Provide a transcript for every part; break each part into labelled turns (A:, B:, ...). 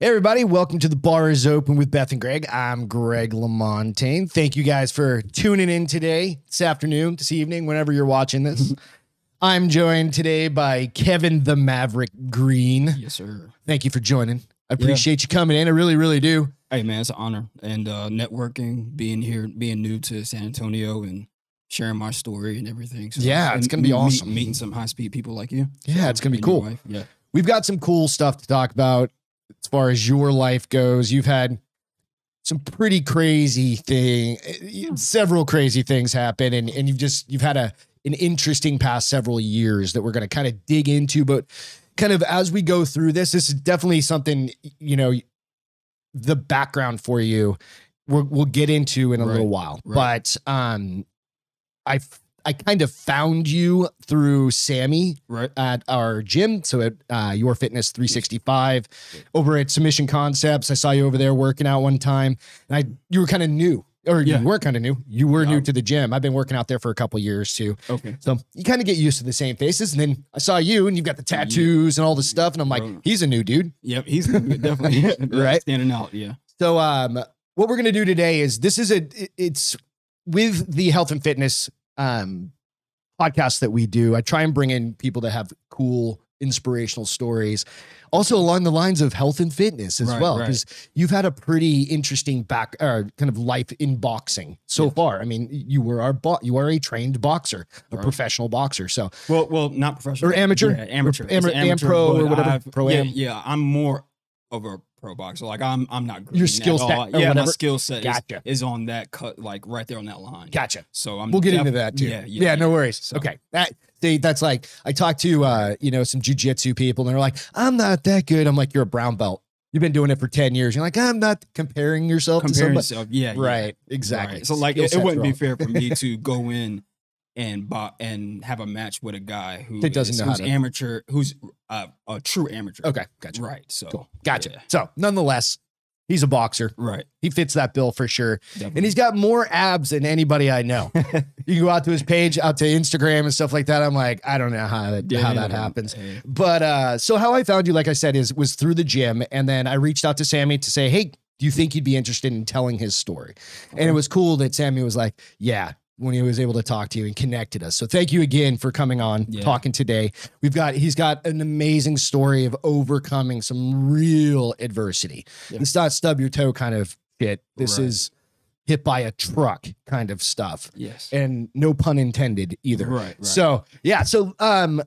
A: Hey everybody, welcome to the Bar is Open with Beth and Greg. I'm Greg LaMontagne. Thank you guys for tuning in today, this afternoon, this evening, whenever you're watching this. I'm joined today by Kevin the Maverick Green.
B: Yes, sir.
A: Thank you for joining. I appreciate you coming in. I really, really do.
B: Hey, man, it's an honor and uh, networking, being here, being new to San Antonio, and sharing my story and everything. So,
A: Yeah, it's
B: and
A: gonna be
B: meet-
A: awesome.
B: meeting some high speed people like you.
A: Yeah, it's gonna be
B: and your
A: cool.
B: wife. Yeah,
A: We've got some cool stuff to talk about as far as your life goes. You've had some pretty crazy thing, eh,
B: Hmm.
A: several crazy things happen, and and you've just you've had a an interesting past several years that we're going to kind of dig into. But kind of as we go through this, this is definitely something you know the background for you. We're, we'll get into in a
B: Right,
A: little while,
B: right.
A: but um, I f- I kind of found you through Sammy
B: right.
A: at our gym. So at uh, Your Fitness 365 over at Submission Concepts. I saw you over there working out one time. And I you were kind of new. Or
B: Yeah.
A: you were kind of new. You were new
B: Um,
A: to the gym. I've been working out there for a couple years too.
B: Okay.
A: So you kind of get used to the same faces. And then I saw you and you've got the tattoos and all this stuff. And I'm like,
B: Bro.
A: he's a new dude.
B: Yep, he's definitely
A: Right.
B: standing out. Yeah,
A: So um what we're gonna do today is this is a it- it's with the health and fitness um podcast that we do. I try and bring in people that have cool inspirational stories also along the lines of health and fitness as
B: Right,
A: well
B: right.
A: because you've had a pretty interesting back or kind of life in boxing so far i mean you were our bo- you are a trained boxer a
B: Right.
A: professional boxer so
B: well, well, not professional
A: Or amateur?
B: Yeah, amateur,
A: Or am-
B: It's
A: am pro or
B: but
A: whatever,
B: I've-
A: pro-am.
B: Yeah, yeah, I'm more of a pro boxer. Like I'm, I'm not green
A: Your
B: at
A: skill set
B: all.
A: or
B: Yeah, my
A: whatever?
B: skill set is-
A: Gotcha.
B: is, on that cut, like right there on that line.
A: gotcha
B: So I'm.
A: we'll get into
B: def-
A: that too.
B: Yeah,
A: Yeah, no worries.
B: So-
A: Okay, that they, that's like I talked to uh, you know some jujitsu people, and they're like, "I'm not that good." I'm like, "You're a brown belt. You've been doing it for ten years." You're like, "I'm not comparing yourself
B: comparing
A: to
B: yourself. Yeah,
A: somebody."
B: yeah.
A: Right, exactly.
B: Right. So like,
A: Skill
B: it, it
A: set's
B: wouldn't be
A: wrong.
B: fair for me to go in and bo- and have a match with a guy who
A: That doesn't
B: is-
A: know how
B: who's
A: to-
B: amateur, who's uh, a true amateur.
A: Okay, gotcha.
B: Right. So
A: Cool. Gotcha.
B: yeah.
A: So nonetheless, he's a boxer.
B: Right.
A: He fits that bill for sure,
B: Definitely.
A: and he's got more abs than anybody I know. you go out to his page, out to Instagram and stuff like that. I'm like, I don't know how that, how that
B: Damn.
A: happens.
B: Hey.
A: But uh, so how I found you, like I said, is was through the gym, and then I reached out to Sammy to say, "Hey, do you think he'd be interested in telling his story?" And it was cool that Sammy was like, "Yeah." When he was able to talk to you and connected us, so thank you again for coming on,
B: Yeah.
A: talking today. We've got he's got an amazing story of overcoming some real adversity.
B: Yeah.
A: It's not stub your toe kind of shit. This
B: Right.
A: is hit by a truck kind of stuff,
B: Yes.
A: and no pun intended either.
B: Right. right.
A: So yeah, so um,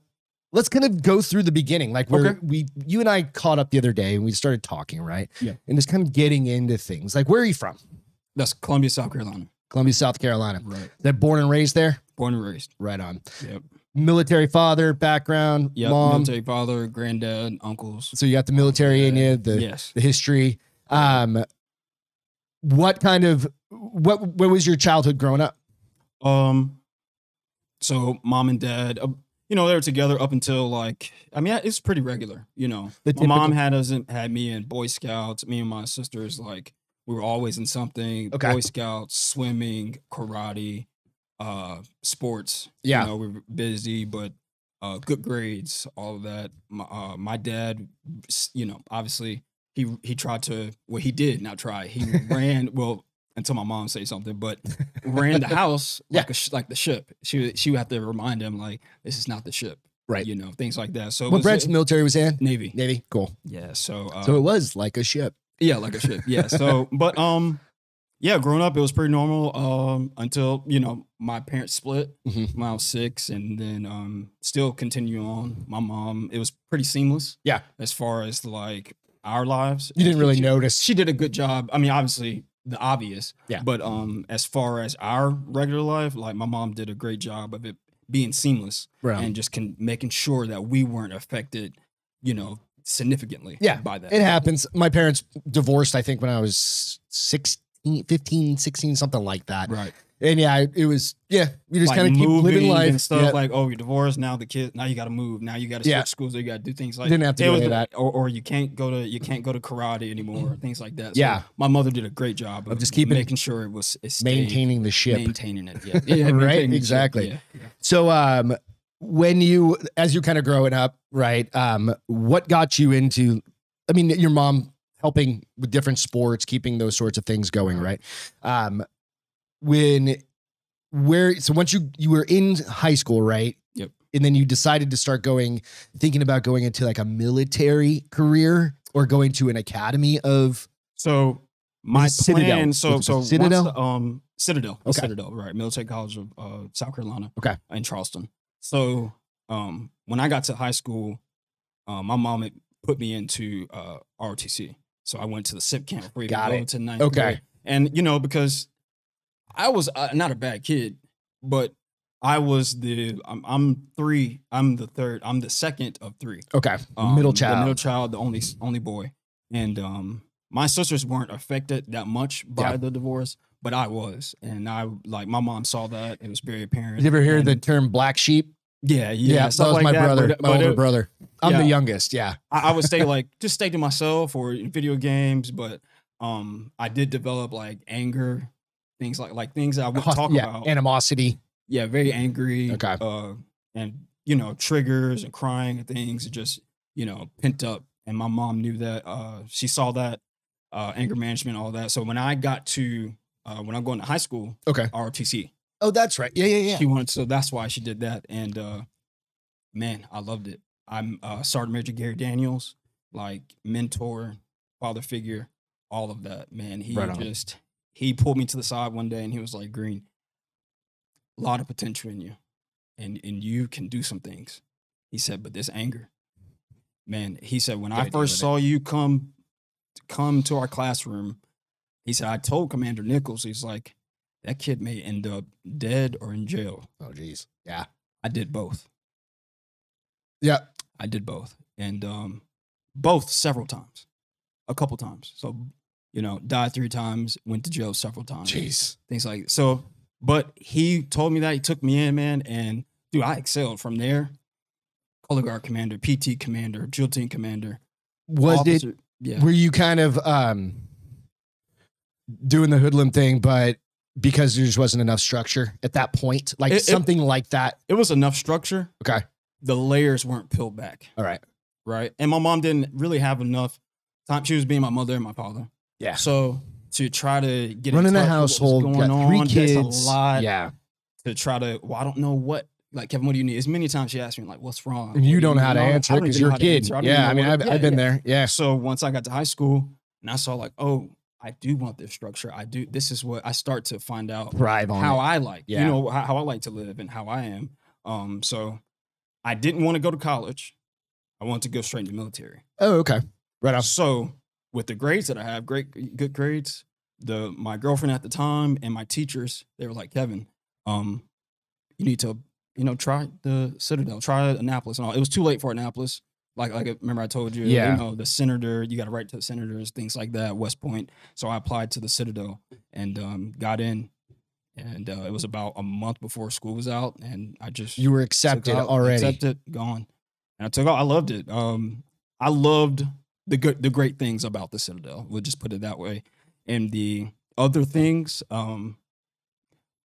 A: let's kind of go through the beginning. Like where
B: Okay.
A: we, you and I caught up the other day and we started talking, right?
B: Yeah.
A: And just kind of getting into things. Like where are you from?
B: that's Columbia, South Carolina.
A: Columbia, South Carolina.
B: Right.
A: That born and raised there.
B: Born and raised.
A: Right on.
B: Yep.
A: Military father background,
B: Yep.
A: mom.
B: Military father, granddad, uncles.
A: So you got the military in you, the
B: yes.
A: the history. Um, what kind of what what was your childhood growing up?
B: Um, so mom and dad, uh, you know, they were together up until like, I mean, it's pretty regular, you know.
A: The
B: my mom
A: typical-
B: had us in, had me in Boy Scouts. Me and my sisters, like, we were always in something.
A: Okay.
B: Boy Scouts, swimming, karate, uh, sports.
A: Yeah.
B: you know, we were busy, but uh, good grades, all of that. My, uh, my dad, s- you know, obviously he he tried to well he did not try he ran well until my mom said something but ran the house
A: Yeah.
B: like a sh- like the ship she would- she would have to remind him like this is not the ship
A: Right.
B: you know things like that so it
A: What
B: was
A: branch
B: a-
A: of the military was in?
B: navy
A: Navy. Cool.
B: yeah so uh,
A: So it was like a ship.
B: yeah like a ship yeah so but um yeah growing up it was pretty normal um until you know my parents split
A: Mhm.
B: when I was six, and then um, still continue on. My mom, it was pretty seamless.
A: Yeah.
B: as far as like our lives,
A: You didn't really
B: She-
A: notice.
B: She did a good job. I mean, obviously the obvious.
A: Yeah.
B: But um, as far as our regular life, like my mom did a great job of it being seamless
A: Right.
B: and just can making sure that we weren't affected, you know, significantly.
A: Yeah,
B: by that.
A: It happens. My parents divorced, I think, when I was 16, 15, 16, something like that.
B: Right.
A: And yeah, it was, yeah, you just
B: Like
A: kind of keep living
B: moving
A: life.
B: and stuff.
A: Yeah.
B: Like, oh, you're divorced now. The kids now you got to move. Now you got to switch
A: Yeah.
B: schools. So you got to do things like
A: Didn't have to
B: It
A: do
B: was
A: any of
B: the-
A: that. Mm-hmm.
B: or, or you can't go to you can't go to karate anymore, things like that. So
A: Yeah.
B: my mother did a great job of,
A: just keeping-
B: making sure it was it stayed-
A: maintaining the ship.
B: maintaining it. Yeah, Yeah,
A: Right,
B: maintaining the ship,
A: exactly.
B: yeah, yeah.
A: So, um, when you, as you kind of growing up, right? Um, what got you into, I mean, your mom helping with different sports, keeping those sorts of things
B: Uh-huh.
A: going, right? Um, when where so once you you were in high school, right?
B: Yep.
A: And then you decided to start going, thinking about going into like a military career or going to an academy of
B: So my plan,
A: Was it Citadel?
B: so
A: Was it
B: so once
A: Citadel?
B: the, um Citadel, the
A: Okay.
B: Citadel, right? Military College of uh, South Carolina,
A: Okay.
B: in Charleston. So um when I got to high school, uh, my mom had put me into uh, ROTC, so I went to the SIP camp for
A: Got
B: go
A: it.
B: to ninth
A: Okay.
B: grade. and you know because I was uh, not a bad kid, but I was the I'm, I'm three, I'm the third, I'm the second of three
A: okay
B: um,
A: middle
B: the
A: child.
B: middle child, the only only boy, and um, my sisters weren't affected that much by
A: Yeah.
B: the divorce, but I was, and I like my mom saw that it was very apparent.
A: Did you ever hear
B: and-
A: the term black sheep?
B: Yeah, yeah,
A: that
B: stuff
A: was
B: like
A: my
B: that,
A: brother,
B: but-
A: my
B: but
A: older
B: it-
A: brother. I'm the
B: yeah.
A: youngest. Yeah.
B: I, I would stay like just stay to myself or in video games, but um, I did develop like anger, things like like things that I wouldn't
A: Hos-
B: talk
A: yeah,
B: about.
A: animosity.
B: yeah, very angry.
A: Okay.
B: Uh, and you know, triggers and crying and things, and just you know, pent up. And my mom knew that. Uh, she saw that uh, anger management, all that. So when I got to uh, when I'm going to high school,
A: Okay.
B: ROTC,
A: Oh, that's right. Yeah, yeah,
B: she wanted. So that's why she did that. And uh, man, I loved it. I'm uh, Sergeant Major Gary Daniels, like mentor, father figure, all of that. Man, he
A: Right on.
B: just he pulled me to the side one day and he was like, "Green, a lot of potential in you, and and you can do some things." He said, "But this anger, man." He said, "When
A: Gotta
B: I
A: deal
B: first
A: with it."
B: saw you come come to our classroom, he said I told Commander Nichols, he's like." That kid may end up dead or in jail.
A: Oh, geez. Yeah.
B: I did both.
A: Yeah.
B: I did both. And um both several times. A couple times. So, you know, died three times, went to jail several times.
A: Jeez.
B: Things like so. But he told me that he took me in, man, and dude, I excelled from there. Color guard commander, PT commander, drill team commander.
A: Was
B: officer,
A: it?
B: yeah.
A: Were you kind of um doing the hoodlum thing, but because there just wasn't enough structure at that point, like
B: It- it-
A: something like that?
B: It was enough structure.
A: Okay.
B: The layers weren't peeled back.
A: All right.
B: right? And my mom didn't really have enough time. She was being my mother and my father.
A: Yeah.
B: So to try to get in
A: Running a
B: touch with what was
A: household,
B: going
A: got three
B: on, that's
A: kids.
B: a lot.
A: Yeah.
B: To try to, well, I don't know what. Like Kevin, what do you need? As many times she asked me, like, "What's wrong?"
A: And
B: What
A: you
B: do
A: don't know how to
B: need?" I
A: answer it
B: don't
A: because
B: even know
A: you're
B: how
A: a
B: to
A: kid.
B: answer. don't even
A: yeah.
B: know
A: I mean,
B: what-
A: I've,
B: Yeah,
A: I've been
B: yeah.
A: there. Yeah.
B: So once I got to high school and I saw, like, oh, I do want this structure. I do. This is what I start to find out
A: Thrive on
B: how
A: it.
B: I like,
A: Yeah.
B: you know, how, how I like to live and how I am. Um, so I didn't want to go to college. I wanted to go straight into military.
A: oh, okay. Right off.
B: So with the grades that I have, great good grades, the my girlfriend at the time and my teachers, they were like, Kevin, um, you need to, you know, try the Citadel, try Annapolis and all. It was too late for Annapolis. Like like remember I told you,
A: Yeah.
B: you know, the senator, you gotta write to the senators, things like that, West Point. So I applied to the Citadel and um, got in. And uh, it was about a month before school was out, and I just
A: You were
B: took
A: accepted
B: out,
A: already.
B: Accepted, gone. And I took out. I loved it. Um, I loved the good, the great things about the Citadel. We'll just put it that way. And the other things, um,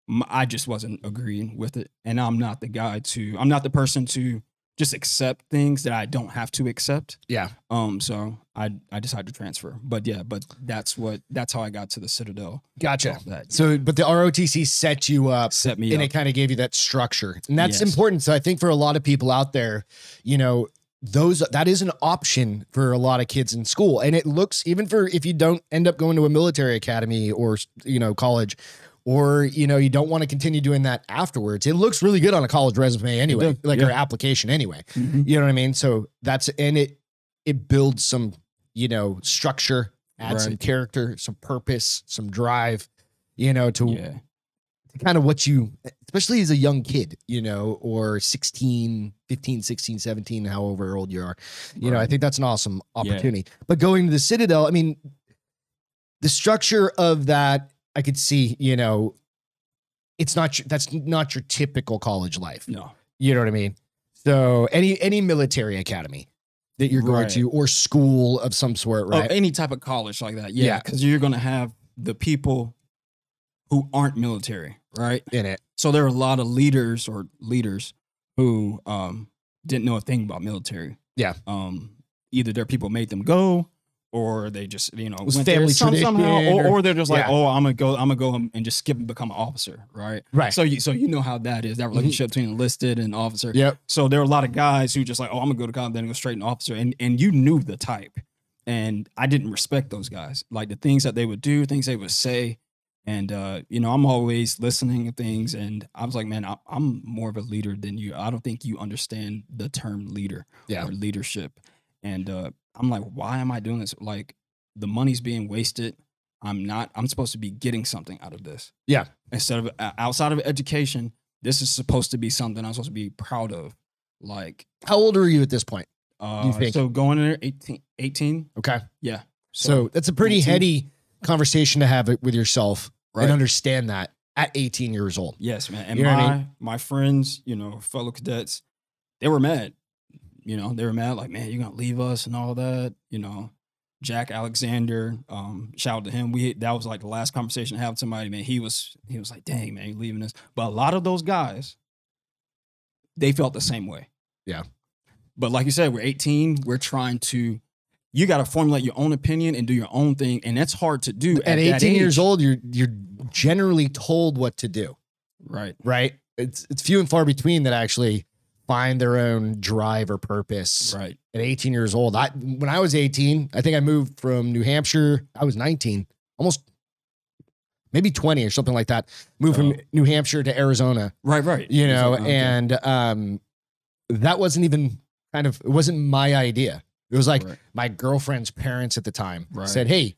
B: m- I just wasn't agreeing with it. And I'm not the guy to. I'm not the person to just accept things that I don't have to accept.
A: Yeah.
B: Um. So I I decided to transfer. But yeah. But that's what. That's how I got to the Citadel.
A: Gotcha.
B: All That
A: So, but the ROTC set you up
B: set me
A: and
B: up.
A: it kind of gave you that structure and that's
B: Yes.
A: important so i think for a lot of people out there you know those that is an option for a lot of kids in school and it looks even for if you don't end up going to a military academy or you know college or you know you don't want to continue doing that afterwards it looks really good on a college resume anyway
B: does,
A: like
B: yeah.
A: or application anyway
B: Mhm.
A: you know what i mean so that's and it it builds some you know structure adds some
B: Right.
A: character some purpose some drive you know to
B: Yeah.
A: kind of what you especially as a young kid you know or 16 15 16 17 however old you are you know i
B: Right.
A: think that's an awesome
B: Yeah.
A: opportunity but going to the citadel i mean the structure of that i could see you know it's not your, that's not your typical college life
B: No.
A: you know what i mean so any any military academy that you're going
B: Right.
A: to or school of some sort
B: Oh,
A: right
B: any type of college like that.
A: Yeah.
B: Yeah. Because you're going to have the people who aren't military, right?
A: in it
B: So there are a lot of leaders or leaders who um, didn't know a thing about military.
A: Yeah.
B: Um, either their people made them go or they just you know
A: was
B: went there
A: family
B: some- somehow, or,
A: tradition,
B: or they're just like,
A: yeah.
B: oh, I'm gonna go, I'm gonna go and just skip and become an officer, right?
A: Right. Mm-hmm.
B: So you so you know how that is that relationship between enlisted and officer.
A: Yep.
B: So there are a lot of guys who just like, oh, I'm gonna go to college, then go straight into officer, and and you knew the type, and I didn't respect those guys, like the things that they would do, things they would say, and uh, you know, I'm always listening to things, and I was like, man, I, I'm more of a leader than you. I don't think you understand the term leader
A: Yeah.
B: or leadership, and uh, I'm like, why am I doing this? Like, the money's being wasted. I'm not. I'm supposed to be getting something out of this.
A: Yeah.
B: Instead of uh, outside of education, this is supposed to be something I'm supposed to be proud of. Like,
A: How old are you at this point?
B: uh,
A: You think?
B: so going in there 18, 18
A: Okay.
B: yeah,
A: So that's a pretty
B: 18.
A: heady conversation to have with yourself
B: right.
A: and understand that at 18 years old.
B: Yes, man. And
A: You know
B: my
A: what I
B: my friends, you know, fellow cadets, they were mad. You know, they were mad, like, man, you're gonna leave us and all that. You know, Jack Alexander, um, shout out to him. We that was like the last conversation I had with somebody, man. He was he was like, dang, man, you leaving us. But a lot of those guys, they felt the same way.
A: Yeah.
B: But like you said, we're 18, we're trying to you gotta formulate your own opinion and do your own thing, and that's hard to do
A: At
B: at, that
A: 18 years
B: age.
A: old, you're you're generally told what to do,
B: Right.
A: right? It's it's few and far between that actually find their own drive or purpose.
B: Right.
A: At 18 years old, I when I was 18, I think I moved from New Hampshire. I was 19, almost maybe 20 or something like that. Moved
B: Oh.
A: from New Hampshire to Arizona.
B: Right, right.
A: you
B: It's
A: know
B: like, okay.
A: and um that wasn't even kind of it wasn't my idea it was like
B: Right.
A: my girlfriend's parents at the time
B: Right.
A: said hey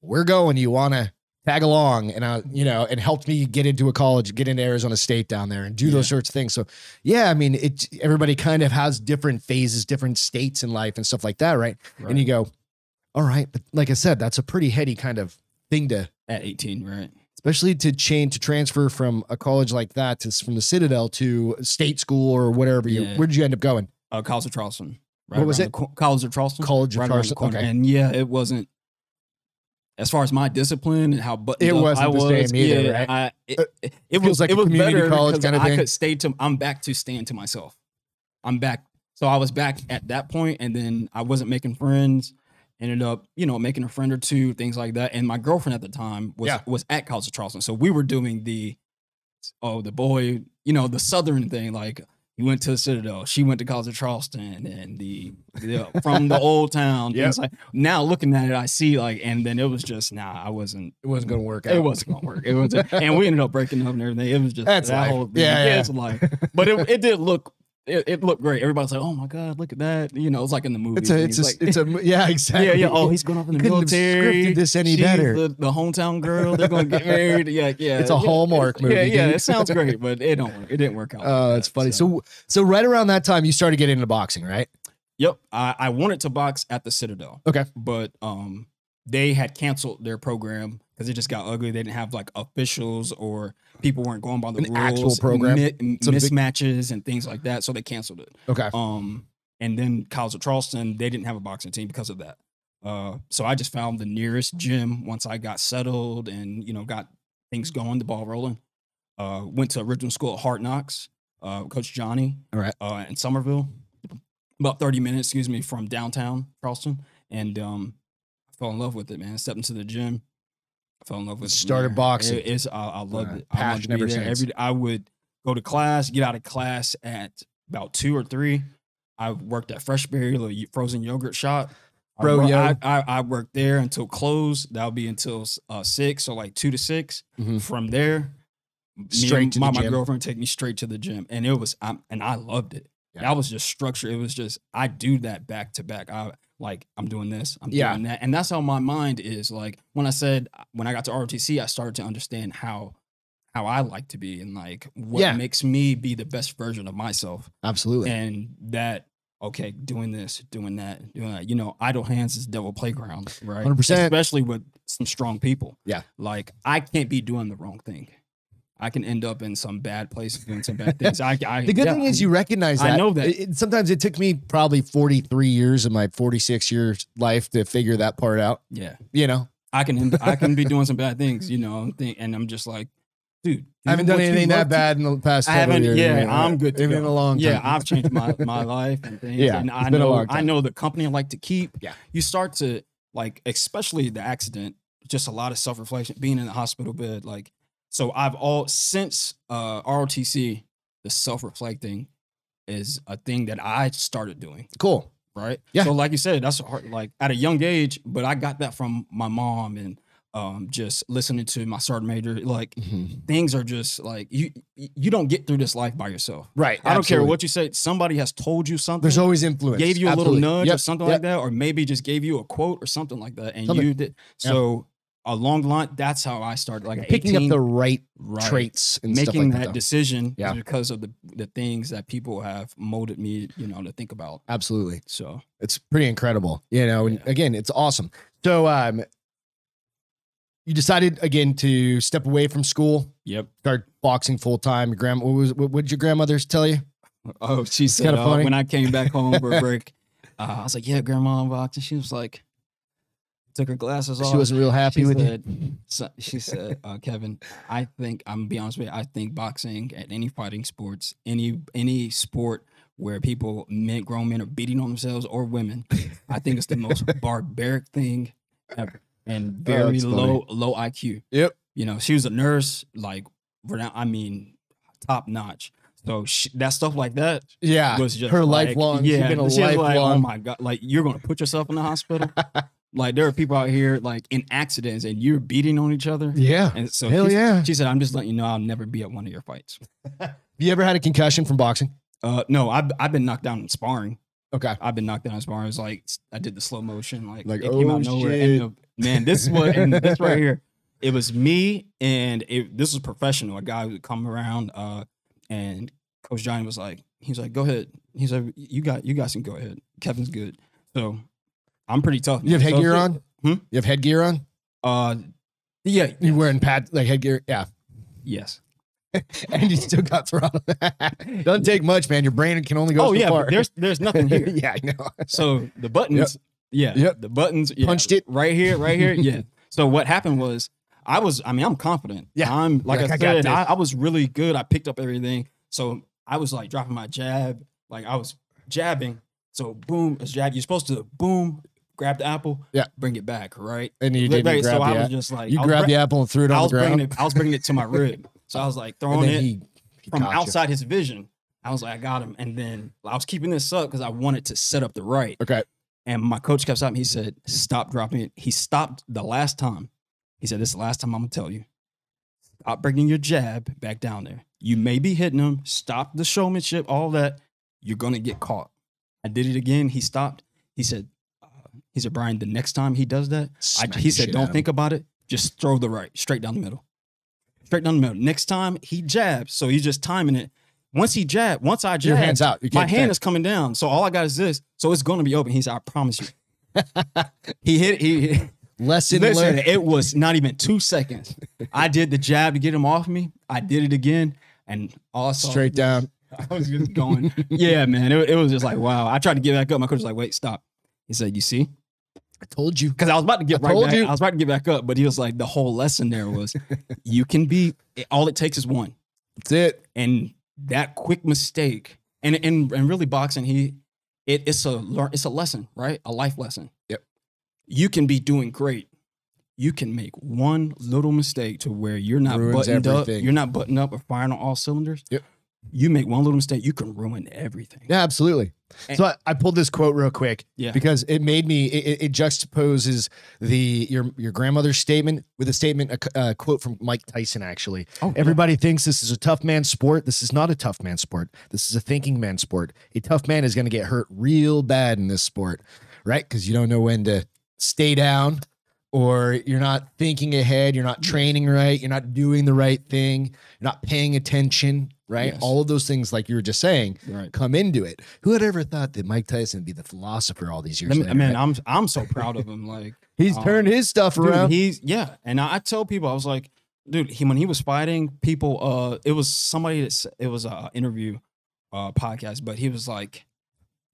A: we're going you want to tag along and i you know and helped me get into a college get into arizona state down there and do those sorts of things so yeah i mean it everybody kind of has different phases different states in life and stuff like that right, and you go all right but like i said that's a pretty heady kind of thing to
B: at 18, right?
A: especially to change to transfer from a college like that to from the Citadel to state school or whatever you
B: Yeah.
A: where did you end up going?
B: Uh, College of Charleston. Right
A: What was
B: around
A: it?
B: the co- College of Charleston.
A: College of
B: right around the
A: Charleston.
B: corner.
A: Okay.
B: And yeah, it wasn't. As far as my discipline and how buttoned
A: It
B: up
A: wasn't
B: I
A: the
B: was,
A: same either,
B: yeah,
A: right?
B: I, it,
A: Uh,
B: it, it
A: feels
B: was
A: like
B: it
A: a
B: was
A: community
B: better
A: college
B: because
A: kinda
B: I
A: thing.
B: could stay to. I'm back to staying to myself. I'm back. So I was back at that point, and then I wasn't making friends. Ended up, you know, making a friend or two, things like that. And my girlfriend at the time was
A: Yeah.
B: was at College of Charleston, so we were doing the, oh, the boy, you know, the Southern thing, like he went to the Citadel. She went to College of Charleston, and the, the from the old town.
A: Yep.
B: things Like, now looking at it, I see like, and then it was just nah. I wasn't.
A: It wasn't gonna work
B: It wasn't gonna work. It was, and we ended up breaking up and everything. It was just
A: That's
B: that
A: life.
B: whole
A: Yeah, yeah.
B: it's life. But it, it did look. It, it looked great. Everybody's like, "Oh my god, look at that!" You know, it's like in the movie.
A: It's a it's a it's a yeah exactly
B: yeah, yeah. Oh, he's going off in the
A: Couldn't have
B: military.
A: scripted this any
B: She's
A: better.
B: The, the hometown girl. They're going to get married. Yeah, yeah.
A: It's a
B: yeah,
A: Hallmark
B: Yeah,
A: movie,
B: yeah.
A: dude.
B: It sounds great, but it don't. Work. It didn't work out.
A: Oh,
B: like
A: that's
B: that,
A: funny. So so right around that time you started getting into boxing, right?
B: Yep. I, I wanted to box at the Citadel.
A: Okay.
B: But um they had canceled their program because it just got ugly. They didn't have like officials or people weren't going by the
A: An
B: rules.
A: actual program?
B: mi-
A: So the big-
B: mismatches and things like that. So they canceled it.
A: Okay.
B: Um and then College of Charleston, they didn't have a boxing team because of that. Uh so I just found the nearest gym once I got settled and you know got things going, the ball rolling. Uh went to original school at Hard Knocks, uh Coach Johnny
A: All right.
B: uh, in Somerville, about 30 minutes, excuse me, from downtown Charleston. And um, I fell in love with it, man. Stepped into the gym, I fell in love with it. from
A: Started
B: there.
A: boxing.
B: It- it's, I, I loved
A: Uh,
B: it. I wanted to
A: passion
B: be
A: ever
B: there
A: since.
B: every- I would go to class, get out of class at about two or three. I worked at Freshberry, a y- frozen yogurt shop. I
A: Bro,
B: wor-
A: yo.
B: I, I, I worked there until close. That'll be until uh, six, so like two to six
A: Mhm.
B: from there, me and
A: Straight to the
B: my, my
A: gym.
B: girlfriend take me straight to the gym, and it was I and I loved it.
A: Yeah.
B: That was just structure. It was just I do that back to back. I like I'm doing this, I'm
A: Yeah.
B: doing that, and that's how my mind is. Like when I said when I got to ROTC, I started to understand how how I like to be and like what
A: Yeah.
B: makes me be the best version of myself.
A: Absolutely.
B: And that okay, doing this, doing that, doing that. You know, idle hands is devil playground, right?
A: 100%.
B: Especially with some strong people.
A: Yeah.
B: Like I can't be doing the wrong thing. I can end up in some bad place doing some bad things. I, I
A: the good
B: yeah,
A: thing is you recognize
B: I
A: that.
B: know that.
A: It- it- sometimes it took me probably 43 years of my 46 years life to figure that part out.
B: yeah.
A: You know,
B: I can end, I can be doing some bad things, you know, and, think, and I'm just like, dude,
A: I haven't
B: do
A: done
B: what you
A: anything
B: love
A: that
B: to-
A: bad in the past.
B: I
A: several
B: haven't.
A: years,
B: Yeah,
A: man.
B: I'm good. To
A: Even
B: go.
A: in a long time.
B: Yeah, I've changed my my life and things.
A: Yeah,
B: and
A: it's
B: I
A: been a
B: know
A: long
B: I
A: time.
B: know the company I like to keep.
A: Yeah.
B: you start to like especially the accident, just a lot of self reflection, being in the hospital bed. Like, so I've all since uh, ROTC, the self reflecting is a thing that I started doing.
A: Cool.
B: Right.
A: Yeah.
B: So, like you said, that's a hard, like at a young age, but I got that from my mom and um, just listening to my sergeant major. Like, things are just like you you don't get through this life by yourself.
A: Right.
B: I don't care
A: absolutely.
B: what you say. Somebody has told you something.
A: There's always influence.
B: gave you a
A: Absolutely.
B: little nudge
A: Yep.
B: or something
A: Yep.
B: like that, or maybe just gave you a quote or something like that, and
A: Something.
B: you did.
A: Yeah.
B: So along the line, that's how I started. Like at
A: Picking
B: 18,
A: up the right
B: right,
A: traits and stuff
B: making
A: like that.
B: that
A: though.
B: decision
A: Yeah.
B: is because of the the things that people have molded me, you know, to think about.
A: absolutely.
B: So
A: It's pretty incredible. You know, and
B: Yeah.
A: again, it's awesome. So um you decided again to step away from school,
B: yep.
A: start boxing full time. Your grandma what was what would your grandmothers tell you?
B: Oh, she said
A: kinda
B: uh,
A: funny.
B: when I came back home for a break, uh, I was like, "Yeah, Grandma unboxed," and she was like, took her glasses off.
A: She wasn't real happy
B: she
A: with
B: said,
A: you.
B: So she said, uh, "Kevin, I think I'm gonna be honest with you. I think boxing and any fighting sports, any any sport where people, men, grown men, are beating on themselves or women, I think it's the most barbaric thing ever, and very
A: Oh, that's funny.
B: low low IQ.
A: Yep.
B: You know, she was a nurse, like renowned, I mean, top notch. So she, that stuff like that
A: Yeah.
B: was just
A: her
B: like,
A: lifelong. She's
B: Yeah,
A: been a
B: she was like, oh
A: lifelong-
B: my god, like you're gonna put yourself in the hospital. like there are people out here like in accidents and you're beating on each other.
A: Yeah.
B: And so
A: Hell
B: she,
A: yeah.
B: she said, I'm just letting you know I'll never be at one of your fights.
A: You ever had a concussion from boxing?
B: Uh, no, I've, I've been knocked down in sparring.
A: Okay.
B: I've been knocked down in sparring. It's like I did the slow motion, like,
A: Like,
B: it came
A: oh,
B: out of nowhere.
A: shit.
B: And the, man, this was and this right here. It was me and it, this was professional. A guy would come around uh, and Coach Johnny was like, he was like, go ahead. He's like, you got you guys can go ahead. Kevin's good. So I'm pretty tough.
A: You have
B: man. So
A: headgear
B: if
A: on?
B: Hmm?
A: You have headgear on?
B: Uh, yeah.
A: You're wearing pad like headgear. Yeah.
B: Yes.
A: and you still got throttled. Doesn't take much, man. Your brain can only go
B: Oh
A: so
B: yeah. but
A: far.
B: There's there's nothing here.
A: yeah, I know.
B: So the buttons, yeah,
A: Yep.
B: the buttons yeah,
A: Punched it.
B: right here, right here, yeah. So what happened was, I was, I mean, I'm confident.
A: Yeah.
B: I'm
A: Like,
B: like I
A: I got
B: said, I,
A: this.
B: I was really good. I picked up everything. So I was like dropping my jab, like I was jabbing. So boom, it's jab. You're supposed to boom, grab the apple,
A: Yeah.
B: bring it back, right?
A: And you
B: Right,
A: didn't
B: right,
A: grab
B: so
A: the
B: I was
A: apple.
B: just like,
A: You
B: I was
A: grabbed
B: bring-
A: the apple and threw it
B: I
A: on the
B: was bringing
A: ground.
B: it, I was bringing it to my rib. So I was like
A: and
B: throwing
A: then
B: it
A: he, he
B: from
A: got you.
B: outside his vision. I was like, I got him. And then I was keeping this up because I wanted to set up the right.
A: Okay.
B: And my coach kept stopping. He said, Stop dropping it. He stopped the last time. He said, This is the last time I'm going to tell you. Stop bringing your jab back down there. You may be hitting him. Stop the showmanship, all that. You're going to get caught. I did it again. He stopped. He said, uh, He said, Brian, the next time he does that, I,
A: Smack
B: he
A: the
B: said,
A: shit out
B: Don't
A: of
B: think about it. Just throw the right straight down the middle. Straight down the middle. Next time he jabs. So he's just timing it. Once he jab, once I
A: him.
B: jab,
A: Your hands out. You
B: my
A: can't
B: hand is coming down. So all I got is this. So it's going to be open. He said, I promise you. he hit he hit-
A: is lesson
B: Listen,
A: learned.
B: it was not even two seconds. I did the jab to get him off me. I did it again. And all I saw
A: Straight down.
B: I was just going. yeah, man. It, it was just like, wow. I tried to get back up. My coach was like, wait, stop. He said, You see?
A: I told you.
B: Because I was about to get
A: I
B: right
A: told
B: back.
A: you.
B: I was about to get back up, but he was like, the whole lesson there was you can be all it takes is one
A: That's it.
B: and that quick mistake and and and really boxing he it, it's a learn it's a lesson right a life lesson
A: Yep.
B: you can be doing great you can make one little mistake to where you're not
A: Ruins
B: buttoned up
A: everything.
B: you're not buttoned up or firing on all cylinders
A: Yep.
B: you make one little mistake you can ruin everything
A: Yeah, absolutely.
B: And-
A: So I, I pulled this quote real quick
B: Yeah.
A: because it made me it, it- it juxtaposes the your your grandmother's statement with a statement a, c- a quote from Mike Tyson actually.
B: oh,
A: Everybody thinks this is a tough man sport. This is not a tough man sport. This is a thinking man sport. A tough man is going to get hurt real bad in this sport, right? Because you don't know when to stay down or you're not thinking ahead. You're not training right. You're not doing the right thing. You're not paying attention, right?
B: Yes.
A: All of those things, like you were just saying,
B: yeah. right
A: come into it. Who had ever thought that Mike Tyson would be the philosopher all these years?
B: Let me-
A: later,
B: man
A: right?
B: i'm i'm so proud of him like
A: He's
B: um,
A: turned his stuff
B: Dude,
A: around.
B: he's yeah, and I, I tell people I was like, dude, he when he was fighting people, uh, it was somebody that s- it was a interview, uh, podcast, but he was like,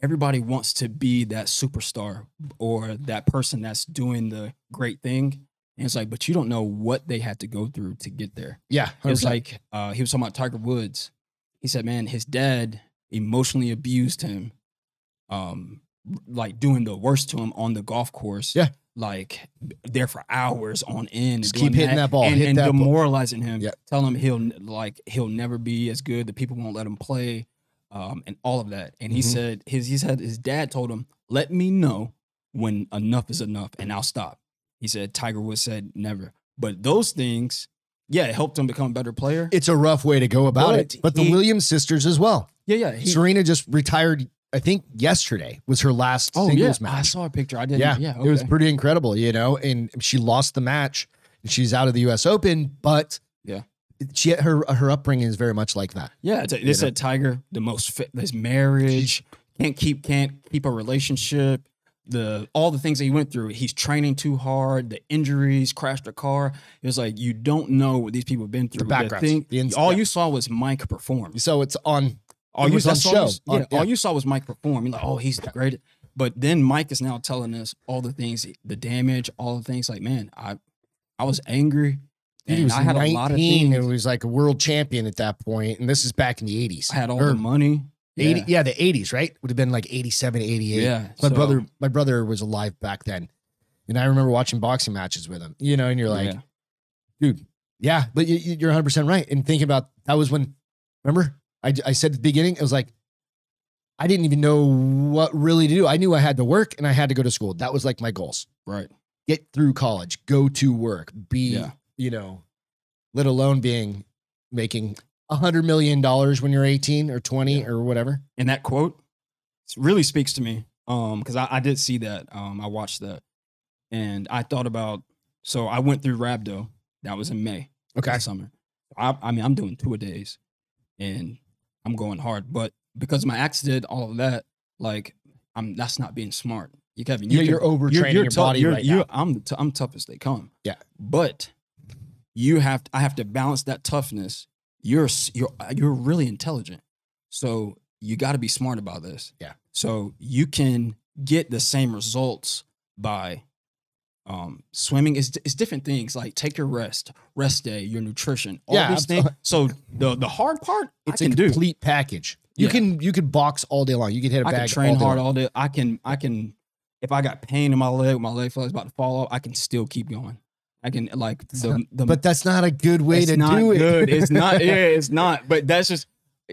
B: everybody wants to be that superstar or that person that's doing the great thing, and it's like, but you don't know what they had to go through to get there.
A: yeah.
B: It was
A: 100%.
B: like uh, he was talking about Tiger Woods. He said, man, his dad emotionally abused him, um, like doing the worst to him on the golf course.
A: Yeah.
B: like there for hours on end,
A: Just
B: doing
A: keep hitting that ball,
B: and,
A: hit
B: and
A: that ball.
B: demoralizing him.
A: Yeah.
B: Tell him he'll like he'll never be as good. The people won't let him play, um, and all of that. And he
A: Mhm.
B: said his he said his dad told him, "Let me know when enough is enough, and I'll stop." He said Tiger Woods said never, but those things, yeah, it helped him become a better player.
A: It's a rough way to go about it.
B: But
A: But the
B: he-
A: Williams sisters as well.
B: yeah, yeah. he-
A: Serena just retired, I think yesterday was her last
B: oh yeah,
A: singles
B: I
A: match.
B: saw a picture. I didn't.
A: Yeah,
B: Yeah, yeah
A: it was
B: okay.
A: pretty incredible, you know. And she lost the match. and She's out of the U.S. Open, but
B: Yeah.
A: she her her upbringing is very much like that.
B: Yeah, it's-
A: know?
B: they said Tiger the most fit. His marriage can't keep can't keep a relationship. The all the things that he went through. He's training too hard. The injuries, crashed a car. It was like you don't know what these people have been through.
A: backgrounds, the ins-
B: all
A: yeah.
B: you saw was Mike perform.
A: So it's on.
B: All
A: It
B: you
A: was on
B: saw
A: show,
B: was-
A: on-
B: yeah, all you saw was Mike perform. You're like, oh, he's the greatest. But then Mike is now telling us all the things, the damage, all the things. Like, man, I, I was angry.
A: Dude,
B: and
A: he was
B: I had a lot of things.
A: It was like a world champion at that point, and this is back in the eighties.
B: I had all the money.
A: eighty, yeah. the eighties, right? Would have been like 87, 88.
B: Yeah.
A: My
B: so-
A: brother, my brother was alive back then, and I remember watching boxing matches with him. You know, and you're like,
B: Yeah.
A: dude, yeah, but you, you- you're 100 percent right. And thinking about that was when, remember, I I said at the beginning, it was like, I didn't even know what really to do. I knew I had to work and I had to go to school. That was like my goals:
B: Right.
A: get through college, go to work, be
B: Yeah.
A: you know, let alone being making a hundred million dollars when you're 18 or 20
B: Yeah.
A: or whatever.
B: And that quote really speaks to me. Um, because I, I did see that. Um, I watched that. And I thought about so I went through Rabdo. That was in May
A: Okay,
B: this summer. I, I mean, I'm doing two a days and I'm going hard. But because of my accident, all of that, like I'm that's not being smart. You Kevin, you
A: Yeah,
B: can-
A: you're overtraining your
B: tough-
A: body
B: you're-
A: right
B: you're-
A: now.
B: I'm the t- I'm tough as they come.
A: Yeah.
B: But you have I have to balance that toughness. You're s- you're you're really intelligent. So you got to be smart about this.
A: Yeah.
B: So you can get the same results by um swimming is it's different things like take your rest, rest day, your nutrition, all
A: Yeah,
B: these things. So the the hard part
A: it's
B: I
A: a
B: can do.
A: complete package. You
B: Yeah.
A: can you can box all day long. You can hit a
B: I
A: bag.
B: can train
A: all day
B: hard
A: long.
B: all day. I can I can if I got pain in my leg, my leg feels about to fall off, I can still keep going. I can like the, the
A: But that's not a good way
B: it's
A: to
B: not
A: do it.
B: good. It's not yeah, it's not. But that's just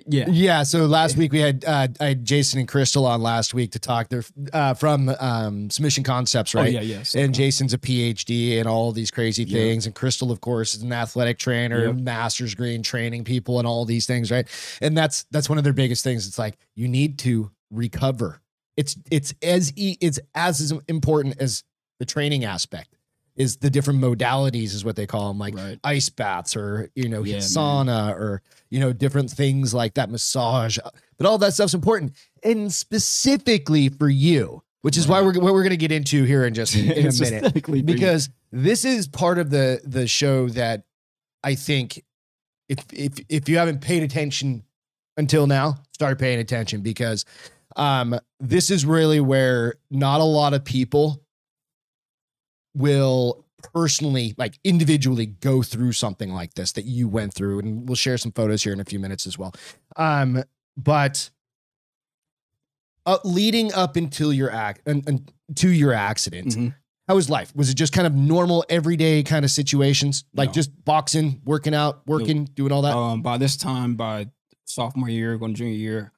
B: yeah.
A: Yeah. So last week we had uh, I had Jason and Crystal on last week to talk. They're uh, from um, Submission Concepts,
B: Oh
A: right?
B: yeah, yes.
A: And Jason's a PhD and all these crazy
B: Yeah.
A: things. And Crystal, of course, is an athletic trainer,
B: Yep.
A: master's degree in training people and all these things, right? And that's that's one of their biggest things. It's like you need to recover. It's it's as e- it's as as important as the training aspect is the different modalities is what they call them, like
B: Right.
A: ice baths or you know
B: Yeah, man.
A: sauna or you know different things like that, massage. uh, But all that stuff's important, and specifically for you, which is why
B: Right.
A: we're what we're gonna get into here in just in a
B: It's
A: minute
B: aesthetically pleasing.
A: because this is part of the the show that I think if if if you haven't paid attention until now, start paying attention because um this is really where not a lot of people will personally like individually go through something like this that you went through and we'll share some photos here in a few minutes as well. Um but uh, leading up until your act and, and to your accident
B: Mhm.
A: how was life? Was it just kind of normal, everyday kind of situations, like
B: No.
A: just boxing, working out, working, doing all that?
B: um by this time by sophomore year, going junior year,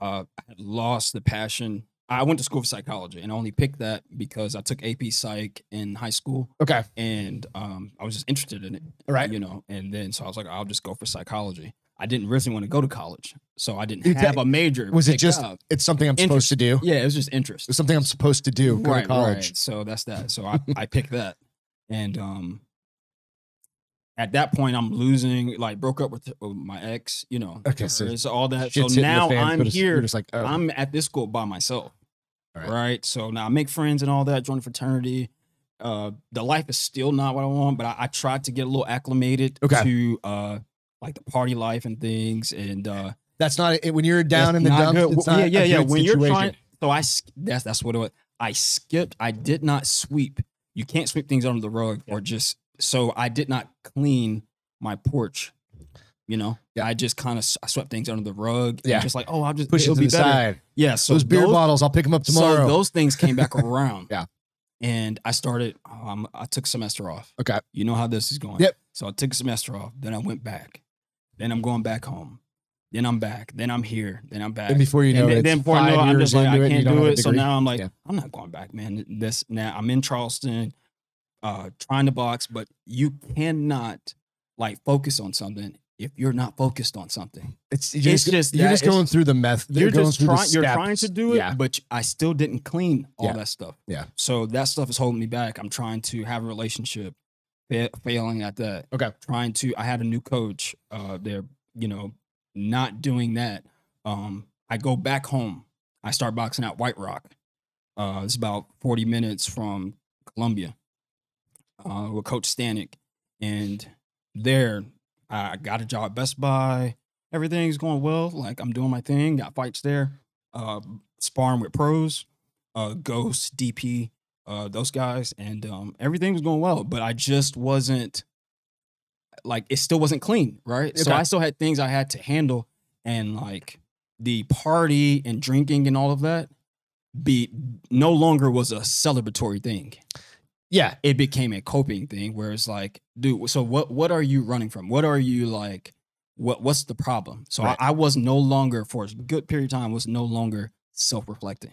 B: uh I had lost the passion. I went to school for psychology and I only picked that because I took AP psych in high school.
A: okay,
B: and um, I was just interested in it,
A: all right.
B: you know. And then so I was like, I'll just go for psychology. I didn't really want to go to college, so I didn't
A: Is that-
B: have a major.
A: was it
B: picked
A: just-
B: up.
A: It's something I'm supposed to do.
B: Interest- Yeah, it was just interest.
A: It's something I'm supposed to do. Go to college.
B: So that's that. So I, I picked that, and um, at that point I'm losing. Like broke up with, with my ex, you know.
A: Okay,
B: her,
A: so
B: so all that. Uh, So
A: Shit's hitting the
B: now
A: fan,
B: I'm
A: but it's-
B: here
A: You're just like, oh,
B: I'm at this school by myself.
A: All right.
B: Right. So now I make friends and all that, join a fraternity. Uh, the life is still not what I want, but I, I tried to get a little acclimated
A: Okay.
B: to uh, like the party life and things. And uh,
A: that's not it. When you're down
B: that's
A: in the
B: not
A: dumps,
B: good.
A: it's
B: Well,
A: not
B: yeah,
A: a
B: yeah, yeah.
A: good
B: When you're
A: situation.
B: trying, so I sk- that's that's what it was. I skipped. I did not sweep. You can't sweep things under the rug or just so I did not clean my porch. You know,
A: Yeah.
B: I just kind of I swept things under the rug. and
A: Yeah.
B: just like oh, I'll just
A: push it
B: it'll
A: to the
B: be better.
A: side.
B: Yeah, so
A: those beer bottles, I'll pick them up tomorrow.
B: so those things came back around.
A: Yeah.
B: and I started. Um, I took a semester off.
A: Okay.
B: You know how this is going.
A: Yep.
B: So I took a semester off. Then I went back. Then I'm going back home. Then I'm back. Then I'm here. Then I'm back.
A: And before you know
B: And
A: it,
B: then,
A: it's
B: then before I
A: five
B: know, it, I'm
A: years
B: just like, I
A: into it, you
B: can't
A: don't
B: do
A: have a
B: it. So
A: degree.
B: now I'm like,
A: Yeah.
B: I'm not going back, man. This now I'm in Charleston, uh, trying to box, but you cannot like focus on something if you're not focused on something.
A: It's you're
B: It's
A: just,
B: just
A: you're
B: that-
A: just going through the method.
B: You're
A: going
B: just
A: through the
B: trying. You're
A: steps.
B: trying to do it,
A: Yeah.
B: but I still didn't clean all
A: Yeah.
B: that stuff.
A: Yeah.
B: So that stuff is holding me back. I'm trying to have a relationship, fa- failing at that.
A: Okay.
B: Trying to. I had a new coach. Uh, they're you know not doing that. Um, I go back home. I start boxing at White Rock. Uh, it's about 40 minutes from Columbia uh, with Coach Stanek. And there, I got a job at Best Buy. Everything's going well. Like, I'm doing my thing, got fights there, uh, sparring with pros, uh, Ghost, DP, uh, those guys. And um, everything was going well, but I just wasn't, like, it still wasn't clean, right? So
A: Okay.
B: I still had things I had to handle. And, like, the party and drinking and all of that be no longer was a celebratory thing.
A: Yeah.
B: It became a coping thing where it's like, dude, so what what are you running from? What are you like what what's the problem? So
A: Right.
B: I, I was no longer for a good period of time was no longer self-reflecting.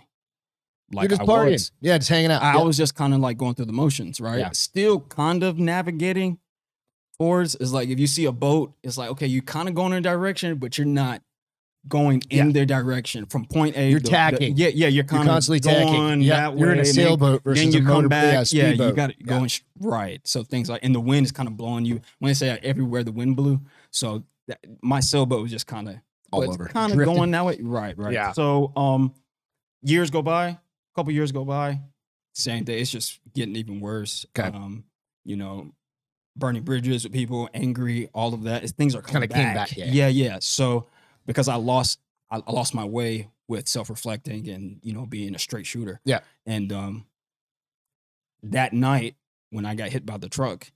B: Like
A: you're
B: I
A: just partying.
B: was.
A: yeah, just hanging out.
B: I,
A: Yeah.
B: I was just kind of like going through the motions, right?
A: Yeah.
B: Still kind of navigating towards is like if you see a boat, it's like, okay, you kind of going in a direction, but you're not going in their direction from point A.
A: You're
B: to-
A: tacking.
B: yeah, yeah, you're
A: you're
B: kind
A: constantly
B: of going
A: tacking. Yeah,
B: that
A: you're in a
B: way, and then-
A: sailboat
B: Then,
A: versus
B: you
A: a
B: come
A: motor,
B: back, yeah,
A: yeah,
B: you
A: speedboat.
B: got it
A: Yeah.
B: going sh- right. So things like and the wind is kind of blowing you. When they say everywhere the wind blew, so that, my sailboat was just kind of
A: all
B: but it's
A: over.
B: Kind of
A: Drifting.
B: going that way. Right, right.
A: Yeah.
B: So um years go by, a couple years go by, same thing. It's just getting even worse.
A: Okay.
B: Um, you know, burning bridges with people, angry, all of that. It's, things are
A: Kinda
B: coming
A: came back, yeah.
B: yeah, yeah. So because I lost I, I lost my way with self-reflecting and, you know, being a straight shooter.
A: Yeah.
B: And um that night when I got hit by the truck,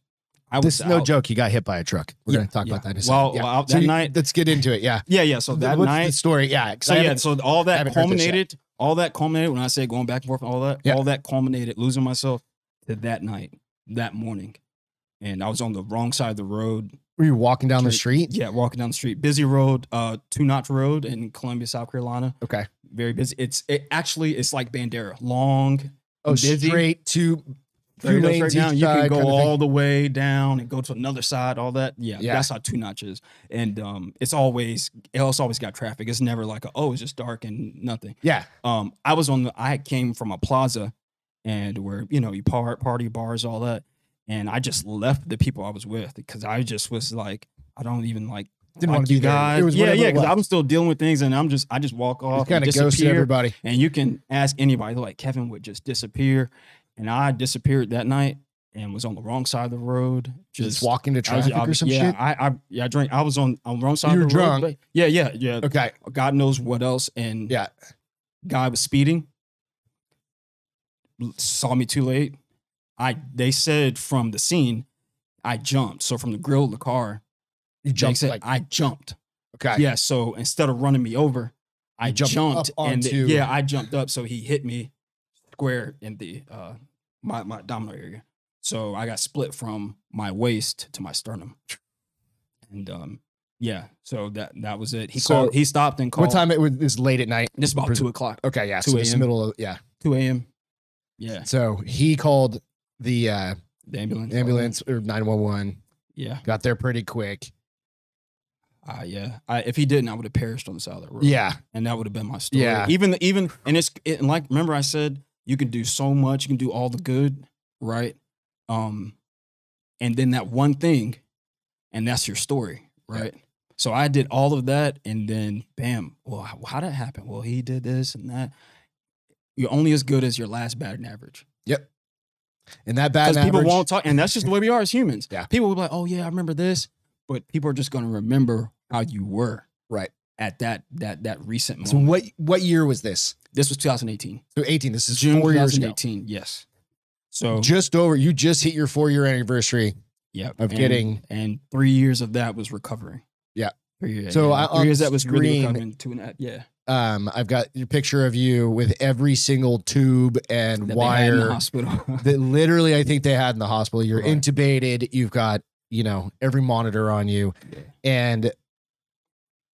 B: I was
A: This is no
B: out.
A: joke. You got hit by a truck. We're
B: Yeah,
A: gonna talk
B: yeah.
A: about that in a
B: Well,
A: second. Yeah.
B: well,
A: So
B: that
A: you-
B: night-
A: Let's get into it. Yeah.
B: Yeah, yeah. So that
A: What's
B: night
A: the story? Yeah. 'cause
B: So
A: I
B: yeah,
A: haven't-
B: so all that
A: haven't heard this yet.
B: culminated, all that culminated when I say going back and forth, all that,
A: Yeah.
B: all that culminated, losing myself to that night, that morning. And I was on the wrong side of the road.
A: were you walking down the street?
B: Yeah, walking down the street. Busy road, uh, two notch road in Columbia, South Carolina.
A: Okay.
B: Very busy. It's it actually it's like Bandera. Long,
A: Oh,
B: Busy.
A: straight to
B: you
A: two
B: go
A: lanes
B: straight down.
A: each
B: You can
A: side
B: go
A: kinda thing.
B: all the way down and go to another side, all that. Yeah,
A: Yeah.
B: that's how two notches. And um it's always else always got traffic. It's never like a, oh, it's just dark and nothing.
A: Yeah.
B: um, I was on the I came from a plaza and where you know you par- party bars all that, and I just left the people I was with because I just was like I don't even like
A: Didn't
B: like
A: want to
B: you
A: be there.
B: guys.
A: It was
B: yeah,
A: whatever
B: yeah,
A: it
B: because
A: was.
B: I'm still dealing with things and I'm just I just walk off
A: kind
B: and
A: of ghosted
B: disappear.
A: everybody.
B: And you can ask anybody like Kevin would just disappear, and I disappeared that night and was on the wrong side of the road.
A: Just,
B: Just
A: walking to
B: I was-
A: traffic
B: I
A: or
B: was-
A: some
B: yeah,
A: shit.
B: I, I yeah I drank. I was on on the wrong side
A: You
B: of
A: were
B: the road.
A: drunk.
B: but- Yeah, yeah, yeah.
A: Okay.
B: God knows what else and
A: Yeah.
B: guy was speeding saw me too late i they said from the scene i jumped so from the grill of the car
A: You
B: they
A: jumped
B: said
A: like
B: i jumped
A: okay.
B: yeah so instead of running me over i
A: You
B: jumped,
A: jumped up
B: and
A: onto-
B: yeah i jumped up so he hit me square in the uh my, my domino area so i got split from my waist to my sternum and um yeah so that that was it he
A: So-
B: called he stopped and called
A: What time it was? It's late at night.
B: this about two o'clock
A: Okay. Yeah. So
B: 2
A: it's
B: a.m..
A: middle of yeah.
B: 2 a.m yeah
A: So he called the uh,
B: The ambulance.
A: ambulance or nine one one.
B: Yeah.
A: Got there pretty quick.
B: Uh, yeah. I, if he didn't, I would have perished on the side of the road.
A: Yeah.
B: And that would have been my story.
A: Yeah.
B: Even even and it's it, and like remember I said you can do so much, you can do all the good, right? Um, and then that one thing, and that's your story,
A: Yeah.
B: right? So I did all of that, and then bam. Well, how, how did it happen? Well, he did this and that. You're only as good as your last batting average.
A: And that bad
B: because people
A: average-
B: won't talk, and that's just the way we are as humans.
A: Yeah.
B: people will be like, "Oh yeah, I remember this," but people are just going to remember how you were
A: Right.
B: at that that that recent moment.
A: So what what year was this?
B: this was 2018,
A: So 18. This is
B: June
A: four years ago.
B: 2018. Yes, so
A: Just over. You just hit your four year anniversary.
B: yeah,
A: of
B: and-
A: getting-
B: and three years of that was recovering.
A: Yeah.
B: three years.
A: So
B: yeah,
A: I-
B: three
A: on
B: years that was really
A: screen-
B: recovering. Two and a half. Yeah,
A: Um, I've got your picture of you with every single tube and
B: that they had in the
A: wire
B: hospital.
A: that literally I think they had in the hospital. You're
B: Right.
A: intubated. You've got you know every monitor on you, and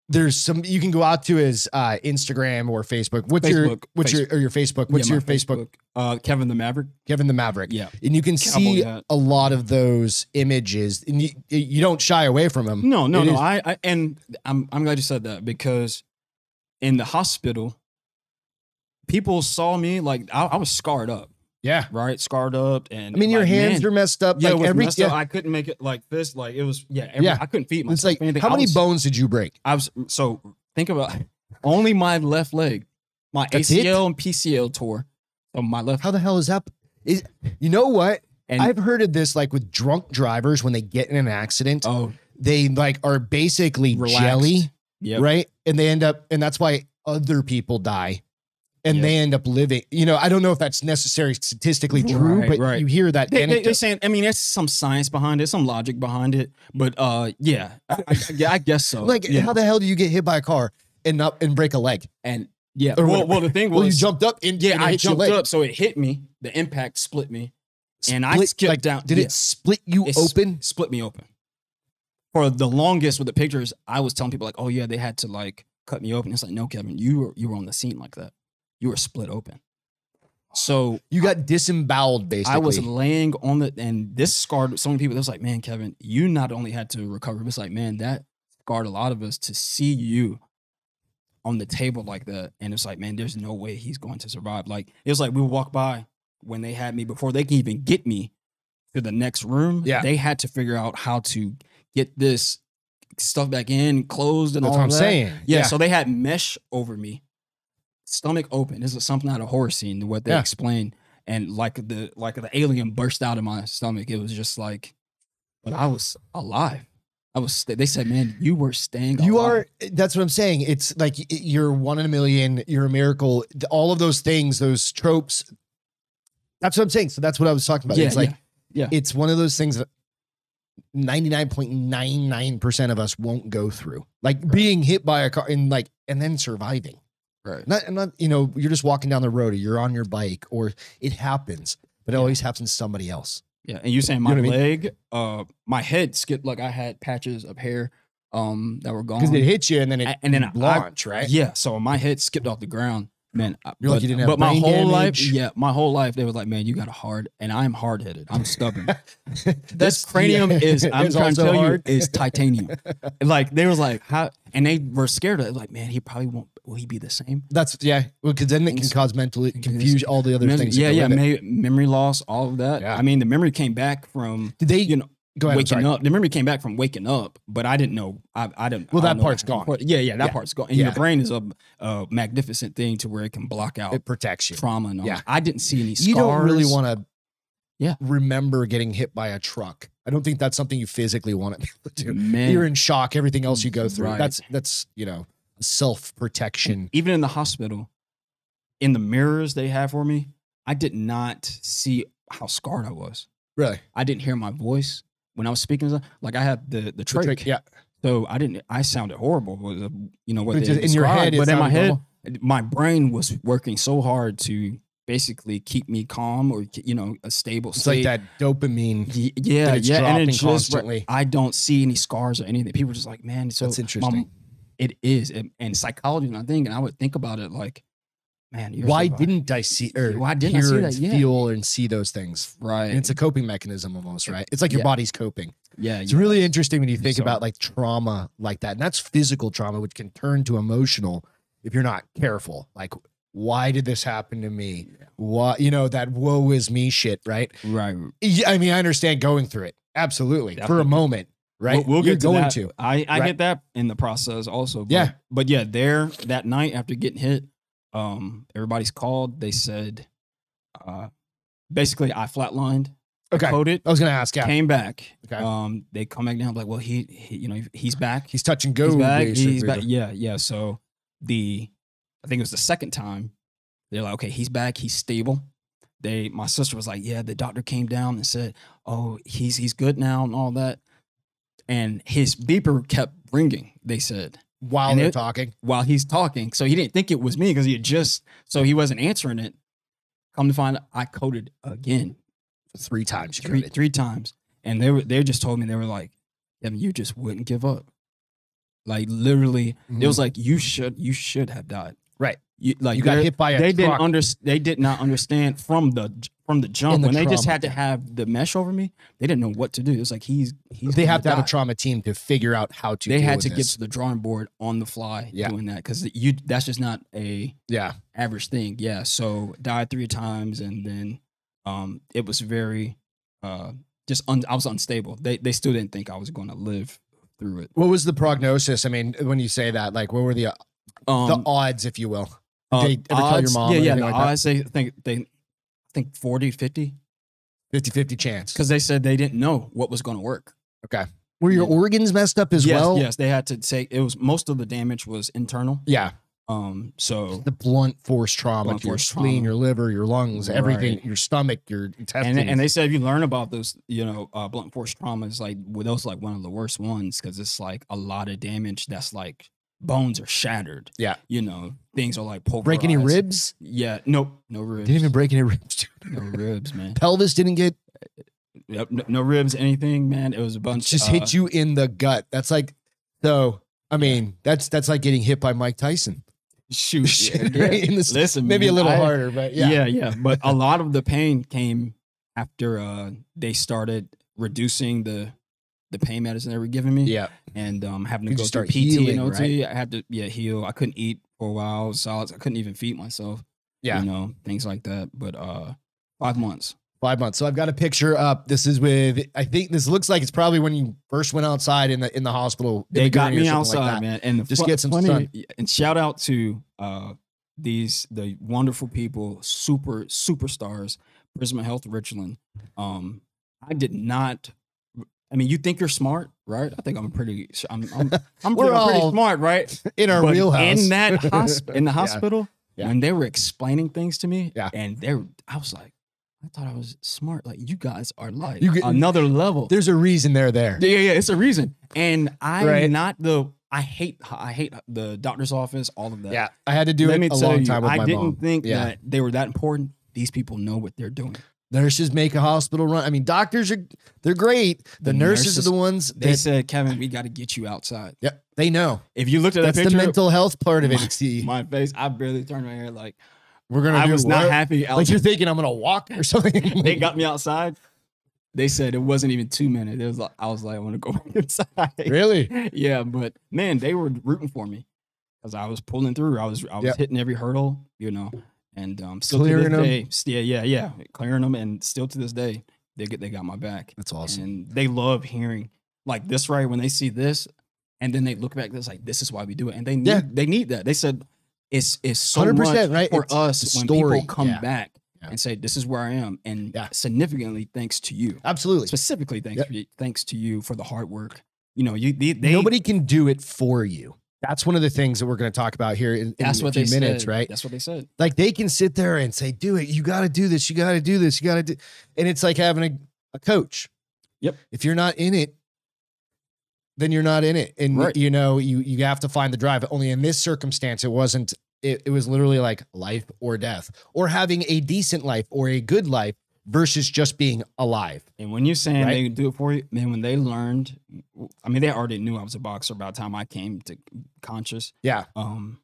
A: there's some you can go out to his uh, Instagram or Facebook. What's your
B: Facebook.
A: what's your or your Facebook? What's
B: Yeah,
A: your
B: my
A: Facebook?
B: Uh, Kevin the Maverick.
A: Kevin the Maverick.
B: Yeah.
A: And you can
B: Cowboy
A: see
B: hat.
A: a lot of those images, and you you don't shy away from them.
B: No, no,
A: It
B: no.
A: is-
B: I, I and I'm I'm glad you said that because in the hospital, people saw me like I, I was scarred up,
A: Yeah.
B: right? Scarred up, and
A: I mean, your
B: like,
A: hands
B: man,
A: are messed up.
B: yeah, it
A: like
B: was
A: every
B: messed up.
A: yeah,
B: I couldn't make it like this. Like it was yeah, every,
A: Yeah.
B: I couldn't feed myself.
A: it's like
B: or anything.
A: how
B: I
A: many
B: was-
A: bones did you break?
B: I was so think about only my left leg, my
A: That's it?
B: ACL and PCL tore on my left.
A: How the hell is that? Is you know what?
B: And
A: I've heard of this like with drunk drivers when they get in an accident,
B: oh,
A: they like are basically
B: Relaxed.
A: jelly,
B: yeah,
A: right? And they end up, and that's why other people die. And
B: Yep.
A: they end up living. You know, I don't know if that's necessarily statistically true,
B: Right,
A: but
B: right.
A: you hear that
B: They, they,
A: anecdote.
B: are saying, I mean, there's some science behind it, some logic behind it, but uh, yeah, I, I- yeah, I guess so.
A: like,
B: yeah.
A: how the hell do you get hit by a car and not and break a leg?
B: and yeah,
A: Or
B: well,
A: what-
B: well, the thing was,
A: Well, you jumped up and
B: yeah,
A: and it
B: I
A: hit your
B: jumped
A: leg.
B: up, so it hit me. The impact split me, and I
A: Split-
B: skipped
A: like,
B: down.
A: Did
B: yeah,
A: it split you
B: It's-
A: open?
B: split me open? For the longest with the pictures, I was telling people like, "Oh yeah, they had to like cut me open." It's like, no, Kevin, you were you were on the scene like that. You were split open. So
A: You got disemboweled, basically.
B: I was laying on the and this scarred so many people. It was like, man, Kevin, you not only had to recover, but it's like, man, that scarred a lot of us to see you on the table like that. And it's like, man, there's no way he's going to survive. Like it was like we would walk by when they had me before they can even get me to the next room.
A: Yeah.
B: They had to figure out how to get this stuff back in, closed and
A: That's
B: all
A: what I'm
B: that.
A: saying.
B: Yeah, so they had mesh over me, stomach open. This is something out of horror scene, what they
A: Yeah.
B: explained. And like the like the alien burst out of my stomach. It was just like, but I was alive. I was. sta- They said, "Man, you were staying."
A: you
B: alive."
A: are. That's what I'm saying. It's like y- you're one in a million. You're a miracle. th- All of those things, those tropes. That's what I'm saying. So that's what I was talking about.
B: Yeah,
A: it's like
B: yeah, yeah.
A: it's one of those things that 99.99% of us won't go through. Like being hit by a car and like and then surviving.
B: right.
A: Not not you know, you're just walking down the road or you're on your bike or it happens, but it always happens to somebody else.
B: Yeah, and you saying
A: You know what
B: my
A: I mean?
B: leg, uh, my head skipped. Like I had patches of hair, um, that were gone.
A: Because it hits you and then it
B: A- and then I-
A: launch, right?
B: Yeah, so my head skipped off the ground, man. I-
A: You're
B: but,
A: like, you didn't have
B: but my
A: brain
B: whole life,
A: damage.
B: yeah, my whole life they were like, man, you got a hard, and I'm hard headed. I'm stubborn.
A: This-
B: this cranium
A: yeah,
B: is I'm
A: is
B: trying to
A: also
B: tell
A: hard.
B: you is titanium. like they was like how, and they were scared of it. Like man, he probably won't. Will he be the same?
A: That's yeah. Well, because then it can
B: Things-
A: cause mental
B: can
A: confusion, all the other
B: Mem-
A: things. that
B: yeah,
A: go
B: yeah.
A: with it.
B: May, memory loss, all of that.
A: Yeah.
B: I mean, the memory came back from
A: Did they?
B: you know
A: go ahead. I'm
B: waking
A: sorry.
B: up. The memory came back from waking up, but I didn't know. I, I didn't.
A: Well,
B: I
A: that
B: don't know
A: part's
B: how-
A: gone.
B: Yeah, yeah, that
A: Yeah.
B: part's gone. And
A: Yeah.
B: your brain is a, a magnificent thing to where it can block out
A: It protects you.
B: trauma. And all.
A: Yeah.
B: that. I didn't see any scars.
A: You don't really want to.
B: Yeah.
A: Remember getting hit by a truck. I don't think that's something you physically want to be able to do.
B: Man,
A: You're in shock. Everything else you go through.
B: Right.
A: That's that's you know self protection.
B: even in the hospital, in the mirrors they had for me, I did not see how scarred I was.
A: Really.
B: I didn't hear my voice when I was speaking. Like I had the the
A: Trick,
B: trach,
A: Yeah.
B: so I didn't. I sounded horrible. Was uh, you know what?
A: But
B: they
A: just in your head,
B: described,
A: it
B: but in my
A: sounded
B: head, my brain was working so hard to basically keep me calm or you know a stable
A: It's
B: state.
A: like that dopamine.
B: Y- Yeah,
A: that it's
B: yeah, and
A: dropping
B: it just
A: constantly.
B: I don't see any scars or anything. People are just like, man, so
A: That's
B: my-
A: interesting.
B: it is, and, and psychology and I think, and I would think about it like, man, you're
A: Why
B: surviving.
A: didn't I see or
B: Why didn't I
A: hear
B: see
A: and
B: that? Yeah.
A: feel and see those things?
B: right?
A: And it's a coping mechanism almost, right? It's like your
B: Yeah.
A: body's coping.
B: yeah,
A: It's
B: you-
A: really interesting when you think
B: So-
A: about like trauma like that. And that's physical trauma, which can turn to emotional if you're not careful. Like, why did this happen to me? Why, you know, that woe is me shit, right?
B: right.
A: Yeah, I mean, I understand going through it. Absolutely. For a
B: Definitely.
A: moment, right?
B: We'll, we'll
A: you're
B: get to
A: going
B: that.
A: to.
B: I, I
A: Right.
B: get that in the process also. But,
A: Yeah.
B: But yeah, there that night after getting hit, um, everybody's called. They said, uh, basically, I flatlined,
A: Okay. I
B: coded,
A: was going to ask, yeah.
B: came back.
A: Okay.
B: Um, they come back down. I'm like, well, he, he you know, he's back.
A: He's touch and go.
B: he's back.
A: basically.
B: He's back. Yeah, yeah. So the I think it was the second time they're like, okay, he's back. He's stable. They my sister was like, yeah. The doctor came down and said, oh, he's he's good now and all that. And his beeper kept ringing. They said,
A: while
B: And
A: they're
B: it-
A: talking.
B: while he's talking. So he didn't think it was me because he had just so he wasn't answering it. Come to find, out, I coded again
A: Three times you
B: three,
A: coded.
B: three times, and they were they just told me they were like, "Kevin, you just wouldn't give up." Like literally, it was like you should you should have died.
A: Right.
B: You, like
A: Mm-hmm. you got
B: they're-
A: hit by a
B: they
A: truck.
B: didn't under, they did not understand from the from the jump
A: In the
B: when they just
A: trauma.
B: had to have the mesh over me. They didn't know what to do. It was like he's he's
A: they
B: gonna
A: have to have a
B: die.
A: trauma team to figure out how to.
B: They
A: deal
B: had
A: with
B: to get
A: this.
B: to the drawing board on the fly
A: Yeah.
B: doing that because you that's just not a
A: yeah,
B: average thing. Yeah. So died three times, and then um, it was very uh, just un- I was unstable. They they still didn't think I was going to live through it.
A: What was the prognosis? I mean, when you say that, like, what were the
B: Um,
A: the odds, if you will?
B: uh,
A: they ever tell your
B: odds-
A: mom or
B: Yeah, yeah.
A: anything
B: The
A: like that?
B: odds they think they I think 40, 50
A: 50-50 chance.
B: because they said they didn't know what was going to work
A: Were your
B: Yeah.
A: organs messed up as
B: yes,
A: well?
B: Yes, they had to take it was most of the damage was internal.
A: Yeah,
B: Um, so
A: the blunt force trauma,
B: Blunt
A: to your
B: force
A: spleen,
B: trauma.
A: your liver, your lungs, everything,
B: Right.
A: your stomach, your intestines.
B: and, and they said if you learn about those, you know, uh, blunt force traumas, like well, those like one of the worst ones because it's like a lot of damage. That's like bones are shattered.
A: Yeah.
B: you know, things are like pulverized.
A: break any ribs?
B: Yeah, nope, no ribs.
A: Didn't even break any ribs. Dude.
B: no ribs, man.
A: Pelvis didn't get
B: Yep, no, no ribs, anything, man. It was a bunch.
A: just
B: uh,
A: hit you in the gut. That's like so. I mean, that's that's like getting hit by Mike Tyson.
B: Shoot, yeah,
A: Shit,
B: yeah.
A: right in the s-
B: Listen,
A: Maybe a
B: man,
A: little
B: I-
A: harder, but yeah.
B: yeah. yeah but a lot of the pain came after uh they started reducing the the pain medicine they were giving me
A: Yeah.
B: and um having to
A: You
B: go
A: just
B: through
A: start
B: pt
A: healing,
B: and ot i had to yeah heal i couldn't eat for a while I was solids i couldn't even feed myself
A: Yeah.
B: you know things like that but uh five months
A: Five months. So I've got a picture up. This is with I think this looks like it's probably when you first went outside in the in the hospital. in
B: they
A: the
B: got
A: gurney or
B: me
A: something
B: outside
A: like that.
B: man and the
A: Just
B: fu-
A: get some
B: funny-
A: sun.
B: and shout out to uh these the wonderful people super superstars prisma health richland um i did not i mean you think you're smart right i think i'm pretty i'm i'm, I'm,
A: We're
B: pretty, I'm pretty
A: all
B: smart right
A: In our
B: But
A: wheelhouse.
B: in that hosp- in the hospital
A: Yeah.
B: when they were explaining things to me
A: Yeah.
B: and they were, i was like i thought i was smart like you guys are like
A: You get-
B: another level
A: There's a reason they're there.
B: yeah, yeah, yeah, it's a reason. And I'm
A: Right.
B: not the. I hate. I hate the doctor's office. All of that.
A: Yeah. I had to do
B: Let me
A: it a
B: tell
A: long
B: you,
A: time with
B: I
A: my
B: didn't
A: mom.
B: think
A: Yeah.
B: that they were that important. These people know what they're doing.
A: Nurses make a hospital run. I mean, doctors are they're great. The
B: The
A: nurses,
B: nurses-
A: are the ones
B: They
A: that
B: said, Kevin, we got to get you outside.
A: yep, they know.
B: If you looked at
A: That's
B: that
A: the
B: picture,
A: mental health part of it.
B: My-
A: See,
B: my face, I barely turned my hair. Like
A: we're gonna
B: I
A: do
B: was not
A: what?
B: happy. I
A: like
B: was-
A: you're thinking I'm gonna walk or something.
B: they got me outside. They said it wasn't even two minutes. It was like I was like, I want to go back inside.
A: really?
B: yeah, but man, they were rooting for me because I was pulling through. I was I was
A: Yep.
B: hitting every hurdle, you know, and um, still clearing to
A: Clearing
B: this
A: 'em.
B: day, s- yeah, yeah, yeah, clearing them, and still to this day, they get they got my back,
A: That's awesome.
B: and they love hearing like this right when they see this, and then they look back. It's like this is why we do it, and they need
A: Yeah.
B: they need that. They said it's it's so
A: 100%,
B: much
A: right?
B: for
A: It's
B: us
A: the
B: when
A: story.
B: people come
A: Yeah.
B: back
A: Yeah.
B: and say this is where I am, and
A: Yeah.
B: significantly thanks to you
A: Absolutely.
B: specifically thanks
A: Yep.
B: for you, thanks to you for the hard work. You know, you they, they
A: Nobody can do it for you. That's one of the things that we're going to talk about here in, in
B: that's
A: a
B: what
A: few
B: they
A: minutes,
B: said.
A: right?
B: That's what they said.
A: Like they can sit there and say, "Do it. You got to do this. You got to do this. You got to do." And it's like having a, a coach.
B: Yep.
A: If you're not in it, then you're not in it, and
B: Right.
A: you know you you have to find the drive. Only in this circumstance, it wasn't. It, it was literally like life or death, or having a decent life or a good life versus just being alive.
B: And when you're saying
A: Right.
B: they do it for you, man, when they learned, I mean, they already knew I was a boxer by the time I came to conscious.
A: Yeah.
B: Um,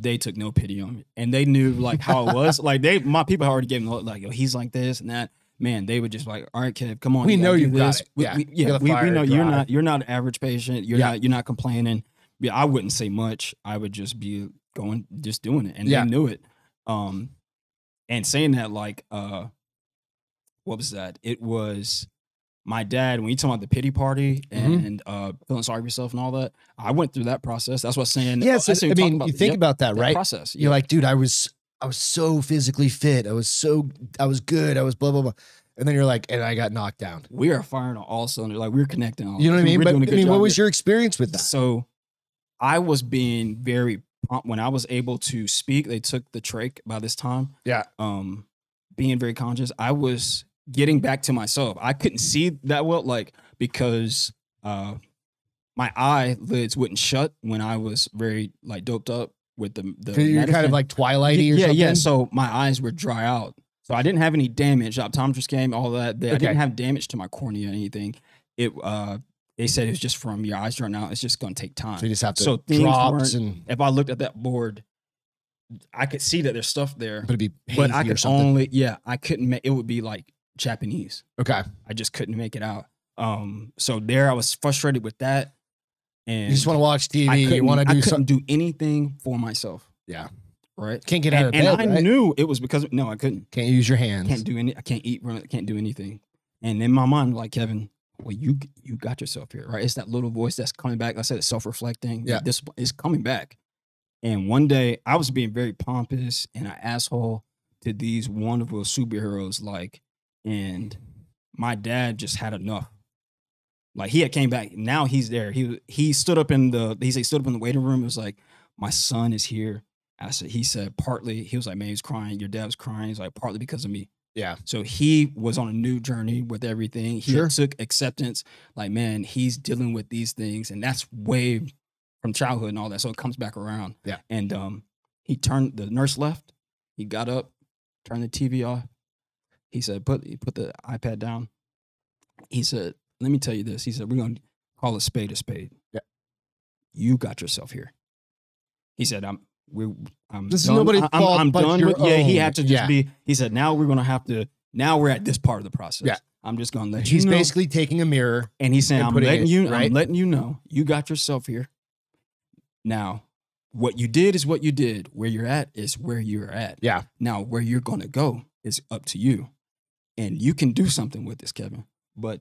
B: they took no pity on me, and they knew like how it was. like they, my people already gave me the look, like, yo, he's like this and that. Man, they would just like, all right, Kev, come on.
A: We
B: you gotta
A: know
B: do
A: you've got
B: this.
A: it.
B: We,
A: Yeah.
B: we,
A: You
B: yeah,
A: got the
B: we, we
A: fire,
B: know you're
A: drive.
B: not you're not an average patient. You're
A: Yeah.
B: not you're not complaining. Yeah, I wouldn't say much. I would just be going, just doing it, and
A: Yeah.
B: they knew it. Um, and saying that, like, uh, what was that? It was my dad. When you talk about the pity party
A: Mhm.
B: and uh, feeling sorry for yourself and all that, I went through that process. That's what I'm saying.
A: Yes,
B: that's what
A: I
B: we talked
A: mean,
B: about,
A: you think
B: yep,
A: about that,
B: that
A: right?
B: Process.
A: you're like, dude, I was I was so physically fit. I was so I was good. I was blah blah blah. And then you're like, and I got knocked down.
B: we are firing on all cylinders. Like we're connecting. All
A: You know what I
B: we're
A: mean? But I
B: doing a good
A: mean, what
B: job
A: was
B: here.
A: your experience with that?
B: So, I was being very prompt when I was able to speak. They took the trach by this time.
A: Yeah.
B: Um, being very conscious, I was getting back to myself. I couldn't see that well, like because uh, my eyelids wouldn't shut when I was very like doped up with the the.
A: 'Cause You're kind
B: medicine.
A: of like twilighty
B: yeah,
A: or
B: yeah,
A: something.
B: yeah. So my eyes were dry out. So I didn't have any damage. Optometrist came, all that. They- I
A: Okay.
B: didn't have damage to my cornea or anything. It uh, they said it was just from your eyes drying out. It's just gonna take time.
A: So you just have to
B: So things
A: drops
B: weren't-
A: and
B: if I looked at that board, I could see that there's stuff there,
A: but it'd be hazy
B: but I
A: or
B: could
A: something.
B: only yeah, I couldn't make it would be like Japanese.
A: okay.
B: I just couldn't make it out. Um, so there I was frustrated with that, and
A: You just want to watch
B: I
A: TV. You
B: couldn't-
A: want to
B: I
A: do
B: couldn't
A: something.
B: do anything for myself.
A: Yeah.
B: right.
A: Can't get out of
B: And, and
A: bed.
B: I
A: right?
B: knew it was because no, I couldn't.
A: Can't use your
B: I
A: hands.
B: can't do any. I can't eat. run- I can't do anything. And in my mind, like Kevin, well, you you got yourself here, right? It's that little voice that's coming back. I said it's self reflecting.
A: Yeah.
B: this is coming back. And one day, I was being very pompous and an asshole to these wonderful superheroes, like, and my dad just had enough. Like he had came back. Now he's there. He he stood up in the he said he stood up in the waiting room. It was like my son is here. I said he said partly he was like man he's crying. Your dad was crying. He's like partly because of me.
A: Yeah.
B: So he was on a new journey with everything. He
A: Sure.
B: took acceptance. Like man, he's dealing with these things, and that's way from childhood and all that. So it comes back around.
A: Yeah.
B: And um, he turned the nurse left. He got up, turned the TV off. He said, "Put he put the iPad down." He said, "Let me tell you this." He said, "We're gonna call a spade a spade."
A: Yeah.
B: You got yourself here. He said, "I'm we're I'm
A: This is
B: done.
A: nobody's
B: I- I'm,
A: fault
B: I'm
A: but
B: done
A: your
B: with yeah." He
A: own.
B: had to just
A: Yeah.
B: be. He said, "Now we're gonna have to. Now we're at this part of the process.
A: Yeah.
B: I'm just gonna let
A: He's
B: you know."
A: basically taking a mirror.
B: and he's saying,
A: and
B: "I'm
A: putting
B: letting
A: it,
B: you.
A: right?
B: I'm letting you know. You got yourself here. Now, what you did is what you did. Where you're at is where you're at.
A: Yeah.
B: Now, where you're gonna go is up to you, and you can do something with this, Kevin. But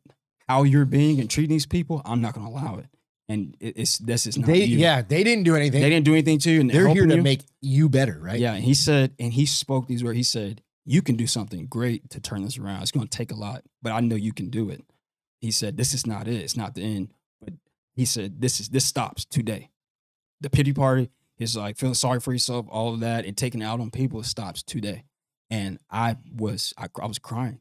B: how you're being and treating these people, I'm not gonna allow it. And it, it's this is not
A: They
B: you.
A: yeah, they didn't do anything.
B: They
A: They
B: didn't do anything to you. And
A: are here
B: helping
A: to
B: you.
A: make you better, right?
B: Yeah, and he said, and he spoke these words. He said, "You can do something great to turn this around. It's going to take a lot, but I know you can do it." He said, "This is not it. It's not the end." But he said, "This is this stops today. The pity party is like feeling sorry for yourself, all of that, and taking it out on people stops today." And I was, I, I was crying.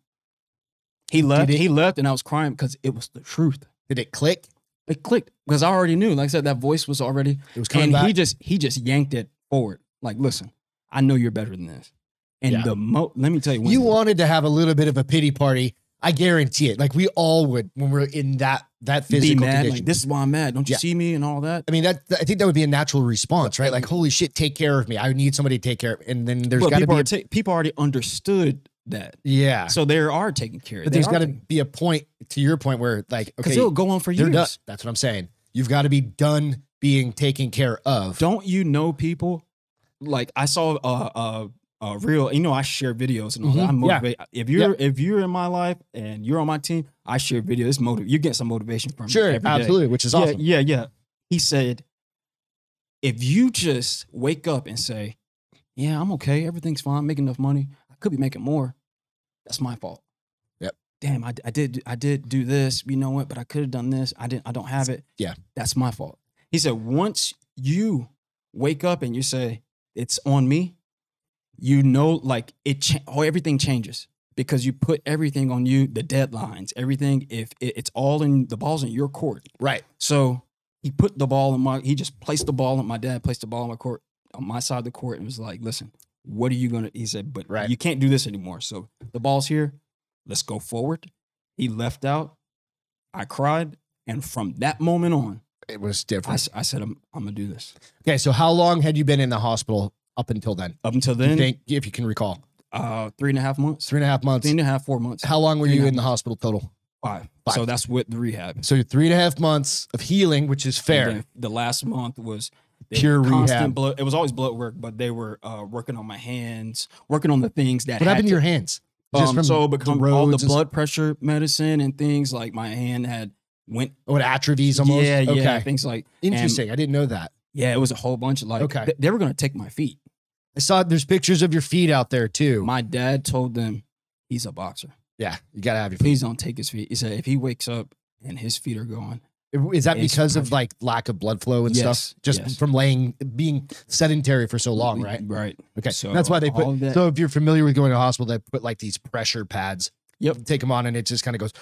B: He left.
A: it-
B: He left, and I was crying because it was the truth.
A: Did it click?
B: It clicked because I already knew. Like I said, that voice was already
A: It was coming
B: and
A: back.
B: he just he just yanked it forward. Like, listen, I know you're better than this. And
A: Yeah.
B: the mo let me tell you, one
A: you
B: thing.
A: wanted to have a little bit of a pity party. I guarantee it. Like we all would when we're in that that
B: be
A: physical
B: mad.
A: condition.
B: Like, this is why I'm mad. Don't you
A: Yeah.
B: see me and all that?
A: I mean, that I think that would be a natural response, right? Like, holy shit, take care of me. I need somebody to take care of. And then there's
B: But
A: got to
B: people
A: be,
B: are
A: a,
B: ta- people already understood that,
A: yeah.
B: so they are taking care. of
A: But there's got to be a point to your point where, like,
B: because
A: okay,
B: it'll go on for
A: they're
B: years.
A: done. That's what I'm saying. You've got to be done being taken care of.
B: Don't you know people? Like I saw a a, a real. You know, I share videos and all that.
A: Mhm.
B: I'm
A: Yeah.
B: motivated. If you're if you're in my life and you're on my team, I share videos. It's motive. You get some motivation from me
A: sure,
B: every day.
A: absolutely, which is awesome.
B: Yeah, yeah, yeah. He said, if you just wake up and say, yeah, I'm okay, everything's fine, I'm making enough money, I could be making more. That's my fault.
A: Yep.
B: Damn, I, I did I did do this. You know what? But I could have done this. I didn't. I don't have it.
A: Yeah.
B: That's my fault. He said once you wake up and you say it's on me, you know, like it. Cha- oh, everything changes because you put everything on you. The deadlines, everything. If it, it's all in the balls in your court.
A: Right.
B: So he put the ball in my. He just placed the ball. in My dad placed the ball on my court on my side of the court and was like, "Listen, what are you gonna?" He said, "But
A: Right.
B: you can't do this anymore. So the ball's here. Let's go forward." He left out. I cried, and from that moment on,
A: It was
B: I,
A: different.
B: s- I said, "I'm I'm gonna do this."
A: Okay, so how long had you been in the hospital up until then?
B: Up until
A: Do you
B: then,
A: think, if you can recall,
B: uh, three and a half months,
A: three and a half months.
B: three and a half, four months,
A: How long were
B: three and
A: you
B: a
A: in the hospital total?
B: five.
A: Five.
B: So that's with the rehab.
A: So three and a half months of healing, which is
B: And
A: fair.
B: then the last month was they
A: Pure
B: were constant
A: rehab.
B: Blood, it was always blood work, but they were uh, working on my hands, working on the things that
A: What happened
B: had
A: to your hands?
B: um, so
A: the
B: become all the
A: roads and-
B: blood pressure medicine and things like my hand had went
A: Oh, it atrophies almost.
B: yeah
A: okay.
B: yeah things like
A: Interesting. I didn't know that.
B: yeah it was a whole bunch of like
A: Okay.
B: th- they were gonna take my feet.
A: I saw there's pictures of your feet out there too.
B: My dad told them he's a boxer.
A: yeah, you gotta have your feet.
B: Please don't take his feet. He said if he wakes up and his feet are gone,
A: Is that
B: It's
A: because of
B: perfect.
A: like lack of blood flow and
B: Yes,
A: stuff? Just
B: yes.
A: from laying being sedentary for so long, right?
B: Right.
A: Okay,
B: So
A: that's why they
B: all
A: put.
B: that-
A: so if you're familiar with going to a hospital, they put like these pressure pads.
B: Yep.
A: Take them on, and it just kind of goes,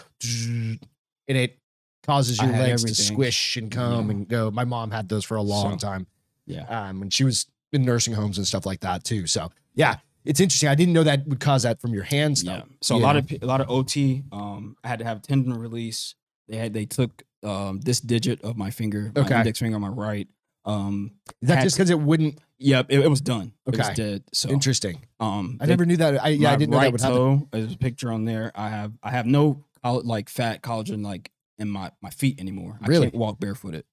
A: and it causes
B: I
A: your
B: had
A: legs to
B: everything.
A: squish and come
B: Yeah.
A: and go. My mom had those for a long
B: So-
A: time.
B: Yeah.
A: Um, and she was in nursing homes and stuff like that too. So yeah, it's interesting. I didn't know that would cause that from your hands though.
B: Yeah. So a lot of pe- a lot of OT um I had to have tendon release. They had they took um this digit of my finger,
A: Okay.
B: my index finger on my right. Um
A: Is that
B: had
A: just because it wouldn't?
B: yeah, it, it was done. It
A: Okay.
B: was dead. So
A: Interesting.
B: um
A: I
B: they-
A: never knew that. I yeah, I
B: my
A: didn't know that
B: right
A: would happen.
B: toe, there's a picture on there. I have I have no coll- like fat collagen like in my my feet anymore. I
A: Really?
B: can't walk barefooted.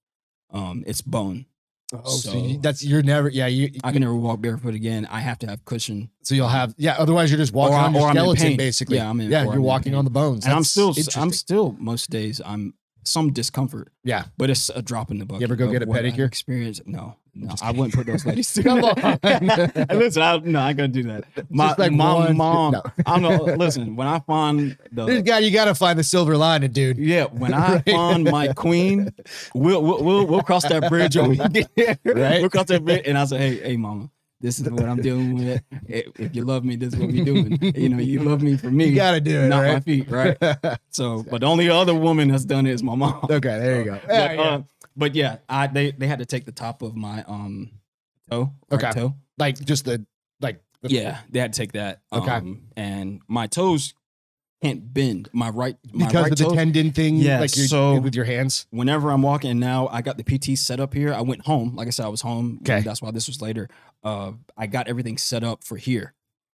B: Um it's bone.
A: Oh, so, you,
B: So-
A: that's you're never. Yeah, you.
B: I can never walk barefoot again. I have to have cushion.
A: so you'll have. Yeah, otherwise you're just walking
B: Or I-
A: on your
B: or I'm in
A: skeleton
B: pain.
A: basically.
B: Yeah, I'm in-
A: Yeah,
B: or
A: you're
B: I'm in
A: walking
B: pain.
A: on the bones.
B: And I'm
A: That's
B: still
A: interesting.
B: I'm still most days I'm some discomfort.
A: Yeah.
B: But it's a drop in the bucket.
A: ever go
B: of
A: get a
B: what I've
A: pedicure?
B: Experienced? No, no.
A: just
B: I wouldn't put those ladies through.
A: Come
B: that.
A: on.
B: And listen, I, no, I ain't gonna do that. My
A: Just like
B: my
A: one-
B: mom.
A: no.
B: I'm a, listen when I find
A: This
B: the
A: guy, you got to find the silver lining, dude.
B: yeah when I
A: Right.
B: find my queen, we'll we'll we'll, we'll cross that bridge when we get there.
A: Right.
B: We'll cross that bridge, and I say, hey, hey, mama. This is what I'm dealing with. If if you love me, this is what we doing. You know, you love me for me,
A: You got to do it,
B: not my
A: right?
B: feet, right? So, but the only other woman that's done it is my mom.
A: okay, there you go. Yeah,
B: but,
A: yeah.
B: uh, but yeah, I they they had to take the top of my um toe. right
A: Okay.
B: toe.
A: like just the like. The,
B: Yeah, they had to take that.
A: Okay.
B: um, and my toes can't bend. My right my
A: Because
B: right
A: of the
B: toes.
A: tendon thing,
B: Yeah,
A: like you
B: so-
A: with your hands.
B: whenever I'm walking and now, I got the PT set up here. I went home. Like I said, I was home.
A: Okay.
B: That's why this was later. Uh, I got everything set up for here.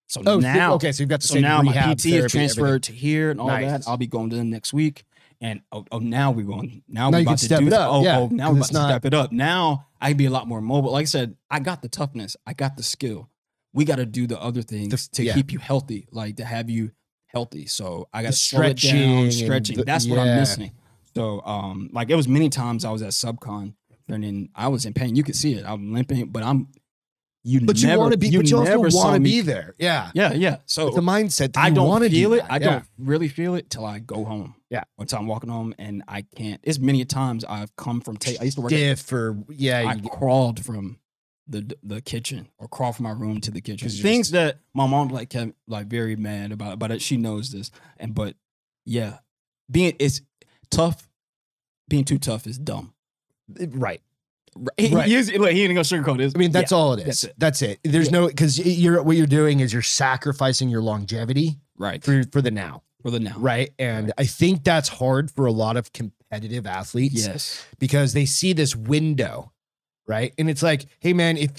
B: So
A: Oh, so-
B: now,
A: okay, so you've got the
B: so
A: same
B: now my
A: rehab
B: PT is
A: therapy, everything.
B: transferred to here and all
A: Nice.
B: that. I'll be going to them next week. And oh, oh now we're going. Now,
A: Now
B: we're
A: you can
B: about to
A: step
B: do
A: it
B: th-
A: up,
B: Oh,
A: yeah,
B: oh, now
A: 'cause
B: we're
A: it's
B: about
A: not-
B: to step it up. Now I can be a lot more mobile. Like I said, I got the toughness. I got the skill. We got to do the other things to
A: yeah.
B: keep you healthy, like to have you healthy. So I got to
A: stretching
B: slow it down,
A: and
B: stretching.
A: the-
B: That's what
A: yeah.
B: I'm missing. So um, like it was many times I was at subcon and then I was in pain. You could see it. I'm limping, but I'm. You
A: But you
B: never,
A: want to be, but you also
B: never saw
A: want to
B: me-
A: be there. Yeah.
B: Yeah, yeah. So
A: It's a mindset. That
B: I
A: you
B: don't
A: wanna do
B: feel it.
A: that.
B: I
A: Yeah.
B: don't really feel it till I go home.
A: Yeah.
B: Once I'm walking home and I can't. It's many times I've come from. Ta- I used to work. at-
A: Stiff or yeah,
B: I
A: you-
B: crawled from the the kitchen or crawled from my room to the kitchen.
A: 'Cause you're
B: Things that my mom like kept like very mad about, but uh, she knows this. And but yeah, being it's tough. Being too tough is dumb.
A: right.
B: He,
A: Right.
B: he, is, look, he ain't gonna sugarcoat this.
A: I mean, that's all it is. That's
B: that's
A: it.
B: it.
A: There's
B: Yeah.
A: no because you're what you're doing is you're sacrificing your longevity
B: right
A: for for the now,
B: for the now.
A: right? And I think that's hard for a lot of competitive athletes
B: Yes.
A: because they see this window, right? And it's like, hey, man, if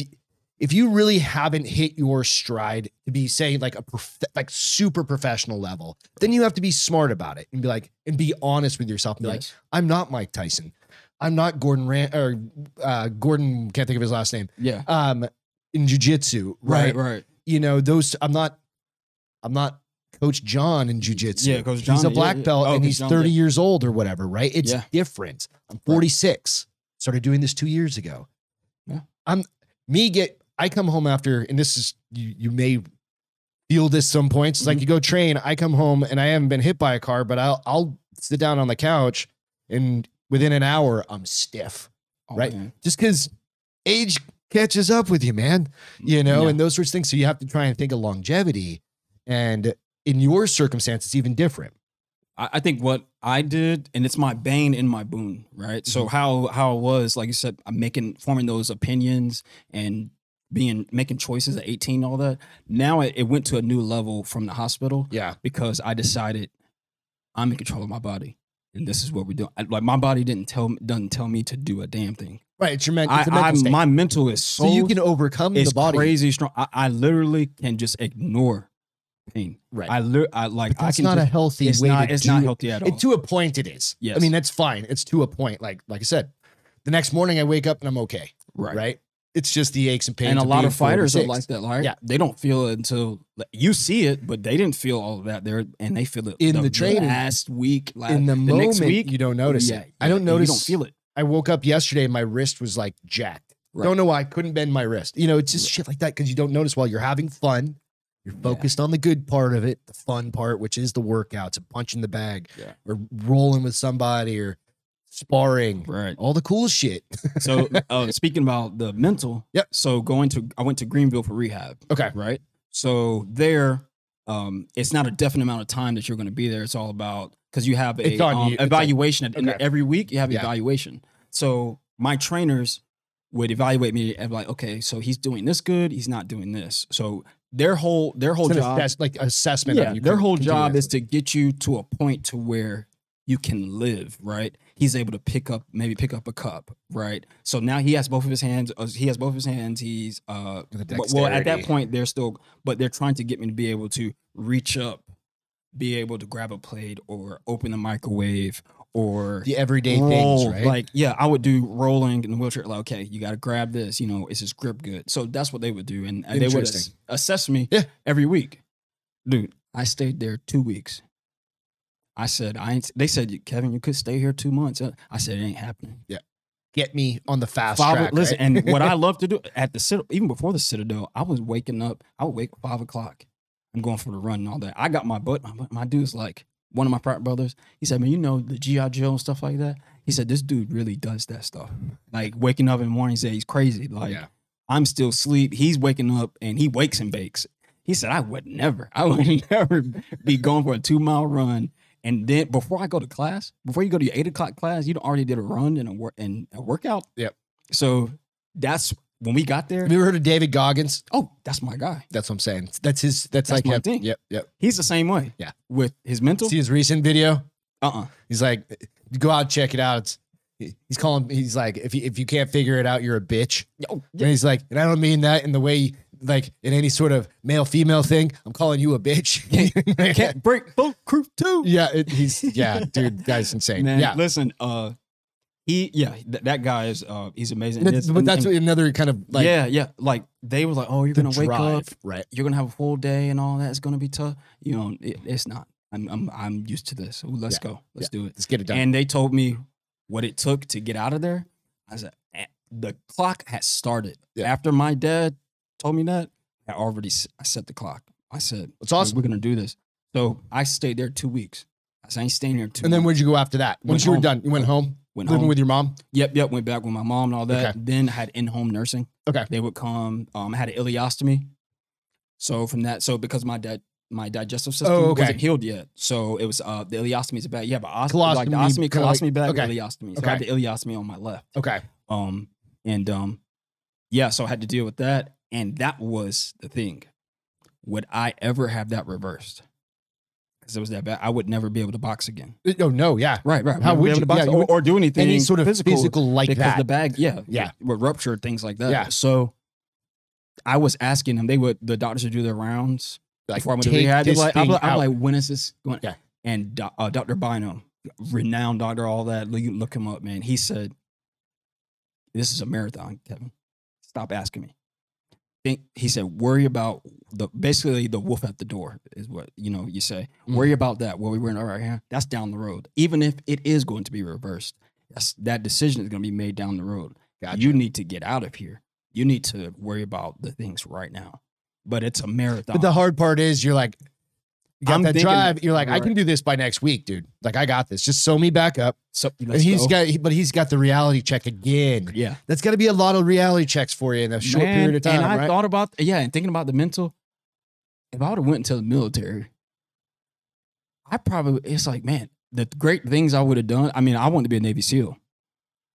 A: if you really haven't hit your stride to be say like a prof- like super professional level, then you have to be smart about it and be like and be honest with yourself and be like.
B: Yes.
A: I'm not Mike Tyson. I'm not Gordon Ran- or uh, Gordon. Can't think of his last name.
B: yeah.
A: Um, in jujitsu, right?
B: Right. Right.
A: You know those. I'm not. I'm not Coach John in jujitsu.
B: Yeah, Coach
A: He's
B: John,
A: a
B: yeah,
A: black
B: yeah.
A: belt
B: Oh,
A: and
B: Coach
A: he's
B: John,
A: 30
B: yeah.
A: years old or whatever, right? It's
B: Yeah.
A: different. I'm 46. Started doing this two years ago.
B: Yeah.
A: I'm me get. I come home after, and this is you. You may feel this some points. It's like
B: Mm-hmm.
A: you go train. I come home and I haven't been hit by a car, but I'll I'll sit down on the couch and within an hour I'm stiff
B: Oh,
A: Right.
B: man.
A: just because age catches up with you, man. You know,
B: Yeah.
A: and those sorts of things. So you have to try and think of longevity. And in your circumstance, it's even different.
B: I, I think what I did, and it's my bane and my boon, right? So
A: Mm-hmm.
B: how how it was, like you said, I'm making forming those opinions and being making choices at 18, all that. Now it, it went to a new level from the hospital
A: Yeah.
B: because I decided I'm in control of my body. And this is what we're doing. I- Like my body didn't tell doesn't tell me to do a damn thing.
A: Right. It's your men-
B: I,
A: it's a mental
B: I
A: state.
B: my mental is
A: so
B: so,
A: you can overcome the
B: it's
A: body.
B: crazy strong. I, I literally can just ignore pain.
A: Right.
B: I li- I like I
A: that's
B: can
A: not a
B: just,
A: healthy
B: it's
A: way
B: not
A: to
B: it's
A: do
B: not
A: it.
B: healthy at all.
A: It- to a point it is. I
B: Yes.
A: mean, that's fine. It's to a point. Like like I said, the next morning I wake up and I'm okay. Right. It's just the aches and pains.
B: and a lot
A: being
B: of fighters are
A: 46.
B: like that. Like,
A: Yeah.
B: they don't feel it until like, you see it, but they didn't feel all of that there, and they feel it
A: In the training.
B: last week, last,
A: in the, moment
B: next week.
A: you don't notice
B: Yeah,
A: it. I don't
B: yeah,
A: notice
B: You don't feel it.
A: I woke up yesterday and my wrist was like jacked.
B: Right.
A: Don't know why. I couldn't bend my wrist. You know, it's just shit like that because you don't notice while you're having fun. You're focused on the good part of it, the fun part, which is the workouts and punching the bag
B: Yeah.
A: or rolling with somebody or sparring,
B: Right.
A: all the cool shit.
B: So, uh, speaking about the mental.
A: Yep.
B: So going to, I went to Greenville for rehab.
A: Okay.
B: Right. So there, um, it's not a definite amount of time that you're going to be there. It's all about because you have a
A: It's on
B: um,
A: you. It's on-
B: evaluation at- in
A: okay.
B: every week. You have
A: Yeah.
B: evaluation. So my trainers would evaluate me and be like, okay, so he's doing this good. He's not doing this. So their whole their whole
A: It's an
B: job
A: assess- like assessment.
B: yeah,
A: of you
B: their
A: con-
B: whole job is
A: continuously.
B: to get you to a point to where you can live, right? He's able to pick up, maybe pick up a cup, right? So now he has both of his hands. uh, He has both of his hands. He's uh,
A: The
B: but- well at that
A: dexterity.
B: point they're still, but they're trying to get me to be able to reach up, be able to grab a plate or open the microwave or
A: the everyday
B: roll.
A: things, right?
B: Like yeah, I would do rolling in the wheelchair. Like okay, you got to grab this. You know, is his grip good? So that's what they would do, and, and they would ass-
A: Interesting.
B: assess me
A: Yeah.
B: every week. Dude, I stayed there two weeks. I said I. Ain't, they said Kevin, you could stay here two months. Uh, I said it ain't happening.
A: get me on the fast
B: Five,
A: track.
B: listen,
A: right?
B: and what I love to do at the Citadel, even before the Citadel, I was waking up. I would wake up five o'clock. I'm going for the run and all that. I got my butt. My, my dude's like one of my frat brothers. He said, "Man, you know the GI Joe and stuff like that." He said, "This dude really does that stuff. Like waking up in the morning, he said he's crazy. Like
A: Yeah.
B: I'm still asleep. He's waking up and he wakes and bakes." He said, "I would never. I would never be going for a two mile run." And then before I go to class, before you go to your eight o'clock class, you done already did a run and a work and a workout.
A: Yep.
B: So that's when we got there.
A: Have you ever heard of David Goggins?
B: Oh, that's my guy.
A: That's what I'm saying. That's his. That's,
B: That's
A: like
B: my
A: him.
B: thing.
A: Yep, yep.
B: He's the same way.
A: Yeah.
B: With his mental.
A: See his recent video.
B: Uh uh
A: He's like, go out, check it out. It's, he's calling. He's like, if you, if you can't figure it out, you're a bitch.
B: Oh,
A: And he's like, and I don't mean that in the way like in any sort of male female thing. I'm calling you a bitch.
B: can't break boat crew too.
A: yeah, it, he's yeah, dude, that is insane.
B: Man,
A: yeah.
B: listen, uh, he, yeah, th- that guy is, uh, he's amazing.
A: That's-
B: It's-
A: but
B: and-
A: that's
B: and-
A: another kind of like
B: yeah, yeah. Like they were like, oh, you're
A: the
B: gonna wake up,
A: drive, right?
B: you're gonna have a full day and all that. It's gonna be tough. You know, it, it's not. I'm, I'm, I'm used to this. Ooh, let's go. Let's do it.
A: Let's get it done.
B: And they told me what it took to get out of there. I said, "Eh, the clock had started.
A: Yeah.
B: After my dad told me that, I already s- I set the clock. I said,
A: it's awesome.
B: we're going to do this. So I stayed there two weeks. I said, I ain't staying here two
A: And then
B: months."
A: where'd you go after that? Once you were
B: home.
A: done, you went home,
B: went
A: living
B: home.
A: with your mom.
B: yep, yep. Went back with my mom and all that.
A: Okay.
B: Then I had in home nursing.
A: Okay.
B: They would come. Um, I had an ileostomy. So from that, so because my dad, my digestive system
A: Oh, okay.
B: wasn't healed yet, so it was uh the ileostomy is bad. Yeah, but os- like the
A: Colostomy,
B: ostomy,
A: kinda like-
B: colostomy bag,
A: okay.
B: ileostomy. So I had the ileostomy on my left.
A: Okay.
B: Um, and um, yeah, so I had to deal with that. And that was the thing. Would I ever have that reversed? Because it was that bad. I would never be able to box again.
A: Oh no, yeah.
B: Right, right.
A: How
B: Never be
A: would
B: able
A: you-
B: to box
A: yeah, you
B: or,
A: would-
B: or do anything?
A: Any sort of physical, like
B: because
A: that.
B: the bag, yeah,
A: Yeah.
B: would rupture things like that.
A: Yeah.
B: So I was asking them. They would the doctors would do their rounds
A: like,
B: before I went to
A: take
B: rehab. They'd
A: this
B: be Like, I'm,
A: thing
B: like, I'm
A: out.
B: like, when is this going?
A: Yeah.
B: And doc- uh, Dr. Bynum, renowned doctor, all that. Look, you look him up, man. He said, "This is a marathon, Kevin. Stop asking me." Think he said, "Worry about the basically the wolf at the door is what you know you say.
A: Mhm.
B: Worry about that. What we were in our right hand. That's down the road. Even if it is going to be reversed, that's, that decision is going to be made down the road.
A: Gotcha.
B: You need to get out of here. You need to worry about the things right now." But it's a marathon.
A: But the hard part is you're like, you got
B: I'm
A: that
B: thinking-
A: drive. You're like, I
B: Right.
A: can do this by next week, dude. Like I got this. Just sew me back up.
B: So let's
A: And he's
B: go.
A: got, he- but he's got the reality check again.
B: yeah,
A: That's got to be a lot of reality checks for you in a short
B: Man,
A: period of time,
B: And I
A: right?
B: thought about yeah, and thinking about the mental. If I would have went into the military, I probably it's like man, the great things I would have done. I mean, I wanted to be a Navy SEAL,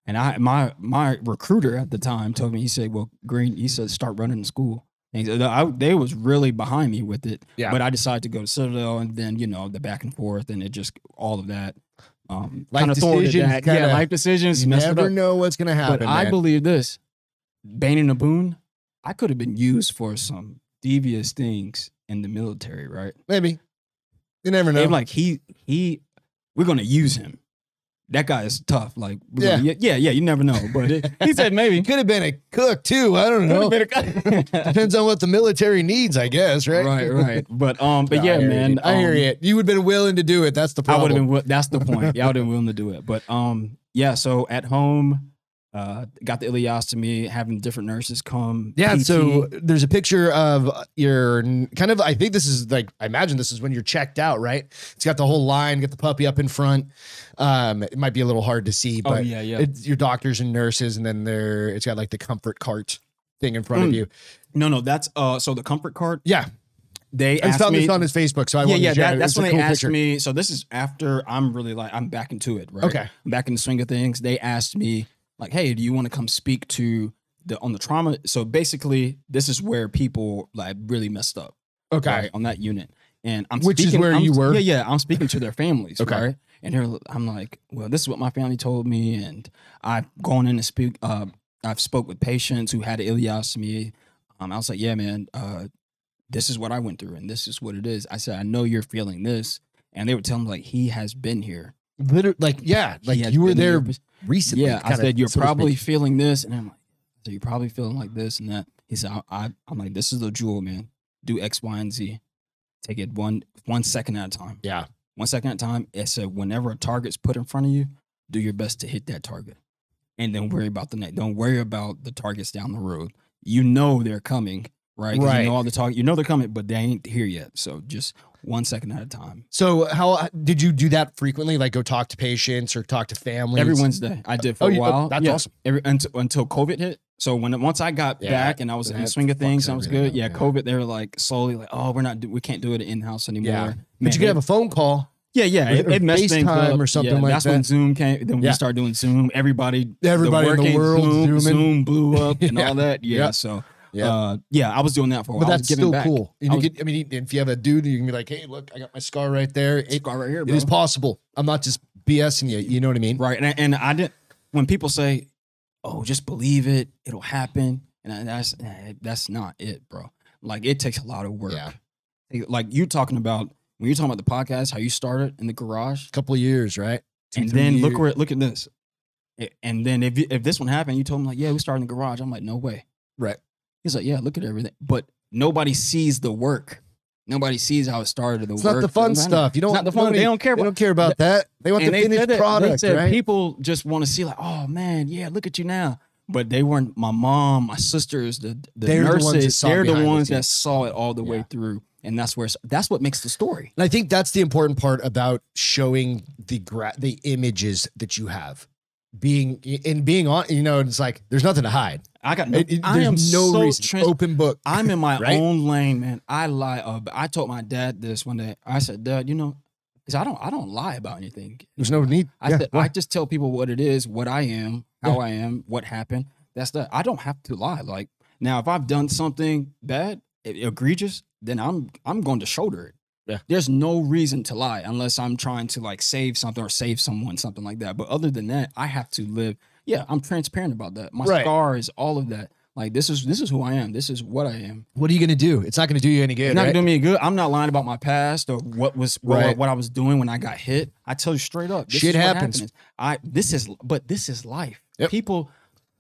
B: and I my my recruiter at the time told me he said, "Well, Green," he said, "Start running to school." And he said, I, they was really behind me with it,
A: Yeah.
B: but I decided to go to Citadel, and then you know the back and forth, and it just all of that. Um,
A: Life
B: kinda thwarted
A: decisions
B: that.
A: kinda-
B: yeah, life decisions.
A: you
B: messed it
A: never
B: up.
A: know what's gonna happen.
B: But I
A: man.
B: believe this, Bane and Naboon, I could have been used for some devious things in the military, right?
A: maybe you never know.
B: They're like he he, we're gonna use him. That guy is tough. Like we're gonna- yeah, yeah, yeah. You never know, but it, he said maybe.
A: could have been a cook too. I don't know.
B: Could have been a-
A: Depends on what the military needs, I guess. Right.
B: right, right. But um, but
A: No, I
B: yeah,
A: hear you,
B: man.
A: dude. I hear
B: um,
A: it. You would have been willing to do it. That's the
B: I
A: problem.
B: would have been. wi- That's the point. Yeah, I would have been willing to do it. But um, yeah. So at home, uh, got the ileostomy, having different nurses come.
A: Yeah,
B: PT.
A: so there's a picture of your kind of. I think this is like I imagine this is when you're checked out, right? It's got the whole line, got the puppy up in front. Um, it might be a little hard to see,
B: oh
A: but
B: yeah, yeah.
A: it's your doctors and nurses, and then there it's got like the comfort cart thing in front of
B: Mm.
A: you.
B: No, no, that's uh. So the comfort cart
A: Yeah,
B: they
A: I
B: asked
A: found
B: me.
A: this on his Facebook, so I
B: yeah,
A: wanted
B: yeah.
A: to share
B: that-
A: it.
B: that's
A: It's a
B: when they
A: cool
B: asked
A: picture.
B: me. So this is after I'm really like I'm back into it, right?
A: Okay.
B: I'm back in the swing of things. They asked me like, "Hey, do you want to come speak to the on the trauma?" So basically, this is where people like really messed up.
A: Okay.
B: right, on that unit. And I'm
A: Which is
B: speaking,
A: where
B: I'm-
A: you were?
B: Yeah, yeah. I'm speaking to their families,
A: Okay.
B: right? And here I'm like, well, this is what my family told me, and I've gone in and speak. Uh, I've spoke with patients who had ileostomy. Um, I was like, yeah, man, uh, this is what I went through, and this is what it is. I said, I know you're feeling this, and they were telling me like he has been here.
A: Literally, like yeah,
B: He
A: like
B: has
A: you were
B: been
A: there
B: here.
A: recently.
B: Yeah, I
A: kinda,
B: said you're
A: so to
B: probably
A: speak.
B: feeling this, and I'm like, so you're probably feeling like this and that. He said, I, I, I'm like, this is the jewel, man. Do X, Y, and Z. Take it one one second at a time.
A: Yeah.
B: One second at a time. It said, whenever a target's put in front of you, do your best to hit that target, and then worry about the next. Don't worry about the targets down the road. You know they're coming, right? 'Cause
A: Right.
B: You know all the target. You know they're coming, but they ain't here yet. So just one second at a time.
A: So how did you do that frequently? Like go talk to patients or talk to families?
B: Every Wednesday, I did for
A: Oh,
B: a
A: you- oh,
B: while.
A: that's awesome.
B: Every until, until COVID hit. So when once I got
A: Yeah,
B: back and I was in the
A: that
B: swing of things,
A: fucks
B: I was
A: everything
B: good.
A: up,
B: yeah,
A: yeah.
B: COVID, they were like slowly like, oh, we're not, do- we can't do it in house anymore.
A: Yeah.
B: Man,
A: But you could have a phone call.
B: yeah, yeah,
A: or-
B: it,
A: or
B: it messed things
A: FaceTime
B: up.
A: or something
B: yeah,
A: like
B: that's when
A: that.
B: Zoom came. Then
A: Yeah.
B: we started doing Zoom. Everybody,
A: Everybody in the
B: working
A: world
B: Zoom,
A: Zooming.
B: Zoom blew up and
A: Yeah.
B: all that. Yeah,
A: Yeah.
B: so
A: Yeah.
B: uh, yeah, I was doing that for a while.
A: But
B: I was
A: that's
B: giving
A: still
B: back.
A: cool. And
B: I
A: you
B: was-
A: could, I mean, if you have a dude, you can be like, "Hey, look, I got my scar right there. It,
B: Scar right here,
A: it is
B: bro.
A: possible. I'm not just BSing you. You know what I mean?
B: Right. And I, and I didn't, when people say, oh, just believe it, it'll happen. And I, that's, eh, that's not it, bro. Like it takes a lot of work.
A: Yeah.
B: It- Like you talking about, when you're talking about the podcast, how you started in the garage.
A: A couple of years, right? Two,
B: and
A: three
B: then look
A: years.
B: where, look at this. A- And then if, you- if this one happened, you told him like, yeah, we started in the garage. I'm like, no way.
A: Right.
B: He's like, yeah, look at everything. But nobody sees the work. Nobody sees how it started. or The
A: It's
B: work.
A: not the fun
B: It's not-
A: stuff. You don't.
B: It's not the fun.
A: nobody-
B: they don't care
A: They
B: about
A: don't care about that. They want the
B: and they said
A: finished
B: that-
A: product,
B: They said
A: right?
B: people just want to see like, oh man, yeah, look at you now. But they weren't my mom, my sisters, the, the
A: They're the ones
B: nurses.
A: that saw
B: they're the
A: behind the
B: ones that
A: scenes.
B: saw it all the
A: Yeah.
B: way through, and that's where it's- that's what makes the story.
A: And I think that's the important part about showing the gra- the images that you have, being and being on. You know, it's like there's nothing to hide.
B: I got no,
A: It- it-
B: I am
A: there's no
B: so
A: reason.
B: trans-
A: Open book.
B: I'm in my
A: Right?
B: own lane, man. I lie. Uh, I told my dad this one day. I said, Dad, you know, because I don't I don't lie about anything.
A: There's no need.
B: I,
A: Yeah,
B: said,
A: why?
B: I just tell people what it is, what I am, how I am, what happened. That's that. I don't have to lie. Like now, if I've done something bad, e- egregious, then I'm I'm going to shoulder it.
A: Yeah.
B: There's no reason to lie unless I'm trying to like save something or save someone, something like that. But other than that, I have to live. Yeah, I'm transparent about that. My
A: Right.
B: scar is all of that. Like this is this is who I am. This is what I am.
A: what are you gonna do? It's not gonna do you any
B: It's
A: good.
B: not
A: right?
B: doing me any good. I'm not lying about my past or what was what-
A: Right.
B: what I was doing when I got hit. I tell you straight up, this
A: Shit
B: is what
A: happens.
B: I this is but this is life.
A: Yep.
B: People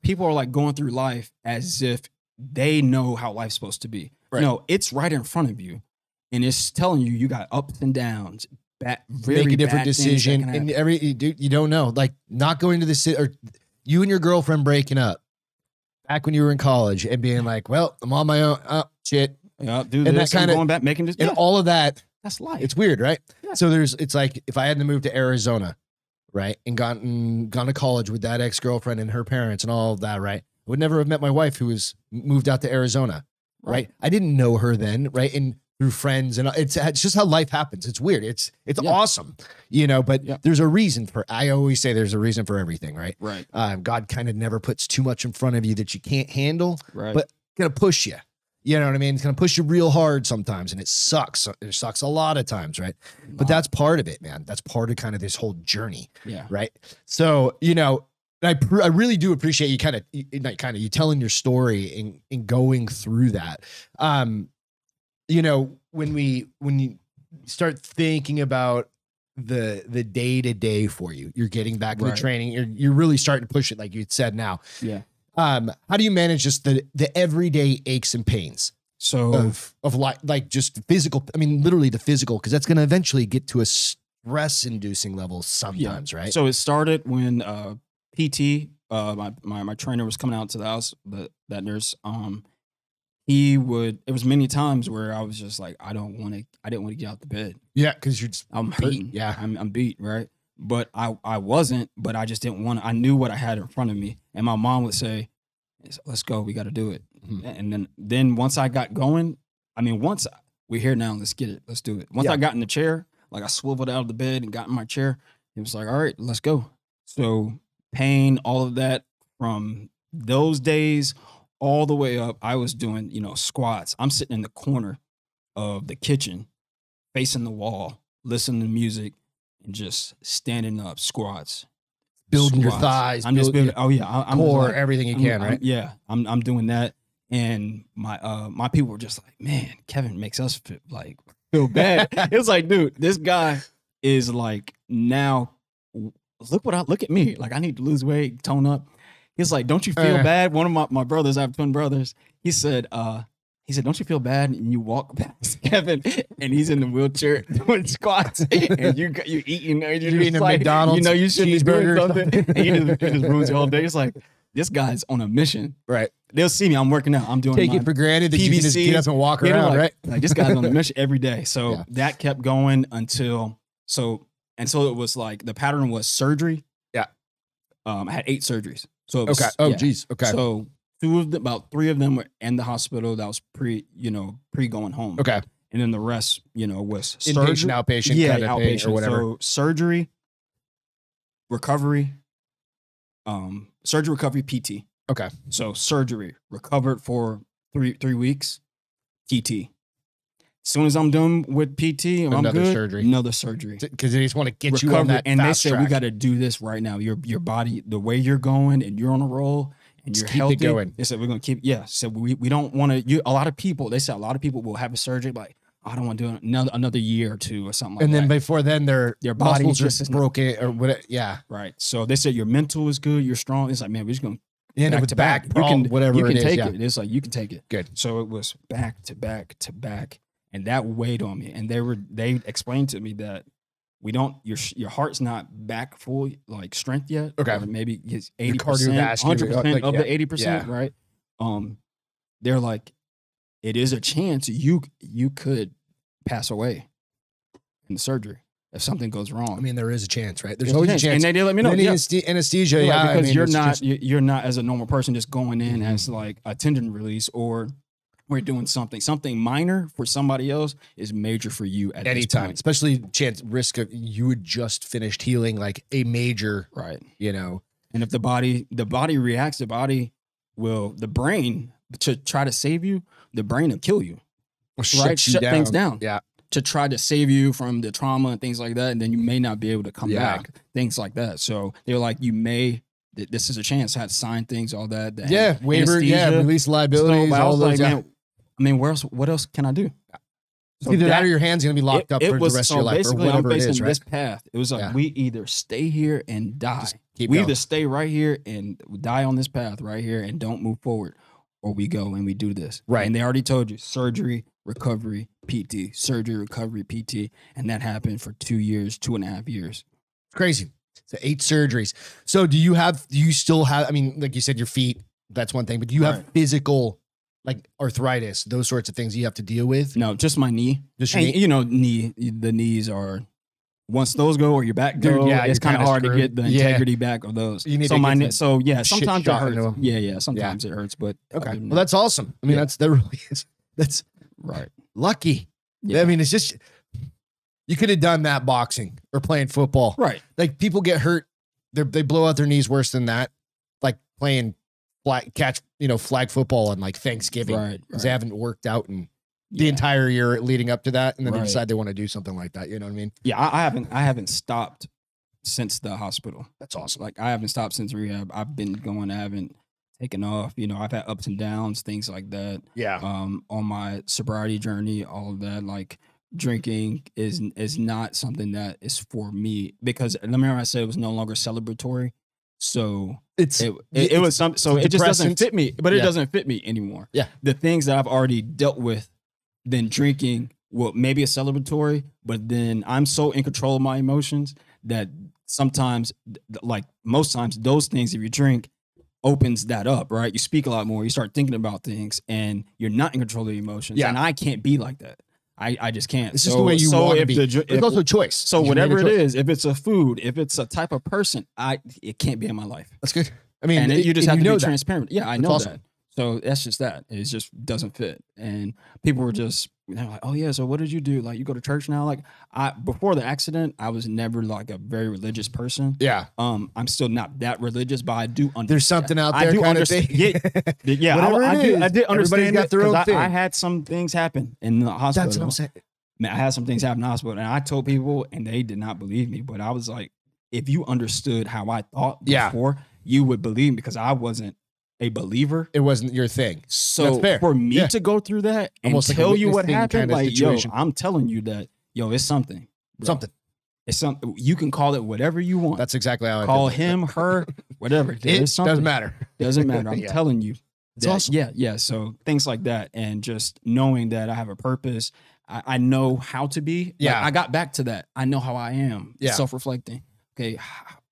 B: people are like going through life as if they know how life's supposed to be.
A: Right.
B: No, it's right in front of you, and it's telling you you got ups and downs. Bad, very
A: make a different
B: bad things that
A: decision
B: can
A: and
B: happen.
A: every you, do, you don't know like not going to the city or you and your girlfriend breaking up back when you were in college and being like well i'm on my own oh shit
B: Yeah, do
A: and
B: this.
A: that
B: I'm
A: kinda-
B: going back, making this.
A: and
B: yeah,
A: all of that
B: that's life.
A: it's weird right
B: Yeah.
A: so there's it's like if i hadn't moved to arizona right and gotten gone to college with that ex-girlfriend and her parents and all of that right i would never have met my wife who was moved out to arizona right, i didn't know her then right and through friends and uh, it's, it's just how life happens it's weird it's it's
B: Yeah.
A: awesome you know but
B: Yeah.
A: there's a reason for i always say there's a reason for everything right
B: right,
A: um, god kind of never puts too much in front of you that you can't handle
B: right.
A: but gonna push you. You know what I mean? It's gonna push you real hard sometimes, and it sucks. It sucks a lot of times, right? But that's part of it, man. That's part of kind of this whole journey,
B: yeah,
A: right? So you know, and I pr- I really do appreciate you kind of like kind of you telling your story and and going through that. Um, you know, when we when you start thinking about the the day to day for you, you're getting back into
B: Right.
A: training. You're you're really starting to push it, like you said now
B: yeah.
A: um how do you manage just the the everyday aches and pains
B: So
A: of of like like just physical i mean literally the physical because that's going to eventually get to a stress inducing level sometimes right
B: So it started when uh, PT, uh, my, my my trainer was coming out to the house. The, that nurse, um, he would. It was many times where I was just like, I don't want to. I didn't want to get out the bed.
A: yeah because you're just
B: I'm
A: Beat,
B: hurting.
A: yeah.
B: I'm, I'm beat. Right. But I I wasn't. But I just didn't want. to. I knew what I had in front of me, and my mom would say, "Let's go. We got to do it."
A: Mhm.
B: And then then once I got going, I mean, once we're here now. Let's get it. Let's do it. Once
A: Yeah.
B: I got in the chair, like I swiveled out of the bed and got in my chair, it was like, all right, let's go. So pain, all of that from those days all the way up. I was doing, you know, squats. I'm sitting in the corner of the kitchen, facing the wall, listening to music, and just standing up, squats.
A: Building your
B: squats.
A: thighs,
B: I'm just
A: building
B: building. Oh yeah, I, I'm just
A: core,
B: like-
A: everything you
B: I'm-
A: can,
B: I'm-
A: right?
B: yeah, I'm I'm doing that, and my uh my people were just like, man, Kevin makes us feel, like feel bad. it was like, dude, this guy is like now. Look what I look at me. Like I need to lose weight, tone up. He's like, don't you feel
A: Uh.
B: bad? One of my my brothers, I have twin brothers. He said, uh. He said, "Don't you feel bad?" And you walk past Kevin, and he's in the wheelchair doing squats, and you got- you eating, and you're
A: You're
B: just
A: eating a
B: like,
A: McDonald's
B: you know, you shouldn't be doing
A: cheeseburger or
B: something.
A: something.
B: And he just, it just ruins you all day. It's like, this guy's on a mission.
A: Right.
B: They'll see me. I'm working out. I'm doing.
A: Take
B: my,
A: it for granted that you can just get
B: PVCs,
A: up and walk
B: they're
A: around,
B: like,
A: right?
B: like, this guy's on a mission every day. So
A: Yeah.
B: that kept going until so and so it was like the pattern was surgery.
A: Yeah.
B: Um, I had eight surgeries. So it was,
A: Okay. Oh,
B: yeah.
A: geez. Okay.
B: So two of them, about three of them were in the hospital. That was pre, you know, pre going home.
A: okay.
B: And then the rest, you know, was
A: Inpatient,
B: surgery-
A: outpatient, kind of thing, or whatever.
B: so surgery, recovery, um, surgery, recovery, PT.
A: Okay.
B: So surgery, recovered for three three weeks, PT. soon as I'm done with PT, and I'm
A: Another
B: good,
A: surgery.
B: Another surgery.
A: Because they just want to get you on
B: recovery,
A: that
B: and they
A: fast
B: said
A: track.
B: we got to do this right now. Your your body, the way you're going, and you're on a roll. And
A: Just
B: you're
A: keep it
B: healthy.
A: going.
B: They said we're gonna keep. Yeah. So we, we don't want to. You a lot of people. They said a lot of people will have a surgery. Like I don't want to do it another another year or two or something. like
A: and
B: that.
A: then before then, their
B: Their body
A: muscles
B: just is
A: are
B: not-
A: broken or what? Yeah,
B: Right. So they said your mental is good, you're strong. It's like, man, we're just gonna
A: you end up
B: back
A: with
B: to
A: back,
B: back.
A: problem, whatever
B: you can
A: it is.
B: take
A: yeah.
B: it. It's like you can take it.
A: Good.
B: So it was back to back to back, and that weighed on me. And they were they explained to me that we don't your sh- your heart's not back full like strength yet.
A: Okay.
B: Or maybe it's eighty
A: cardiovascular,
B: percent, hundred
A: like,
B: percent of
A: yeah,
B: the eighty percent, right? Um, they're like, it is a chance you you could pass away in the surgery if something goes wrong.
A: I mean, there is a chance, right? There's always a chance.
B: and they did let me know.
A: Then
B: yeah.
A: anesthe- anesthesia,
B: Right,
A: yeah, I
B: because
A: mean,
B: you're
A: it's
B: not
A: just-
B: you- you're not as a normal person just going in
A: Mhm.
B: as like a tendon release or we're doing something something minor for somebody else is major for you at any
A: anytime,
B: time.
A: especially chance risk of you had just finished healing like a major,
B: Right,
A: you know,
B: and if the body the body reacts, the body will the brain to try to save you, the brain will kill you
A: shut you
B: shut
A: down.
B: things down.
A: Yeah.
B: to try to save you from the trauma and things like that, and then you may not be able to come
A: Yeah.
B: back. Things like that. So they're like, you may. th- This is a chance. Had to sign things, all that. the
A: Yeah, waiver, yeah,
B: anesthesia.
A: release
B: So,
A: liabilities,
B: but I
A: all
B: was
A: those.
B: like,
A: yeah.
B: man, I mean, where else? What else can I do? So
A: Either that
B: that-
A: or your hand's gonna be locked up for the rest of your life or
B: basically,
A: whatever
B: I'm
A: it
B: facing
A: is, right?
B: this path. It was like
A: Yeah.
B: we either stay here and die.
A: Just Keep
B: we
A: going.
B: either stay right here and die on this path right here and don't move forward, or we go and we do this.
A: Right.
B: And they already told you surgery, recovery, PT, surgery, recovery, PT, and that happened for two years, two and a half years.
A: crazy. So eight surgeries. So do you have? Do you still have? I mean, like you said, your feet. That's one thing, but do you have
B: Right.
A: physical, like arthritis, those sorts of things you have to deal with?
B: No, just my knee.
A: Just your
B: And,
A: knee-
B: Mm. you know, knee. The knees are once those go or your back
A: Dude,
B: go,
A: yeah,
B: it's
A: you're
B: kind
A: kinda
B: of hard to
A: screwed.
B: get the
A: Yeah.
B: integrity back of those.
A: You need
B: so
A: to
B: my
A: get
B: knee,
A: the
B: so yeah,
A: shit
B: sometimes it
A: shot into
B: hurts.
A: them.
B: Yeah, yeah, sometimes it hurts, but other
A: Okay.
B: than
A: Well, that's awesome. I mean,
B: Yeah.
A: that's that really is. That's
B: that, right.
A: lucky.
B: Yeah.
A: I mean, it's just you could have done that boxing or playing football.
B: Right.
A: Like people get hurt, they they blow out their knees worse than that. Like playing flag catch, you know, flag football on like Thanksgiving because
B: Right.
A: they
B: right.
A: haven't worked out and. the
B: Yeah.
A: entire year leading up to that, and then they
B: Right.
A: decide they want to do something like that. You know what I mean?
B: Yeah, I, I haven't I haven't stopped since the hospital.
A: That's awesome.
B: Like I haven't stopped since rehab. I've been going, I haven't taken off. You know, I've had ups and downs, things like that.
A: Yeah,
B: um on my sobriety journey all of that like drinking is is not something that is for me because remember i said it was no longer celebratory so
A: it's
B: it, it, it was some so it just doesn't
A: depressant.
B: fit me but it
A: Yeah.
B: doesn't fit me anymore
A: Yeah.
B: the things that i've already dealt with then drinking well maybe it's celebratory but then i'm so in control of my emotions that sometimes th- th- like most times those things if you drink opens that up right you speak a lot more you start thinking about things and you're not in control of your emotions
A: Yeah.
B: and i can't be like that i, I just can't
A: It's just the way you
B: so
A: wanna
B: if
A: be.
B: the dr-
A: it's
B: if-
A: also a choice.
B: so
A: You made a
B: whatever it
A: choice.
B: is if it's a food if it's a type of person i it can't be in my life
A: that's good. I mean,
B: and it-
A: it-
B: you just
A: and
B: have to
A: know
B: be
A: that.
B: transparent. Yeah, I
A: That's
B: know
A: awesome.
B: that. So that's just that. It just doesn't fit, and people were just they're like, "Oh yeah, so what did you do? Like, you go to church now?" Like, I before the accident, I was never like a very religious person.
A: Yeah.
B: Um, I'm still not that religious, but I do understand.
A: There's something out there.
B: I do
A: kind of
B: understand.
A: thing.
B: Yeah, yeah. I,
A: Whatever
B: I
A: it
B: do,
A: is,
B: I did understand
A: got
B: it
A: their
B: 'cause
A: own
B: I,
A: thing.
B: I had some things happen in the hospital.
A: That's what I'm saying.
B: Man, I had some things happen in the hospital, and I told people, and they did not believe me. But I was like, if you understood how I thought
A: Yeah.
B: before, you would believe me because I wasn't a believer.
A: It wasn't your thing.
B: So
A: fair.
B: for me
A: Yeah.
B: to go through that and
A: Almost like a
B: tell you
A: witness
B: what
A: thing
B: happened,
A: kinda
B: like
A: situation.
B: yo, I'm telling you that yo, it's something. bro.
A: Something.
B: It's something. You can call it whatever you want.
A: That's exactly how I
B: call
A: feel.
B: him, her, whatever.
A: It
B: There's something.
A: doesn't matter.
B: Doesn't matter. I'm
A: Yeah.
B: telling you.
A: It's
B: that-
A: awesome.
B: Yeah, yeah. So things like that, and just knowing that I have a purpose, I, I know how to be. Like,
A: Yeah.
B: I got back to that. I know how I am.
A: Yeah.
B: self reflecting. Okay, h-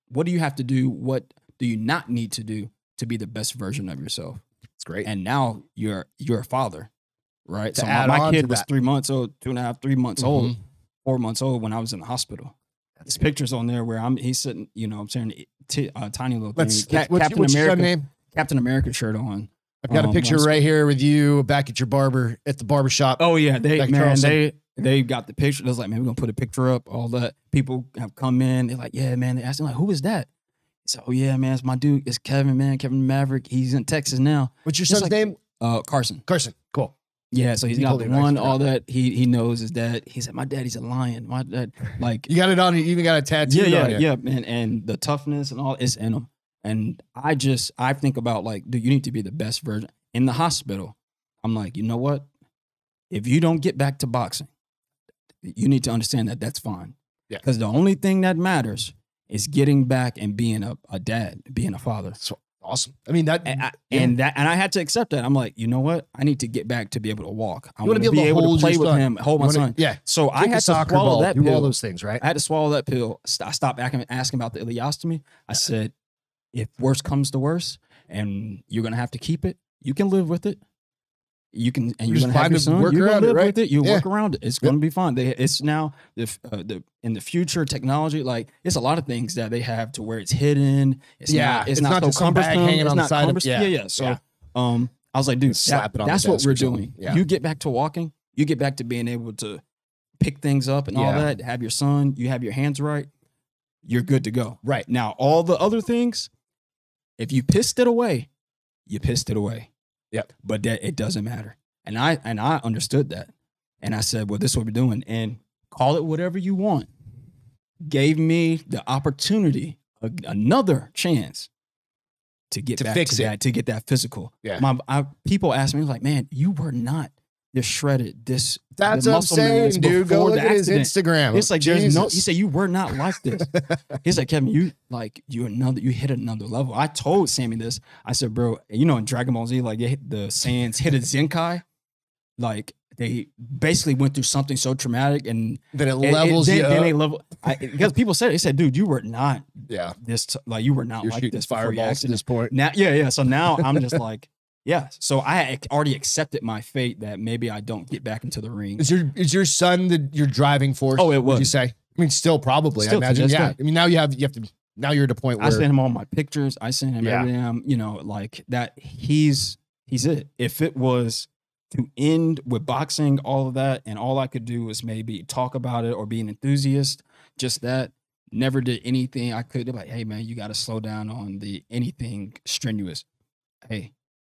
B: what do you have to do? What do you not need to do to be the best version of yourself?
A: It's great.
B: And now you're you're a father, right?
A: To
B: so my,
A: add
B: my
A: on to
B: kid was
A: that.
B: three months old, two and a half, three months old, four months old when I was in the hospital. There's pictures on there where I'm he's sitting, you know, I'm saying t- uh, tiny little
A: Let's.
B: thing. Ca-
A: what's,
B: Captain
A: what's your
B: America
A: son's name?
B: Captain America shirt on.
A: I've got a
B: Um,
A: picture
B: let's-
A: right here with you back at your barber at the barber shop.
B: Oh yeah, they
A: Like
B: man,
A: Charleston.
B: they they got the picture. They was like, man, we're gonna put a picture up. All that people have come in. They're like, yeah, man. They asked him like, who is that? So oh yeah, man, it's my dude. It's Kevin, man. Kevin Maverick. He's in Texas now.
A: What's your
B: It's
A: son's
B: like-
A: name?
B: Uh, Carson.
A: Carson. Cool.
B: Yeah, so he's
A: You
B: got
A: told
B: the
A: me that
B: one,
A: shit.
B: all that. He he knows his dad. He said, my daddy's a lion. My dad, like,
A: You got it on. You even got a tattoo.
B: yeah, yeah,
A: on you.
B: yeah, man. And the toughness and all is in him. And I just I think about like, dude, you need to be the best version in the hospital. I'm like, you know what? If you don't get back to boxing, you need to understand that that's fine.
A: Yeah.
B: Because the only thing that matters is getting back and being a, a dad, being a father.
A: Awesome. I mean that.
B: And, I,
A: Yeah.
B: and that, and I had to accept that. I'm like, you know what? I need to get back to be able to walk. I
A: You wanna
B: want to be able to,
A: hold your
B: play with
A: son.
B: him, hold
A: You
B: oh, my
A: wanna-
B: son.
A: Yeah.
B: So I
A: Kick a
B: had to
A: soccer
B: swallow
A: ball.
B: that
A: Do all
B: pill.
A: those things, right?
B: I had to swallow that pill. St- I stopped ac- asking about the ileostomy. I said, if worse comes to worse, and you're gonna have to keep it, you can live with it. You can, and you're
A: Just
B: gonna have
A: find
B: your
A: a-
B: son.
A: work
B: You're
A: around
B: gonna
A: it,
B: live
A: right?
B: with it. You
A: Yeah.
B: work around it. It's gonna be fine. They, it's now the, f- uh, the in the future technology, like it's a lot of things that they have to where it's hidden. It's
A: Yeah,
B: not, it's,
A: it's
B: not,
A: not
B: so
A: just some bag
B: cumbersome.
A: hanging
B: it's
A: on the
B: not
A: side of-
B: cumbersome.
A: yeah,
B: yeah, yeah. So,
A: yeah.
B: um, I was like, dude,
A: Slap
B: that-
A: it on the
B: that's what
A: desk or
B: we're
A: something.
B: doing.
A: Yeah.
B: You get back to walking. You get back to being able to pick things up and all
A: Yeah.
B: that, have your son, you have your hands right, you're good to go.
A: Right.
B: Now, all the other things, if you pissed it away, you pissed it away.
A: Yep.
B: But that it doesn't matter. And I and I understood that. And I said, well, this is what we're doing. And call it whatever you want. Gave me the opportunity, a- another chance to get
A: To
B: back
A: fix
B: to
A: it.
B: that, to get that physical.
A: Yeah.
B: My I, people ask me, like, man, you were not this shredded, this
A: That's
B: the
A: what I'm
B: muscle man
A: saying,
B: is
A: dude. Go
B: before
A: look
B: the
A: at his
B: accident.
A: Instagram.
B: it's like there's no. He
A: Jesus.
B: said you were not like this. He's like Kevin, you like you another. You hit another level. I told Sammy this. I said, bro, you know in Dragon Ball Z, like it hit- the Saiyans hit a Zenkai, like they basically went through something so traumatic and
A: Then it
B: and- and
A: levels
B: then,
A: you
B: then they
A: up.
B: level I, because people said it. They said, dude, you were not
A: Yeah.
B: this. T- like you were not
A: You're
B: like
A: shooting
B: this before the
A: fireballs at
B: accident.
A: this point.
B: Now, yeah, yeah. So now I'm just like, yeah. So I ac- already accepted my fate that maybe I don't get back into the ring.
A: Is your is your son the your driving force?
B: Oh, it
A: Would you
B: was.
A: say? I mean, still probably. I
B: Still to
A: imagine.
B: this
A: Yeah.
B: day.
A: I mean, now you have you have to. Now you're at a point where
B: I send him all my pictures. I send him
A: Yeah.
B: everything. um, You know, like that. He's he's it. If it was to end with boxing, all of that, and all I could do was maybe talk about it or be an enthusiast, just that. Never did anything I could. They're like, hey man, you got to slow down on the anything strenuous. Hey,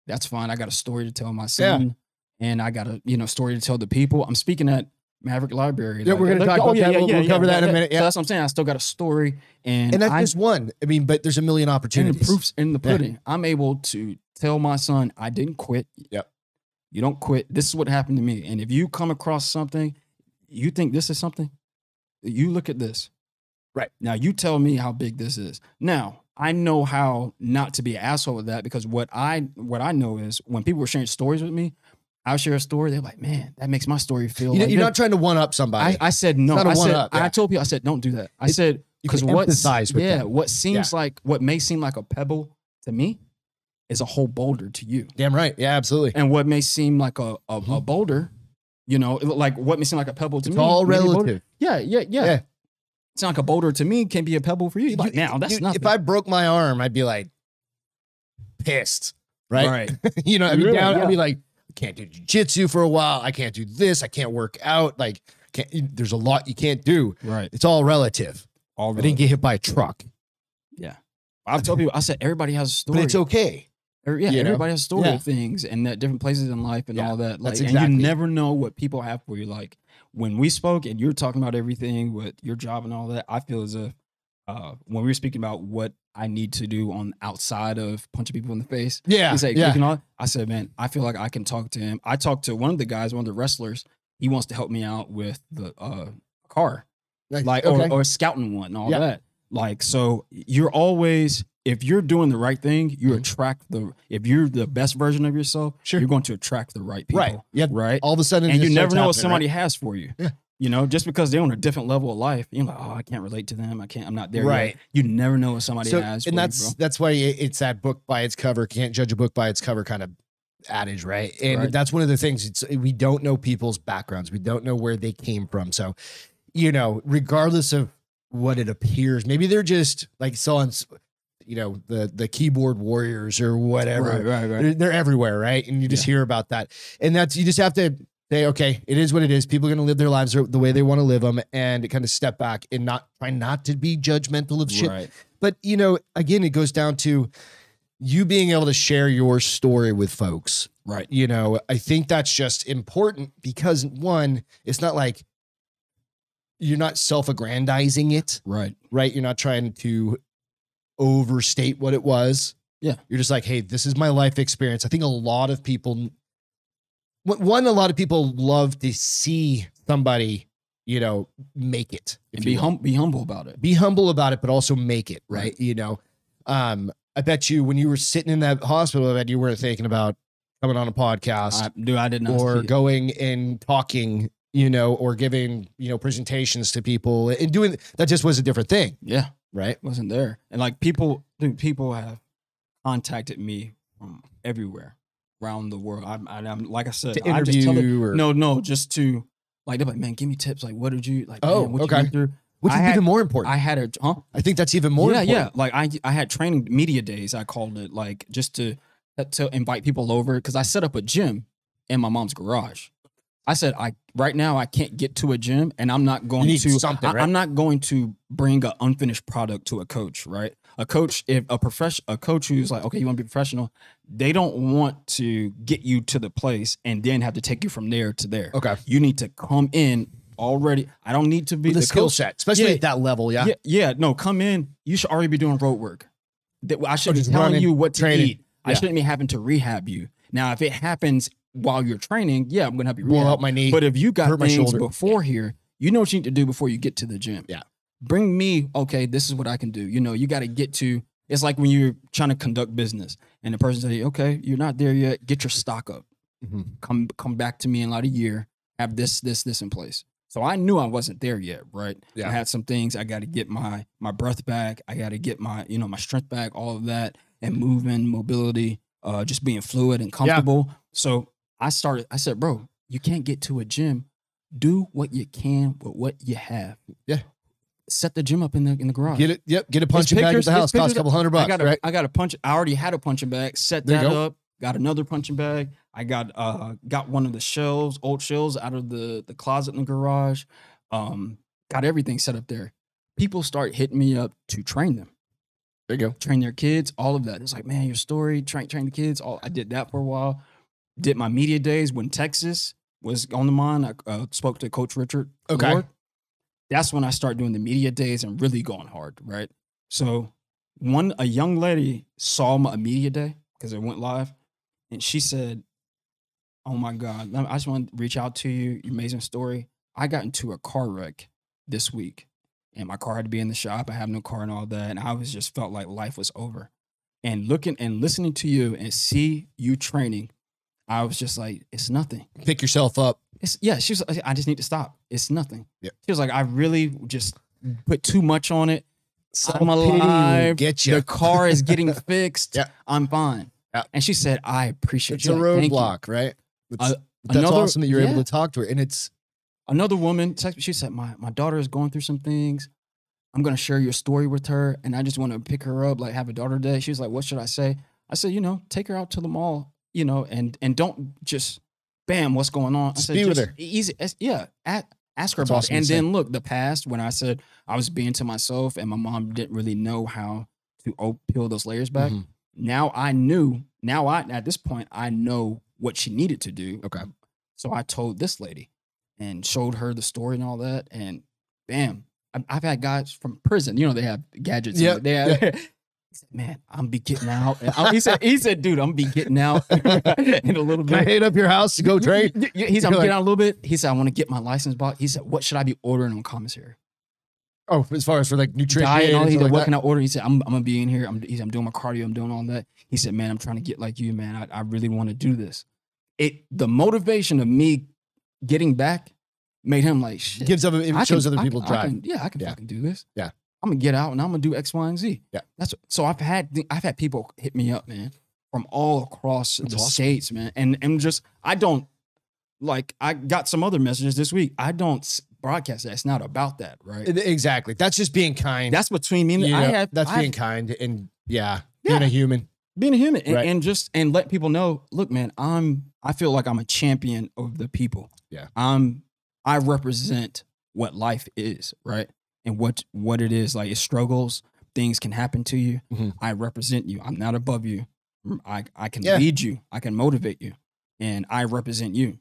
B: that's fine. I got a story to tell my son, and I got a you know story to tell the people. I'm speaking at Maverick Library. oh,
A: Yeah, we're gonna talk about that. We'll- we'll cover that in a minute.
B: So
A: Yeah.
B: that's what I'm saying. I still got a story, and,
A: and that's
B: I
A: just one. I mean, but there's a million
B: and
A: opportunities.
B: the proof's in the
A: Yeah.
B: pudding. I'm able to tell my son, I didn't quit.
A: Yep.
B: You don't quit. This is what happened to me. And if you come across something, you think this is something, you look at this.
A: Right.
B: Now you tell me how big this is. Now I know how not to be an asshole with that because what I what I know is when people were sharing stories with me, I'll share a story. They're like, man, that makes my story feel
A: You know,
B: like
A: you're
B: this."
A: not trying to one up
B: I,
A: somebody.
B: I said no.
A: not a
B: I said,
A: one-up, yeah.
B: I told people, I said, don't do that. I
A: It-
B: said,
A: You
B: because
A: can
B: what
A: empathize with
B: yeah,
A: them.
B: what seems like what may seem like a pebble to me is a whole boulder to you,
A: Damn right. Yeah, absolutely.
B: and what may seem like a a, a
A: Mhm.
B: boulder, you know, like what may seem like a pebble to
A: It's
B: me,
A: all
B: may be a boulder-
A: relative.
B: Yeah, yeah, yeah,
A: Yeah.
B: It's not like a boulder to me can be a pebble for you. Like
A: You-
B: now, that's
A: dude,
B: nothing.
A: If I broke my arm, I'd be like pissed, right?
B: right.
A: you know, I'd be
B: Really?
A: down.
B: Yeah.
A: I'd be like, can't do jujitsu for a while. I can't do this. I can't work out. Like, can't, there's a lot you can't do.
B: Right.
A: It's all relative.
B: All
A: I didn't get hit by a truck,
B: yeah. I've told people, I said, everybody has a
A: but
B: story.
A: it's okay.
B: Or, yeah,
A: you know?
B: everybody has a story
A: Yeah.
B: of things and that different places in life and
A: Yeah,
B: all that. Like,
A: that's
B: and
A: exactly-
B: you never know what people have for you. Like when we spoke and you were talking about everything with your job and all that, I feel as if uh, when we were speaking about what I need to do on outside of punching people in the face,
A: Yeah.
B: He's like,
A: yeah.
B: you can all, I said, man, I feel like I can talk to him. I talked to one of the guys, one of the wrestlers. He wants to help me out with the uh, car, like
A: okay.
B: or, or scouting one and all
A: Yeah.
B: that. Like, so you're always if you're doing the right thing, you
A: Mhm.
B: attract the. If you're the best version of yourself,
A: Sure.
B: you're going to attract the right people,
A: right. Yeah.
B: Right,
A: All of a sudden, it
B: and you
A: just
B: never
A: starts
B: know what
A: happening, right?
B: somebody has for you.
A: Yeah.
B: You know, just because they're on a different level of life, you're like, oh, I can't relate to them. I can't. I'm not there.
A: Right.
B: Yet. You never know what somebody
A: So, and
B: has. for you,
A: that's
B: bro.
A: that's why it- it's that book by its cover. Can't judge a book by its cover kind of adage, right? And
B: Right.
A: that's one of the things. It's we don't know people's backgrounds. We don't know where they came from. So, you know, regardless of what it appears, maybe they're just like saw on, s- you know, the the keyboard warriors or whatever.
B: right, right, right.
A: They're, they're everywhere, right? And you just hear about that. And that's you just have to say, okay, it is what it is. People are going to live their lives the way they want to live them, and kind of step back and not try not to be judgmental of shit
B: Right.
A: but you know again it goes down to you being able to share your story with folks
B: Right.
A: you know i think that's just important because one it's not like you're not self-aggrandizing it
B: Right.
A: right you're not trying to overstate what it was
B: Yeah.
A: you're just like hey this is my life experience i think a lot of people one a lot of people love to see somebody you know make it if
B: and
A: you
B: be
A: will
B: hum- be humble about it.
A: be humble about it, but also make it right.
B: Right.
A: You know, um, I bet you when you were sitting in that hospital bed, you weren't thinking about coming on a podcast
B: I, dude, I did not.
A: or
B: see it.
A: going and talking, you know, or giving you know presentations to people and doing that. Just was a different thing,
B: yeah,
A: right?
B: wasn't there. And like people, dude, people have contacted me from everywhere around the world. I'm, I, I'm like I said,
A: To
B: I just
A: interview
B: tell them,
A: or
B: no, no, just to like they're like, man, give me tips. Like, what did you like?
A: Oh,
B: man, what
A: okay.
B: You went through?
A: which
B: I
A: is
B: had-
A: even more important.
B: I
A: I,
B: had a huh?
A: think that's even more.
B: yeah,
A: important.
B: yeah. Like I, I had training media days. I called it like just to to invite people over because I set up a gym in my mom's garage. I said I right now I can't get to a gym and I'm not going
A: need
B: to
A: something,
B: I,
A: right?
B: am not going to bring an unfinished product to a coach, right? A coach if a profession a coach who's like okay you want to be professional, they don't want to get you to the place and then have to take you from there to there.
A: Okay.
B: You need to come in already. I don't need to be
A: With the
B: the
A: skill
B: coach
A: set, especially
B: Yeah.
A: at that level. Yeah.
B: yeah, yeah, no, come in. You should already be doing road work. That I should
A: Oh,
B: be
A: just
B: telling
A: running,
B: you what to
A: training.
B: eat. I
A: Yeah.
B: shouldn't be having to rehab you. Now, if it happens while you're training, yeah, I'm gonna help you
A: Blow
B: rehab.
A: out my knee.
B: But if you got
A: hurt my
B: things
A: shoulder.
B: before here, you know what you need to do before you get to the gym.
A: Yeah.
B: Bring me, okay, this is what I can do. You know, you got to get to, it's like when you're trying to conduct business and the person say, okay, you're not there yet. Get your stock up.
A: Mhm.
B: Come come back to me in like a year. Have this, this, this in place. So I knew I wasn't there yet, right?
A: Yeah.
B: I had some things I got to get my my breath back. I got to get my you know my strength back, all of that, and movement, mobility, uh, just being fluid and comfortable. So I started. I said, bro, you can't get to a gym. Do what you can with what you have.
A: Yeah.
B: Set the gym up in the in the garage.
A: Get it. Yep. Get a punching bag at
B: pictures-
A: the
B: there's
A: house. Cost
B: pictures
A: a couple hundred bucks,
B: I got a,
A: right?
B: I got a punch. I already had a punching bag. Set
A: There you
B: that
A: go.
B: up. Got another punching bag. I got uh got one of the shelves, old shelves out of the the closet in the garage. Um, got everything set up there. People start hitting me up to train them,
A: There you go.
B: train their kids, all of that. It's like, man, your story, train train the kids. All I did that for a while. Did my media days when Texas was on the mind. I uh, spoke to Coach Richard.
A: Okay.
B: Lord. That's when I start doing the media days and really going hard, right? So one a young lady saw my media day because it went live, and she said, "Oh my God, I just want to reach out to you. Your amazing story. I got into a car wreck this week, and my car had to be in the shop. I have no car and all that, and I was just felt like life was over. And looking and listening to you and see you training, I was just like, it's nothing."
A: Pick yourself up.
B: It's yeah. She was. I just need to stop. It's nothing.
A: Yeah.
B: She was like, I really just put too much on it.
A: Self-pity will
B: alive.
A: Get you.
B: The car is getting fixed.
A: Yeah.
B: I'm fine.
A: Yeah.
B: And she said, I appreciate
A: it's a
B: you. Like, thank you."
A: roadblock, right? It's-
B: Uh,
A: that's
B: another-
A: awesome that you're
B: yeah.
A: able to talk to her. And it's
B: Another woman texted me. She said, my, my daughter is going through some things. I'm gonna share your story with her, and I just want to pick her up, like have a daughter day. She was like, What should I say? I said, You know, take her out to the mall you know, and and don't just bam, what's going on? I
A: Just
B: said,
A: be with
B: "Just e-,
A: her."
B: Easy, as- yeah. a- ask her
A: That's
B: about
A: awesome
B: it.
A: to
B: And
A: say.
B: then look, the past when I said I was being to myself, and my mom didn't really know how to o- peel those layers back.
A: Mhm.
B: Now I knew. Now I at this point I know what she needed to do.
A: Okay.
B: So I told this lady and showed her the story and all that, and bam. I- I've had guys from prison, you know, they have gadgets. and
A: Yep,
B: They have, He said, "Man, I'm be getting out." And I- he said, "He said, dude, I'm be getting out in a little
A: Can I
B: bit."
A: hit up your house to go trade?
B: Y- y- He said, "I'm
A: You're like-
B: getting out a little bit." He said, "I want to get my license back." He said, "What should I be ordering on commissary?"
A: Oh, as far as for like nutrition,
B: Diet and all.
A: and
B: He
A: stuff
B: said,
A: like
B: "What
A: that?
B: can I order?" He said, "I'm, I'm gonna be in here. I'm, he said, I'm doing my cardio. I'm doing all that." He said, "Man, I'm trying to get like you, man. I, I really want to do this." It the motivation of me getting back made him like, "Shit,
A: gives other it
B: I
A: shows
B: can-
A: other
B: I
A: people
B: can- I
A: drive.
B: can- yeah, I can
A: Yeah.
B: fucking do this.
A: Yeah.
B: I'm gonna get out and I'm gonna do X, Y, and Z.
A: Yeah.
B: that's so I've had the- I've had people hit me up, man, from all across
A: That's
B: the
A: awesome.
B: states, man, and and just I don't like I got some other messages this week. I don't s- broadcast that. It's not about that, right?
A: It- Exactly. That's just being kind.
B: that's between me and
A: You
B: I
A: know,
B: have
A: that's
B: I have
A: being kind and yeah,
B: Yeah.
A: being a human.
B: being a human and,
A: Right.
B: and just and let people know look man i'm i feel like i'm a champion of the people
A: Yeah.
B: i'm i represent what life is right and what what it is like it struggles things can happen to you
A: Mhm.
B: i represent you i'm not above you Mm, i i can
A: Yeah.
B: lead you i can motivate you and i represent you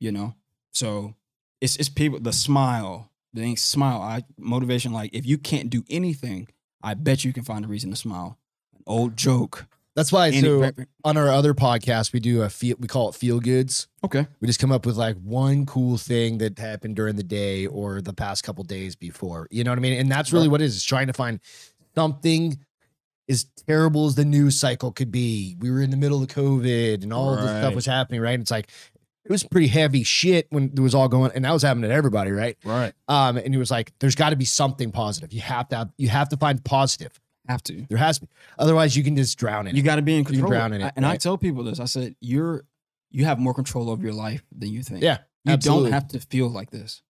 B: you know so it's it's people the smile the thing- smile i motivation like if you can't do anything i bet you can find a reason to smile an old joke
A: That's why.
B: any
A: so
B: rep-
A: on our other podcast, we do a feel, we call it feel goods.
B: okay.
A: We just come up with like one cool thing that happened during the day or the past couple days before. You know what I mean? And that's really
B: Right.
A: what it is. It's trying to find something as terrible as the news cycle could be. We were in the middle of COVID and all of this stuff
B: Right.
A: was happening, right? It's like it was pretty heavy shit when it was all going, and that was happening to everybody, right?
B: Right.
A: Um, and he was like, "There's got to be something positive. You have to have, you have to find positive.
B: Have to.
A: There has to be. Otherwise, you can just drown in
B: You
A: it.
B: got to be in control.
A: drown in it,
B: I- and I
A: right.
B: tell people this. I said, you're you have more control over your life than you think.
A: Yeah,
B: You
A: absolutely.
B: don't have to feel like this.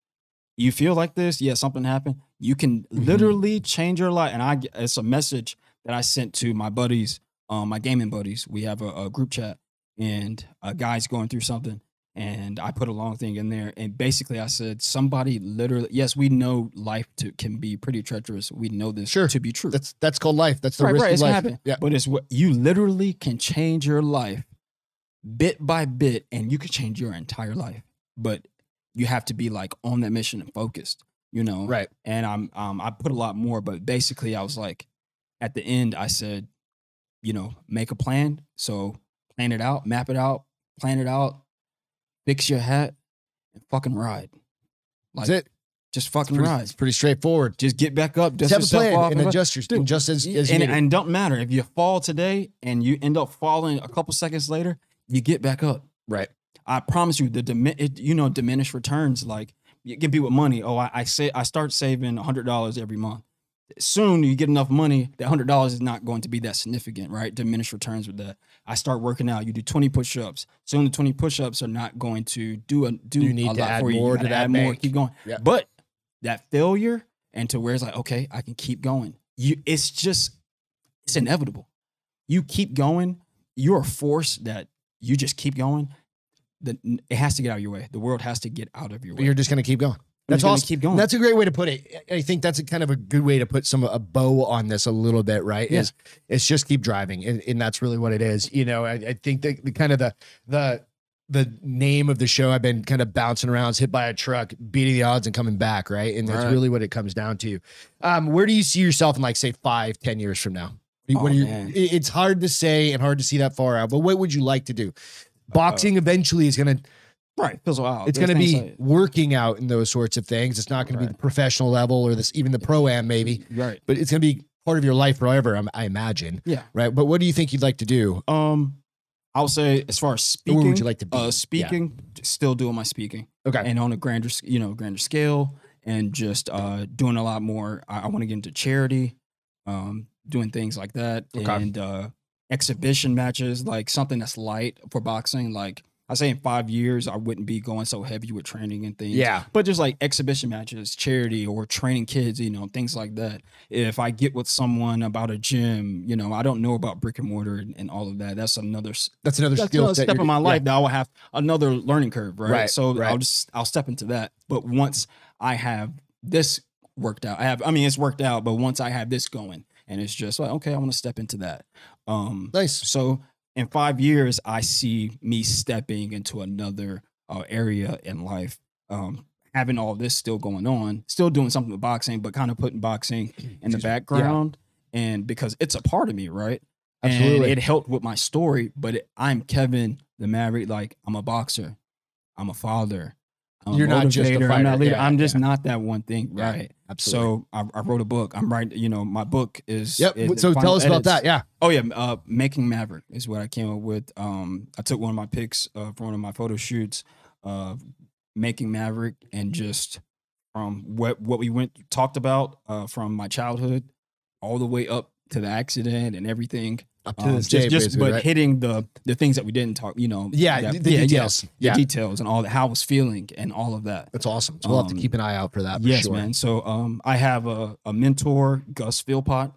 B: You feel like this, yeah, something happened. You can
A: Mm-hmm.
B: literally change your life. And I get- it's a message that I sent to my buddies, um, my gaming buddies. We have a, a group chat and a guy's going through something. And I put a long thing in there. And basically I said, somebody literally, yes, we know life to, can be pretty treacherous. We know this
A: Sure.
B: to be true.
A: That's that's called life. That's the
B: right,
A: risk
B: right.
A: of
B: It's gonna
A: life.
B: happen.
A: Yeah,
B: But it's what you literally can change your life bit by bit, and you can change your entire life. But you have to be like on that mission and focused, you know.
A: right.
B: And I'm um I put a lot more, but basically I was like, at the end I said, you know, make a plan. So plan it out, map it out, plan it out, fix your hat, and fucking ride. Like
A: That's it.
B: just
A: It's
B: fucking
A: pretty,
B: ride.
A: it's pretty straightforward.
B: Just get back up, dust
A: Just have a
B: yourself
A: plan
B: off,
A: and
B: and-
A: adjust your
B: Dude,
A: and just as, as you
B: and,
A: need it.
B: and don't matter if you fall today and you end up falling a couple seconds later, you get back up.
A: Right.
B: I promise you, the dimin- it, you know diminished returns. Like it can be with money. Oh, I I say I start saving hundred dollars every month. Soon you get enough money that hundred dollars is not going to be that significant, right? Diminished returns with that. I start working out. You do twenty push-ups. Soon the twenty push-ups are not going to do a do
A: You need
B: a
A: to
B: lot
A: add
B: for you. You
A: more to
B: gotta
A: that
B: add more.
A: bank.
B: Keep going.
A: Yeah.
B: But that failure and to where it's like, okay, I can keep going. You, it's just it's inevitable. You keep going. You're a force that you just keep going. The, it has to get out of your way. The world has to get out of your way.
A: You're just gonna keep going.
B: I'm
A: That's
B: just gonna
A: awesome.
B: Keep going.
A: That's a great way to put it. I I think that's a kind of a good way to put some a bow on this a little bit, right?
B: Yeah.
A: Is it's just keep driving, and, and that's really what it is. You know, I, I think the, the kind of the the the name of the show I've been kind of bouncing around is hit by a truck, beating the odds and coming back, right? And that's
B: Right.
A: really what it comes down to. Um, where do you see yourself in like say five, ten years from now? What
B: Oh,
A: do you-
B: man.
A: it- it's hard to say and hard to see that far out, but what would you like to
B: Uh,
A: do? Boxing eventually is gonna
B: right. Feels wild.
A: it's
B: Those
A: going to
B: things
A: be
B: like-
A: working out in those sorts of things. It's not going to be
B: Right.
A: the professional level or this even the pro am maybe,
B: right.
A: but it's going to be part of your life forever. I'm- I imagine,
B: Yeah.
A: right? But what do you think you'd like to do?
B: Um, I would say as far as
A: Or
B: speaking,
A: where would you like to be?
B: uh, speaking, still doing my speaking,
A: okay,
B: and on a grander, s- you know, grander scale, and just uh doing a lot more. I, I want to get into charity, um, doing things like that,
A: Okay.
B: and uh exhibition matches, like something that's light for boxing, like I say in five years, I wouldn't be going so heavy with training and things.
A: Yeah.
B: But just like exhibition matches, charity or training kids, you know, things like that. If I get with someone about a gym, you know, I don't know about brick and mortar and, and all of that. That's another, s-
A: That's another
B: that's
A: skill
B: another
A: set
B: step
A: you're-
B: in my
A: yeah.
B: life that I will have another learning curve, right?
A: Right,
B: So
A: right.
B: I'll just I'll step into that. But once I have this worked out, I have I mean it's worked out, but once I have this going and it's just like, okay, I want to step into that. Um
A: Nice.
B: so in five years, I see me stepping into another uh, area in life, um, having all this still going on, still doing something with boxing, but kind of putting boxing in the
A: Excuse me.
B: background. And because it's a part of me, right?
A: Absolutely.
B: And it helped with my story, but it, I'm Kevin the Maverick. Like, I'm a boxer, I'm a father. I'm
A: You're not just a
B: motivator, I'm
A: fighter.
B: not a leader.
A: Yeah,
B: I'm just
A: yeah.
B: not that one thing,
A: Yeah,
B: right?
A: Absolutely.
B: So I, I wrote a book. I'm writing, you know, my book is.
A: yep.
B: is-
A: so tell
B: final
A: us about
B: edits.
A: that. Yeah.
B: Oh yeah, uh, making Maverick is what I came up with. Um, I took one of my pics uh, from one of my photo shoots, uh, making Maverick, and just from what what we went talked about uh, from my childhood, all the way up to the accident and everything.
A: Up
B: Um,
A: this
B: just,
A: day,
B: just
A: basically,
B: but
A: right?
B: hitting the the things that we didn't talk. You know,
A: yeah,
B: that-
A: the, the details.
B: yeah,
A: Yeah.
B: the details, and all that, how I was feeling, and all of that.
A: That's awesome. So we'll have to
B: Um,
A: keep an eye out for that. For
B: Yes,
A: sure.
B: man. So um, I have a, a mentor, Gus Philpott,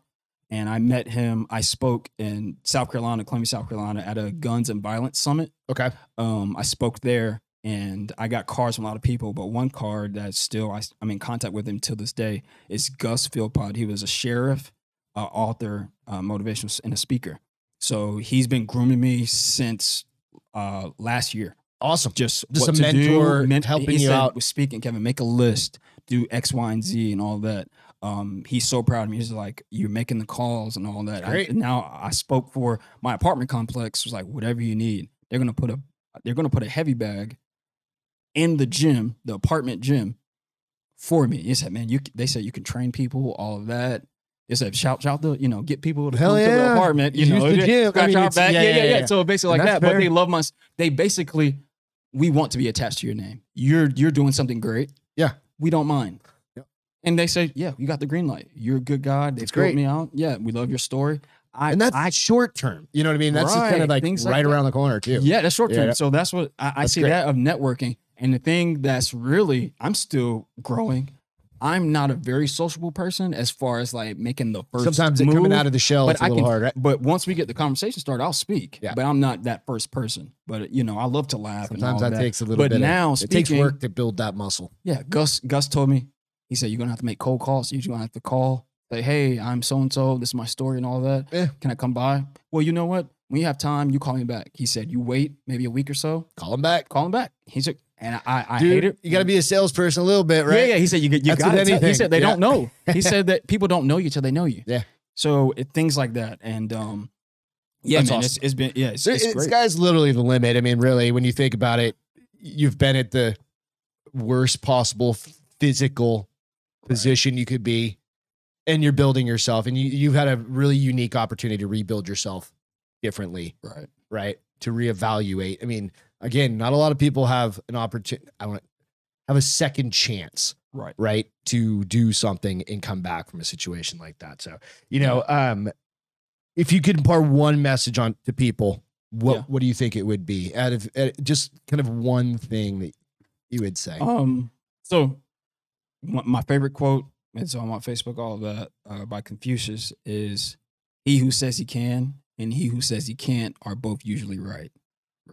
B: and I met him. I spoke in South Carolina, Columbia, South Carolina, at a guns and violence summit.
A: Okay.
B: Um, I spoke there, and I got cards from a lot of people. But one card that still I, am in contact with him till this day is Gus Philpott. He was a sheriff, uh, author, uh, motivational, s- and a speaker. So he's been grooming me since uh, last year
A: Awesome.
B: just
A: Just
B: what
A: a
B: to
A: mentor
B: do,
A: helping
B: he
A: you
B: said,
A: out.
B: with speaking. Kevin, make a list, do X, Y, and Z, and all that. Um, he's so proud of me. He's like, you're making the calls and all that. I-
A: Great.
B: and now I spoke for my apartment complex. Was like, whatever you need, they're gonna put a they're gonna put a heavy bag in the gym, the apartment gym, for me. He said, man, you. c- They said you can train people, all of that. They said, shout, shout the, you know, get people to
A: Hell
B: come to
A: yeah.
B: the apartment. You
A: Use
B: know,
A: the gym. I
B: scratch
A: mean,
B: our
A: it's-
B: back.
A: yeah,
B: Yeah yeah,
A: yeah,
B: yeah,
A: yeah.
B: So basically, like
A: And
B: that.
A: that's
B: But
A: fair.
B: they love my. s- They basically we want to be attached to your name. You're you're doing something great.
A: Yeah.
B: We don't mind.
A: Yep.
B: And they say, Yeah, you got the green light. You're a good guy. They
A: That's
B: built
A: great.
B: me out. Yeah, we love your story. I
A: and that's
B: I,
A: short term. You know what I mean? That's just kind
B: Right,
A: of like
B: things like
A: right
B: that.
A: around the corner too.
B: yeah, that's short term.
A: Yeah.
B: So that's what I, I
A: That's
B: see
A: great.
B: that of networking. And the thing that's really I'm still growing. I'm not a very sociable person as far as like making the first
A: Sometimes it
B: move,
A: coming out of the shell
B: but
A: it's a
B: I
A: little
B: can-
A: hard. Right?
B: but once we get the conversation started, I'll speak.
A: Yeah.
B: But I'm not that first person. But you know, I love to laugh. and all
A: Sometimes that, takes a little
B: But
A: bit. of,
B: now
A: it takes
B: speaking-
A: work to build that muscle.
B: Yeah, Gus. Gus told me. He said you're gonna have to make cold calls. You're gonna have to call. Say, hey, I'm so and so. This is my story and all that.
A: Yeah.
B: Can I come by? Well, you know what? When you have time, you call me back. He said you wait maybe a week or so.
A: Call them back.
B: Call him back. He said, and I I
A: Dude,
B: hate it.
A: you got to be a salesperson a little bit, right?
B: Yeah, yeah. He said you, you
A: That's
B: got
A: with
B: to. He
A: anything.
B: said they
A: Yeah.
B: don't know. He said that people don't know you till they know you.
A: Yeah.
B: So it, things like that, and um, yeah,
A: That's
B: man,
A: awesome.
B: it's, it's been yeah, it's,
A: So
B: it's
A: it-
B: great.
A: sky's literally the limit. I mean, really, when you think about it, you've been at the worst possible physical position you could be, and you're building yourself, and you, you've had a really unique opportunity to rebuild yourself differently,
B: right.
A: right? To reevaluate. I mean, again, not a lot of people have an opportunity. I want have a second chance
B: Right.
A: right to do something and come back from a situation like that so you know um if you could impart one message on to people what
B: Yeah.
A: what do you think it would be out of out of- just kind of one thing that you would say
B: Um, so my, my favorite quote, it's on my Facebook, all of that, uh, by Confucius is he who says he can and he who says he can't are both usually right.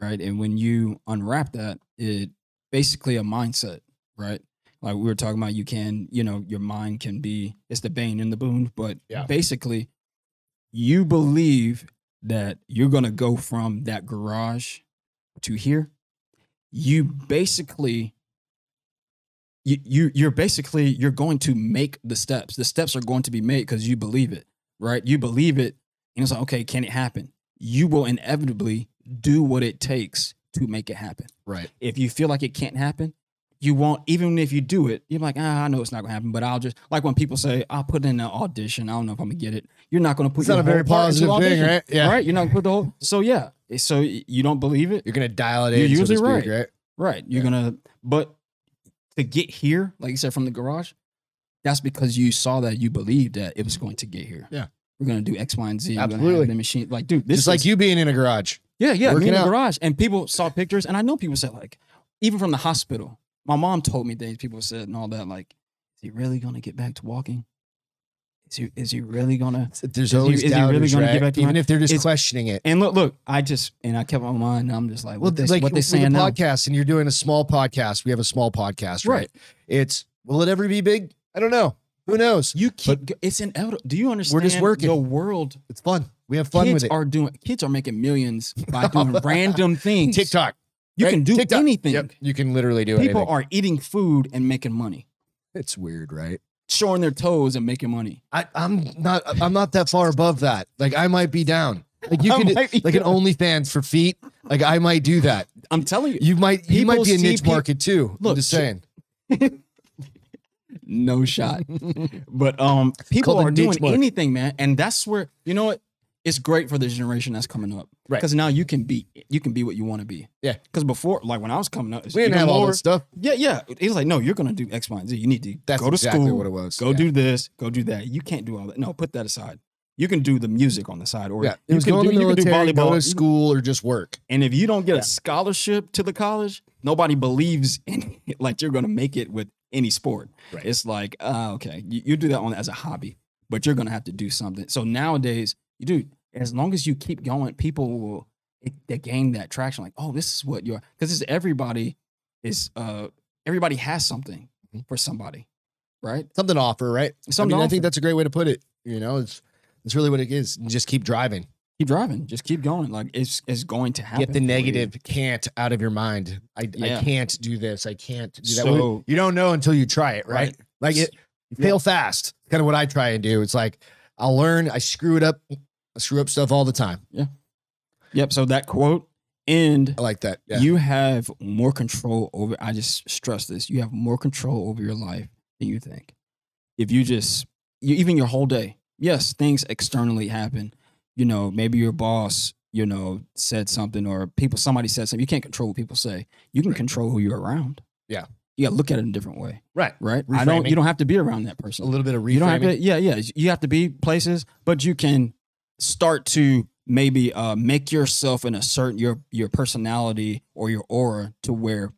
B: Right. And when you unwrap that, it basically a mindset, right? Like we were talking about, you can, you know, your mind can be, it's the bane and the boon, but
A: Yeah.
B: basically you believe that you're going to go from that garage to here. You basically you, you you're basically you're going to make the steps the steps are going to be made because you believe it right you believe it and it's like okay can it happen you will inevitably do what it takes to make it happen
A: right
B: if you feel like it can't happen you won't even if you do it you're like ah, i know it's not gonna happen but i'll just like when people say i'll put in an audition i don't know if i'm gonna get it you're not gonna put
A: it's not
B: your
A: a very
B: whole heart into
A: positive thing
B: audition,
A: right yeah
B: right you're not gonna put the whole so yeah so you don't believe it
A: you're gonna dial it in
B: You're
A: so to
B: usually
A: speak,
B: right.
A: right
B: Right. You're gonna but to get here, like you said, from the garage, that's because you saw that you believed that it was going to get here.
A: Yeah.
B: We're gonna do X, Y, and Z. We're gonna have
A: Absolutely.
B: the machine. Like, dude, this
A: just like
B: is-
A: you being in a garage
B: Yeah, yeah, me
A: Working
B: in the
A: out.
B: garage. And people saw pictures, and I know people said like, even from the hospital, my mom told me things people said and all that. Like, is he really gonna get back to walking? Is he is he really gonna?
A: There's
B: Is he-
A: always
B: is he really
A: doubters,
B: gonna get
A: right?
B: back to
A: Even
B: my-
A: if they're just
B: It's-
A: questioning it.
B: And look, look, I just and I kept my mind. And I'm just like,
A: Well,
B: what they
A: like
B: what they
A: with
B: saying
A: the
B: now?
A: podcast, and you're doing a small podcast. We have a small podcast, right?
B: Right.
A: It's will it ever be big? I don't know. Who knows?
B: You keep. it's inevitable. Do you understand?
A: working.
B: The world.
A: It's fun. We have fun with
B: kids
A: it.
B: are doing. Kids are making millions by doing random things.
A: TikTok.
B: You
A: right?
B: can do
A: TikTok.
B: anything.
A: Yep. You can literally do
B: People
A: anything.
B: are eating food and making money,
A: it's weird, right?
B: showing their toes and making money.
A: I, I'm not. I'm not that far above that. Like I might be down. Like you
B: I
A: could
B: might be
A: like an OnlyFans for feet. Like I might do that.
B: I'm telling you,
A: You might. You might
B: People
A: be a
B: see
A: niche
B: peop-
A: market too. Look, I'm
B: Look,
A: just
B: sh-
A: saying.
B: no shot. but um, people
A: called the
B: are doing
A: niche market.
B: anything, man, and that's where you know what. It's great for the generation that's coming up,
A: Right.
B: Because now you can be you can be what you want to be.
A: Yeah.
B: Because before, like when I was coming up, it's
A: We didn't
B: even
A: have all
B: lower-
A: that stuff.
B: Yeah, yeah. He was like, no, you're gonna do X, Y, and Z. You need to
A: That's
B: go to
A: exactly
B: school.
A: what it was.
B: Go
A: Yeah.
B: do this. Go do that. You can't do all that. No, put that aside. You can do the music on the side, or
A: Yeah, it
B: you,
A: was
B: can
A: going
B: do,
A: to the
B: you can do
A: military, go
B: volleyball. You-
A: to school, or just work.
B: And if you don't get a scholarship to the college, nobody believes in it. like you're gonna make it with any sport.
A: Right.
B: It's like, uh, okay, you, you do that on as a hobby, but you're gonna have to do something. So nowadays, you do as long as you keep going, people will it, they gain that traction. Like, oh, this is what you're because it's everybody is uh everybody has something for somebody, right?
A: Something to offer, right? Mm-hmm.
B: Something
A: I, mean,
B: to
A: I think
B: offer.
A: that's a great way to put it. You know, it's it's really what it is. And just keep driving.
B: Keep driving, just keep going. Like it's it's going to happen.
A: Get the
B: for you.
A: negative can't out of your mind. I, I
B: Yeah.
A: can't do this. I can't do that.
B: So-
A: you don't know until you try it, right?
B: Right.
A: Like it, you
B: Yeah.
A: fail fast. It's kind of what I try and do. It's like I'll learn. I screw it up. I screw up stuff all the time.
B: Yep. So that quote and
A: I like that. Yeah.
B: You have more control over. I just stress this. You have more control over your life than you think. If you just, you, even your whole day. Yes, things externally happen. You know, maybe your boss, you know, said something, or people, somebody said something. You can't control what people say. You can control who you're around.
A: Yeah.
B: you got to look at it in a different way,
A: right.
B: right? I don't.
A: Reframing.
B: You don't have to be around that
A: A
B: person.
A: little bit of reframing.
B: You don't have to. Yeah, yeah. You have to be places, but you can start to maybe uh, make yourself and assert your your personality or your aura to where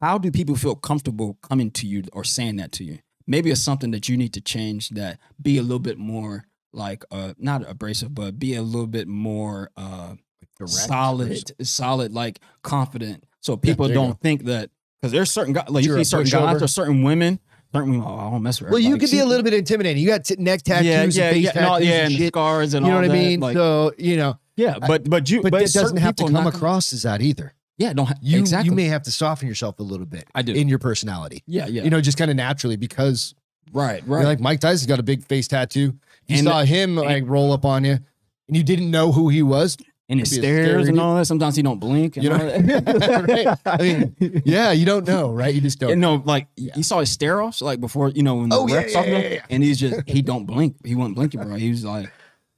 B: how do people feel comfortable coming to you or saying that to you? Maybe it's something that you need to change. That be a little bit more like uh, not abrasive, but be a little bit more. Uh,
A: Direct
B: solid,
A: person.
B: solid, like confident. So people
A: there you
B: don't
A: go.
B: think that because there's certain guys, like
A: You're
B: you
A: a
B: see certain
A: pushover.
B: guys or certain women, certain women. Oh, I don't mess with. her.
A: Well, you
B: Like,
A: could be
B: she-
A: a little bit intimidating. You got t- neck tattoos,
B: yeah,
A: and
B: yeah,
A: face
B: yeah,
A: tattoos,
B: no, yeah,
A: and
B: and
A: shit.
B: scars and
A: you know
B: all
A: what I
B: that,
A: mean?
B: like-
A: so you know,
B: yeah, but but you
A: but, that
B: certain
A: doesn't have to
B: people
A: come
B: not gonna-
A: across as that either.
B: Yeah, don't ha-
A: You
B: exactly.
A: you may have to soften yourself a little bit
B: I do.
A: in your personality.
B: yeah, yeah,
A: You know, just kind of naturally because
B: right,
A: you know,
B: right.
A: like Mike Tyson's got a big face tattoo. You
B: And-
A: saw him like roll up on you, and you didn't know who he was.
B: and it
A: could be a
B: stares
A: stereotype.
B: and all that. Sometimes he don't blink. And
A: You know?
B: all that.
A: Right? I mean, yeah, you don't know, right? You just don't.
B: And no, like
A: Yeah.
B: you saw his stare offs, like before, you know, when the
A: Oh, yeah,
B: refs talking
A: yeah,
B: about-
A: yeah, yeah.
B: and he's just he don't blink. He wasn't blinking, bro. He was like,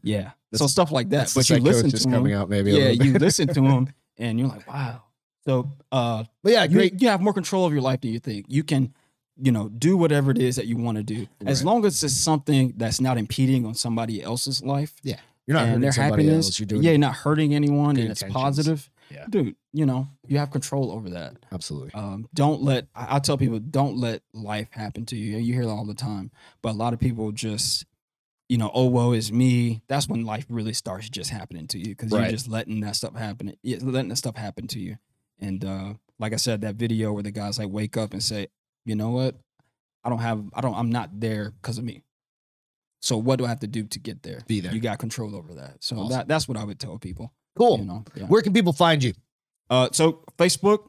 B: Yeah. so
A: That's-
B: stuff like that.
A: That's the
B: But you listen
A: psychosis
B: to him.
A: coming out, maybe. a
B: yeah,
A: little bit.
B: you listen to him and you're like, wow. So uh,
A: But yeah,
B: you,
A: great.
B: you have more control of your life than you think. You can, you know, do whatever it is that you want to do, as
A: Right.
B: long as it's something that's not impeding on somebody else's life
A: You're not
B: and
A: hurting
B: their
A: somebody
B: happiness.
A: else. You're doing
B: yeah, you're not hurting anyone,
A: good
B: and it's
A: intentions.
B: positive.
A: Yeah.
B: Dude, you know, you have control over that.
A: absolutely.
B: Um, don't let I, I tell people don't let life happen to you. You hear that all the time, but a lot of people just, you know, oh woe is me. That's when life really starts just happening to you because
A: Right.
B: you're just letting that stuff happen. yeah, Letting that stuff happen to you, and uh, like I said, that video where the guys like wake up and say, you know what, I don't have, I don't, I'm not there because of me. So what do I have to do to get there?
A: Be there.
B: You got control over that. So
A: Awesome.
B: that that's what I would tell people.
A: Cool.
B: You know, yeah.
A: Where can people find you?
B: Uh, so Facebook,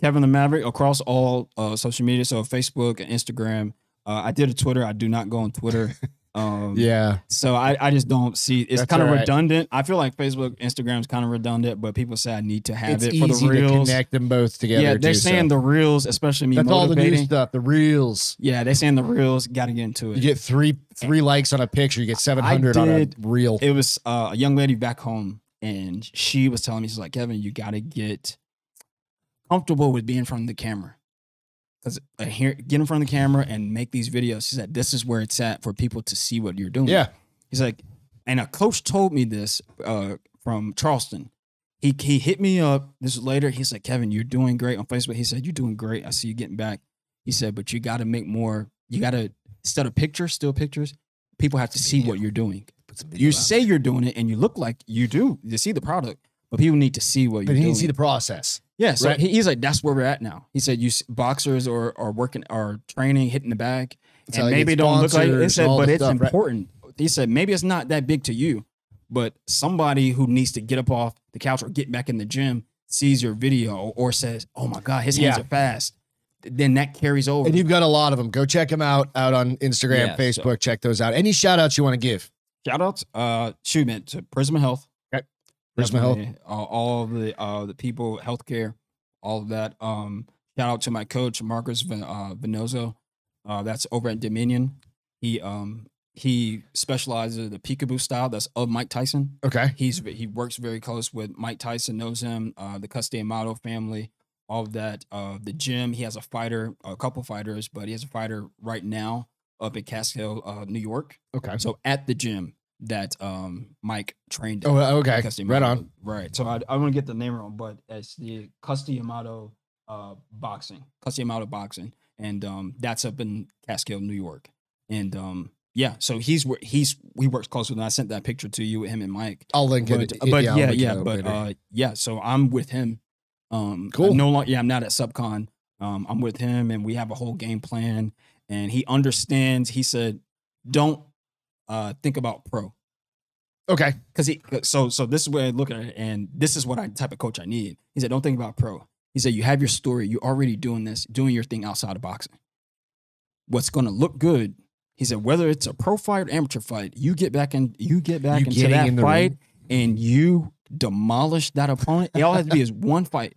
B: Kevin the Maverick across all uh, social media. So Facebook and Instagram. Uh, I did a Twitter. I do not go on Twitter. Um,
A: Yeah,
B: So I, I just don't see. It's
A: That's
B: kind of
A: all right.
B: redundant. I feel like Facebook, Instagram is kind of redundant, but people say I need to have
A: it's
B: it for
A: easy
B: the
A: to
B: reels.
A: connect them both together.
B: yeah, they're
A: too, so.
B: saying the reels, especially me
A: That's all the
B: motivating.
A: new stuff. The reels.
B: yeah, they're saying the reels. Got to get into it.
A: You get three three likes on a picture. You get seven hundred on a
B: did-
A: reel.
B: it was uh, a young lady back home and she was telling me she's like kevin you got to get comfortable with being in front of the camera because here get in front of the camera and make these videos she said this is where it's at for people to see what you're doing
A: yeah,
B: he's like and a coach told me this uh, from charleston he he hit me up this was later. He said, Kevin, you're doing great on Facebook. He said, You're doing great. I see you getting back. He said, but you gotta make more, you gotta instead of pictures, still pictures, people have to see what you're doing.
C: Put some
B: You
C: video out.
B: say you're doing it and you look like you do. You see the product, but people need to see what
A: But
B: you're
A: he
B: doing.
A: didn't see the process.
B: Yeah, so
A: Right.
B: he- he's like, that's where we're at now. He said, you s- boxers are, are working, are training, hitting the bag,
A: That's how
B: and
A: they get
B: maybe don't look like
A: sponsors
B: it.
A: and
B: Said,
A: all
B: but
A: the
B: it's
A: stuff, right?
B: important. He said, maybe it's not that big to you, but somebody who needs to get up off the couch or get back in the gym sees your video or says, oh my God, his hands
A: Yeah.
B: are fast. Then that carries over.
A: And you've got a lot of them. Go check them out out on Instagram,
C: Yeah,
A: Facebook. Check those out. Any shout outs you want to give?
B: Shout out, uh, shoot, man, to Prisma Health.
A: Okay. Prisma Health.
B: Definitely, Uh, all of the uh, the people, healthcare, all of that. Um, shout out to my coach, Marcus Ven- uh, Venozo. Uh, that's over at Dominion. He um he specializes in the peekaboo style. That's of Mike Tyson.
A: Okay.
B: He's he works very close with Mike Tyson. Knows him. Uh, the Customato family. All of that. Uh, the gym. He has a fighter, a couple fighters, but he has a fighter right now up in Catskill, uh, New York.
A: Okay.
B: So at the gym that um Mike trained.
A: Oh,
B: at,
A: okay.
B: Custy
A: Right
B: Amato.
A: on.
B: Right. So I I want to get the name wrong, but it's the Custy Amato uh boxing. Custy Amato boxing. And um that's up in Catskill, New York. And um yeah, so he's where he's he works close with him. I sent that picture to you with him and Mike.
A: I'll link
B: But,
A: it.
B: but
A: I'll
B: yeah, yeah,
A: link it up
B: but
A: later.
B: uh yeah, so I'm with him. Um
A: Cool.
B: no longer yeah, I'm not at Subcon. Um I'm with him and we have a whole game plan and he understands. He said, "Don't uh think about pro."
A: okay.
B: because he so so this is where I look at it, and this is what I type of coach I need. He said, "Don't think about pro." He said, "You have your story. You're already doing this, doing your thing outside of boxing. What's going to look good?" He said, "Whether it's a pro fight or amateur fight, you get back in, you get back
A: You
B: into
A: getting
B: that
A: in the
B: fight, and you demolish that opponent. It all has to be is one fight,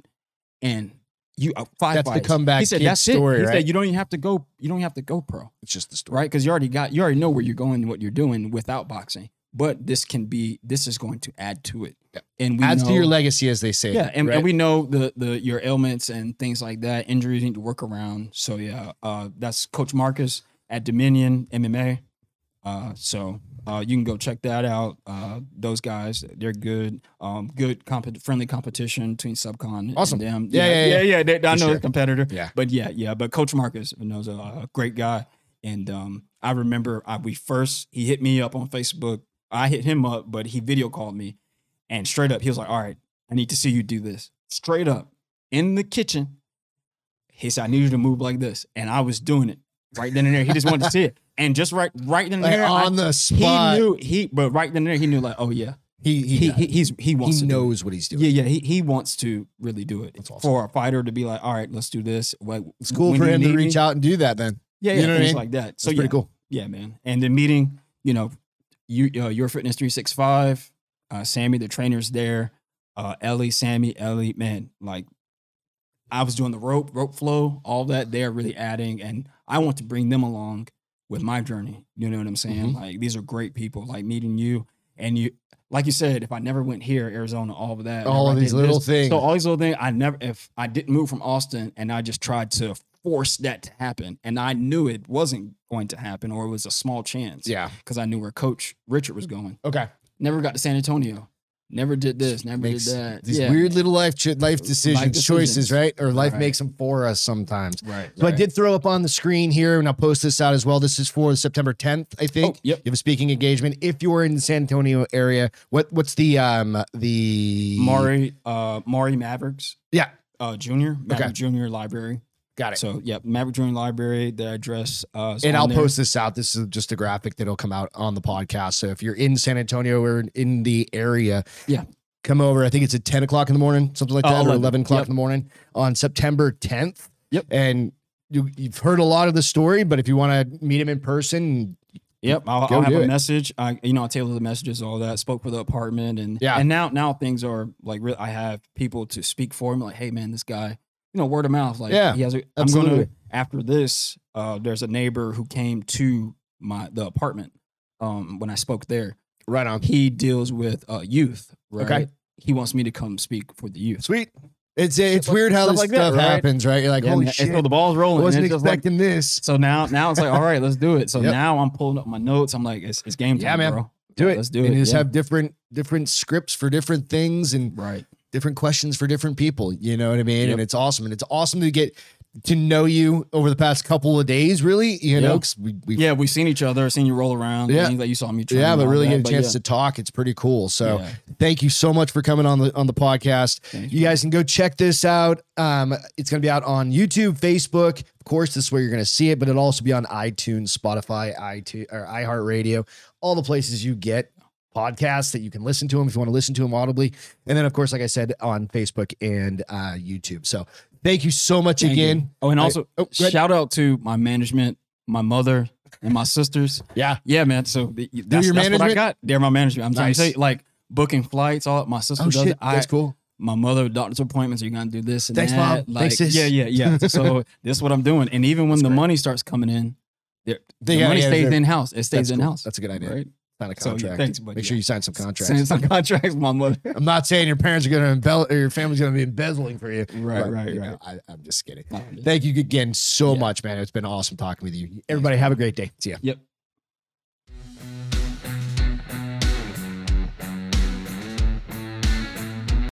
B: and you uh, five
A: That's the
B: fights.
A: comeback
B: He said,
A: kid
B: "That's
A: story,
B: it." He
A: right?
B: said, "You don't even have to go. You don't have to go pro."
A: It's just the story.
B: right? Because you already got, you already know where you're going and what you're doing without boxing. But this can be, this is going to add to it,
A: Yeah.
B: and we
A: Adds
B: know,
A: to your legacy, as they say.
B: yeah, and,
A: right?
B: and we know the the your ailments and things like that, injuries you need to work around. So yeah, uh, that's Coach Marcus at Dominion MMA. Uh, so uh, you can go check that out. Uh, those guys, they're good. Um, good comp- friendly competition between Subcon.
A: Awesome.
B: And them.
A: Yeah, yeah, yeah.
B: yeah. they- I know
A: For sure.
B: the competitor.
A: Yeah.
B: But yeah, yeah. But Coach Marcus knows a, a great guy. And um, I remember I, we first, he hit me up on Facebook. I hit him up, but he video called me. And straight up, he was like, all right, I need to see you do this. Straight up in the kitchen. He said, I need you to move like this. And I was doing it right then and there. He just wanted to see it. And just right, right then and
A: Like,
B: there, I-
A: on the
B: he
A: spot.
B: knew he, but right then and there, he knew like, oh yeah,
A: He he
B: he,
A: got it.
B: he he's he
A: he,
B: wants to do it.
A: knows what he's doing.
B: Yeah, yeah, he, he wants to really do it
A: That's awesome.
B: for a fighter to be like, all right, let's do this. Like,
A: It's cool for him to reach out and do that. Then
B: Yeah,
A: you
B: yeah,
A: know what I
B: things
A: mean?
B: like that.
A: it's
B: So yeah,
A: pretty cool.
B: yeah, man. And then meeting, you know, you uh, your fitness three six five, uh, Sammy, the trainers there, uh, Ellie, Sammy, Ellie, man, like I was doing the rope, rope flow, all that. They're really adding, and I want to bring them along with my journey. You know what I'm saying?
A: Mhm.
B: Like these are great people. Like meeting you and you, like you said, if I never went here, Arizona, all of that,
A: All
B: never
A: of
B: I
A: these
B: did
A: little
B: this.
A: things.
B: So all these little things, I never, if I didn't move from Austin and I just tried to force that to happen, and I knew it wasn't going to happen, or it was a small chance,
A: Yeah.
B: because I knew where Coach Richard was going.
A: Okay.
B: Never got to San Antonio. Never did this. Never
A: Makes
B: did that.
A: these
B: yeah.
A: weird little life ch- life decisions,
B: decisions.
A: choices, right? Or life
B: Right.
A: makes them for us sometimes.
B: Right.
A: So I did throw up on the screen here, and I'll post this out as well. This is for September 10th, I
B: Oh,
A: think.
B: yep.
A: You have a speaking engagement. If you're in the San Antonio area, what what's the um the
B: Maury, uh, Maury Mavericks,
A: Yeah,
B: uh, Junior, Maverick Junior Library.
A: got it.
B: So, yeah, Maverick Junior Library, the address. Uh, is
A: and
B: on
A: I'll
B: there.
A: post this out. This is just a graphic that'll come out on the podcast. So if you're in San Antonio or in the area,
B: Yeah.
A: come over. I think it's at 10 o'clock in the morning, something like
B: Uh,
A: that, or
B: 11.
A: 11 o'clock
B: Yep.
A: in the morning on September 10th.
B: Yep.
A: And you, you've heard a lot of the story, but if you want to meet him in person,
B: Yep, I'll,
A: Go
B: I'll have
A: do
B: a
A: it.
B: message. I, you know, I tailor the messages, all that. Spoke for the apartment, and
A: Yeah.
B: and now now things are like real. I have people to speak for me, like, hey man, this guy, you know, word of mouth, like,
A: Yeah,
B: he has. A, I'm
A: absolutely.
B: gonna after this. Uh, there's a neighbor who came to my the apartment. Um, when I spoke there,
A: right on.
B: he deals with uh youth. Right?
A: Okay.
B: He wants me to come speak for the youth.
A: Sweet. It's it's weird how
B: Stuff
A: this
B: like that,
A: stuff
B: right?
A: happens, right? You're like,
B: Yeah,
A: holy
B: man, and
A: shit,
B: So the ball's rolling. and
A: wasn't
B: it's just like-
A: expecting this.
B: so now now it's like, all right, let's do it. So
A: Yep.
B: now I'm pulling up my notes. I'm like, it's, it's game time,
A: Yeah, man.
B: bro.
A: Do it.
B: Let's do
A: and
B: it.
A: you just
B: yeah.
A: have different different scripts for different things, and
B: right.
A: different questions for different people. You know what I mean?
B: Yep.
A: And it's awesome. And it's awesome to get to know you over the past couple of days, really. You know,
B: Yeah.
A: 'cause we, we
B: Yeah, we've seen each other, seen you roll around.
A: Yeah.
B: Yeah, that you saw me. train
A: yeah,
B: and
A: but
B: all
A: really
B: that,
A: get a
B: but
A: chance
B: yeah.
A: to talk. It's pretty cool. So
B: Yeah.
A: thank you so much for coming on the on the podcast.
B: Thanks,
A: you guys can go check this out. Um, it's gonna be out on YouTube, Facebook. Of course, this is where you're gonna see it, but it'll also be on iTunes, Spotify, iTunes, or iHeartRadio, all the places you get podcasts that you can listen to them if you want to listen to them audibly. And then, of course, like I said, on Facebook and uh, YouTube. So thank you so much
B: Thank you.
A: again.
B: Oh, and
A: I-
B: also
A: oh, go ahead.
B: shout out to my management, my mother, and my sisters.
A: Yeah.
B: Yeah, man. So th- that's,
A: your
B: that's what
A: management?
B: I got. They're my management. I'm trying
A: Nice.
B: to say, like booking flights, all that. My sister
A: Oh
B: does
A: shit,
B: it. I,
A: that's cool.
B: my mother doctor's appointments. You're gonna do this and
A: Thanks,
B: that.
A: Mom.
B: Like,
A: Thanks, sis.
B: Yeah, yeah, yeah. so this is what I'm doing. And even when
A: That's
B: the
A: great.
B: money starts coming in, the, the
A: Yeah,
B: money
A: yeah,
B: stays
A: sure.
B: in house. It stays
A: That's
B: in
A: cool.
B: house.
A: That's a good idea.
B: Right.
A: Sign a
B: So, yeah,
A: contract.
B: thanks, budud.
A: Make sure you sign some contracts.
B: Same some contracts. My mother.
A: I'm not saying your parents are going to embellish or your family's going to be embezzling for you.
B: Right,
A: but,
B: right,
A: you
B: right.
A: know, I, I'm just kidding.
B: No, I'm just-
A: Thank you again so
B: Yeah.
A: much, man. It's been awesome talking with you. Everybody, have a great day. See ya.
B: Yep.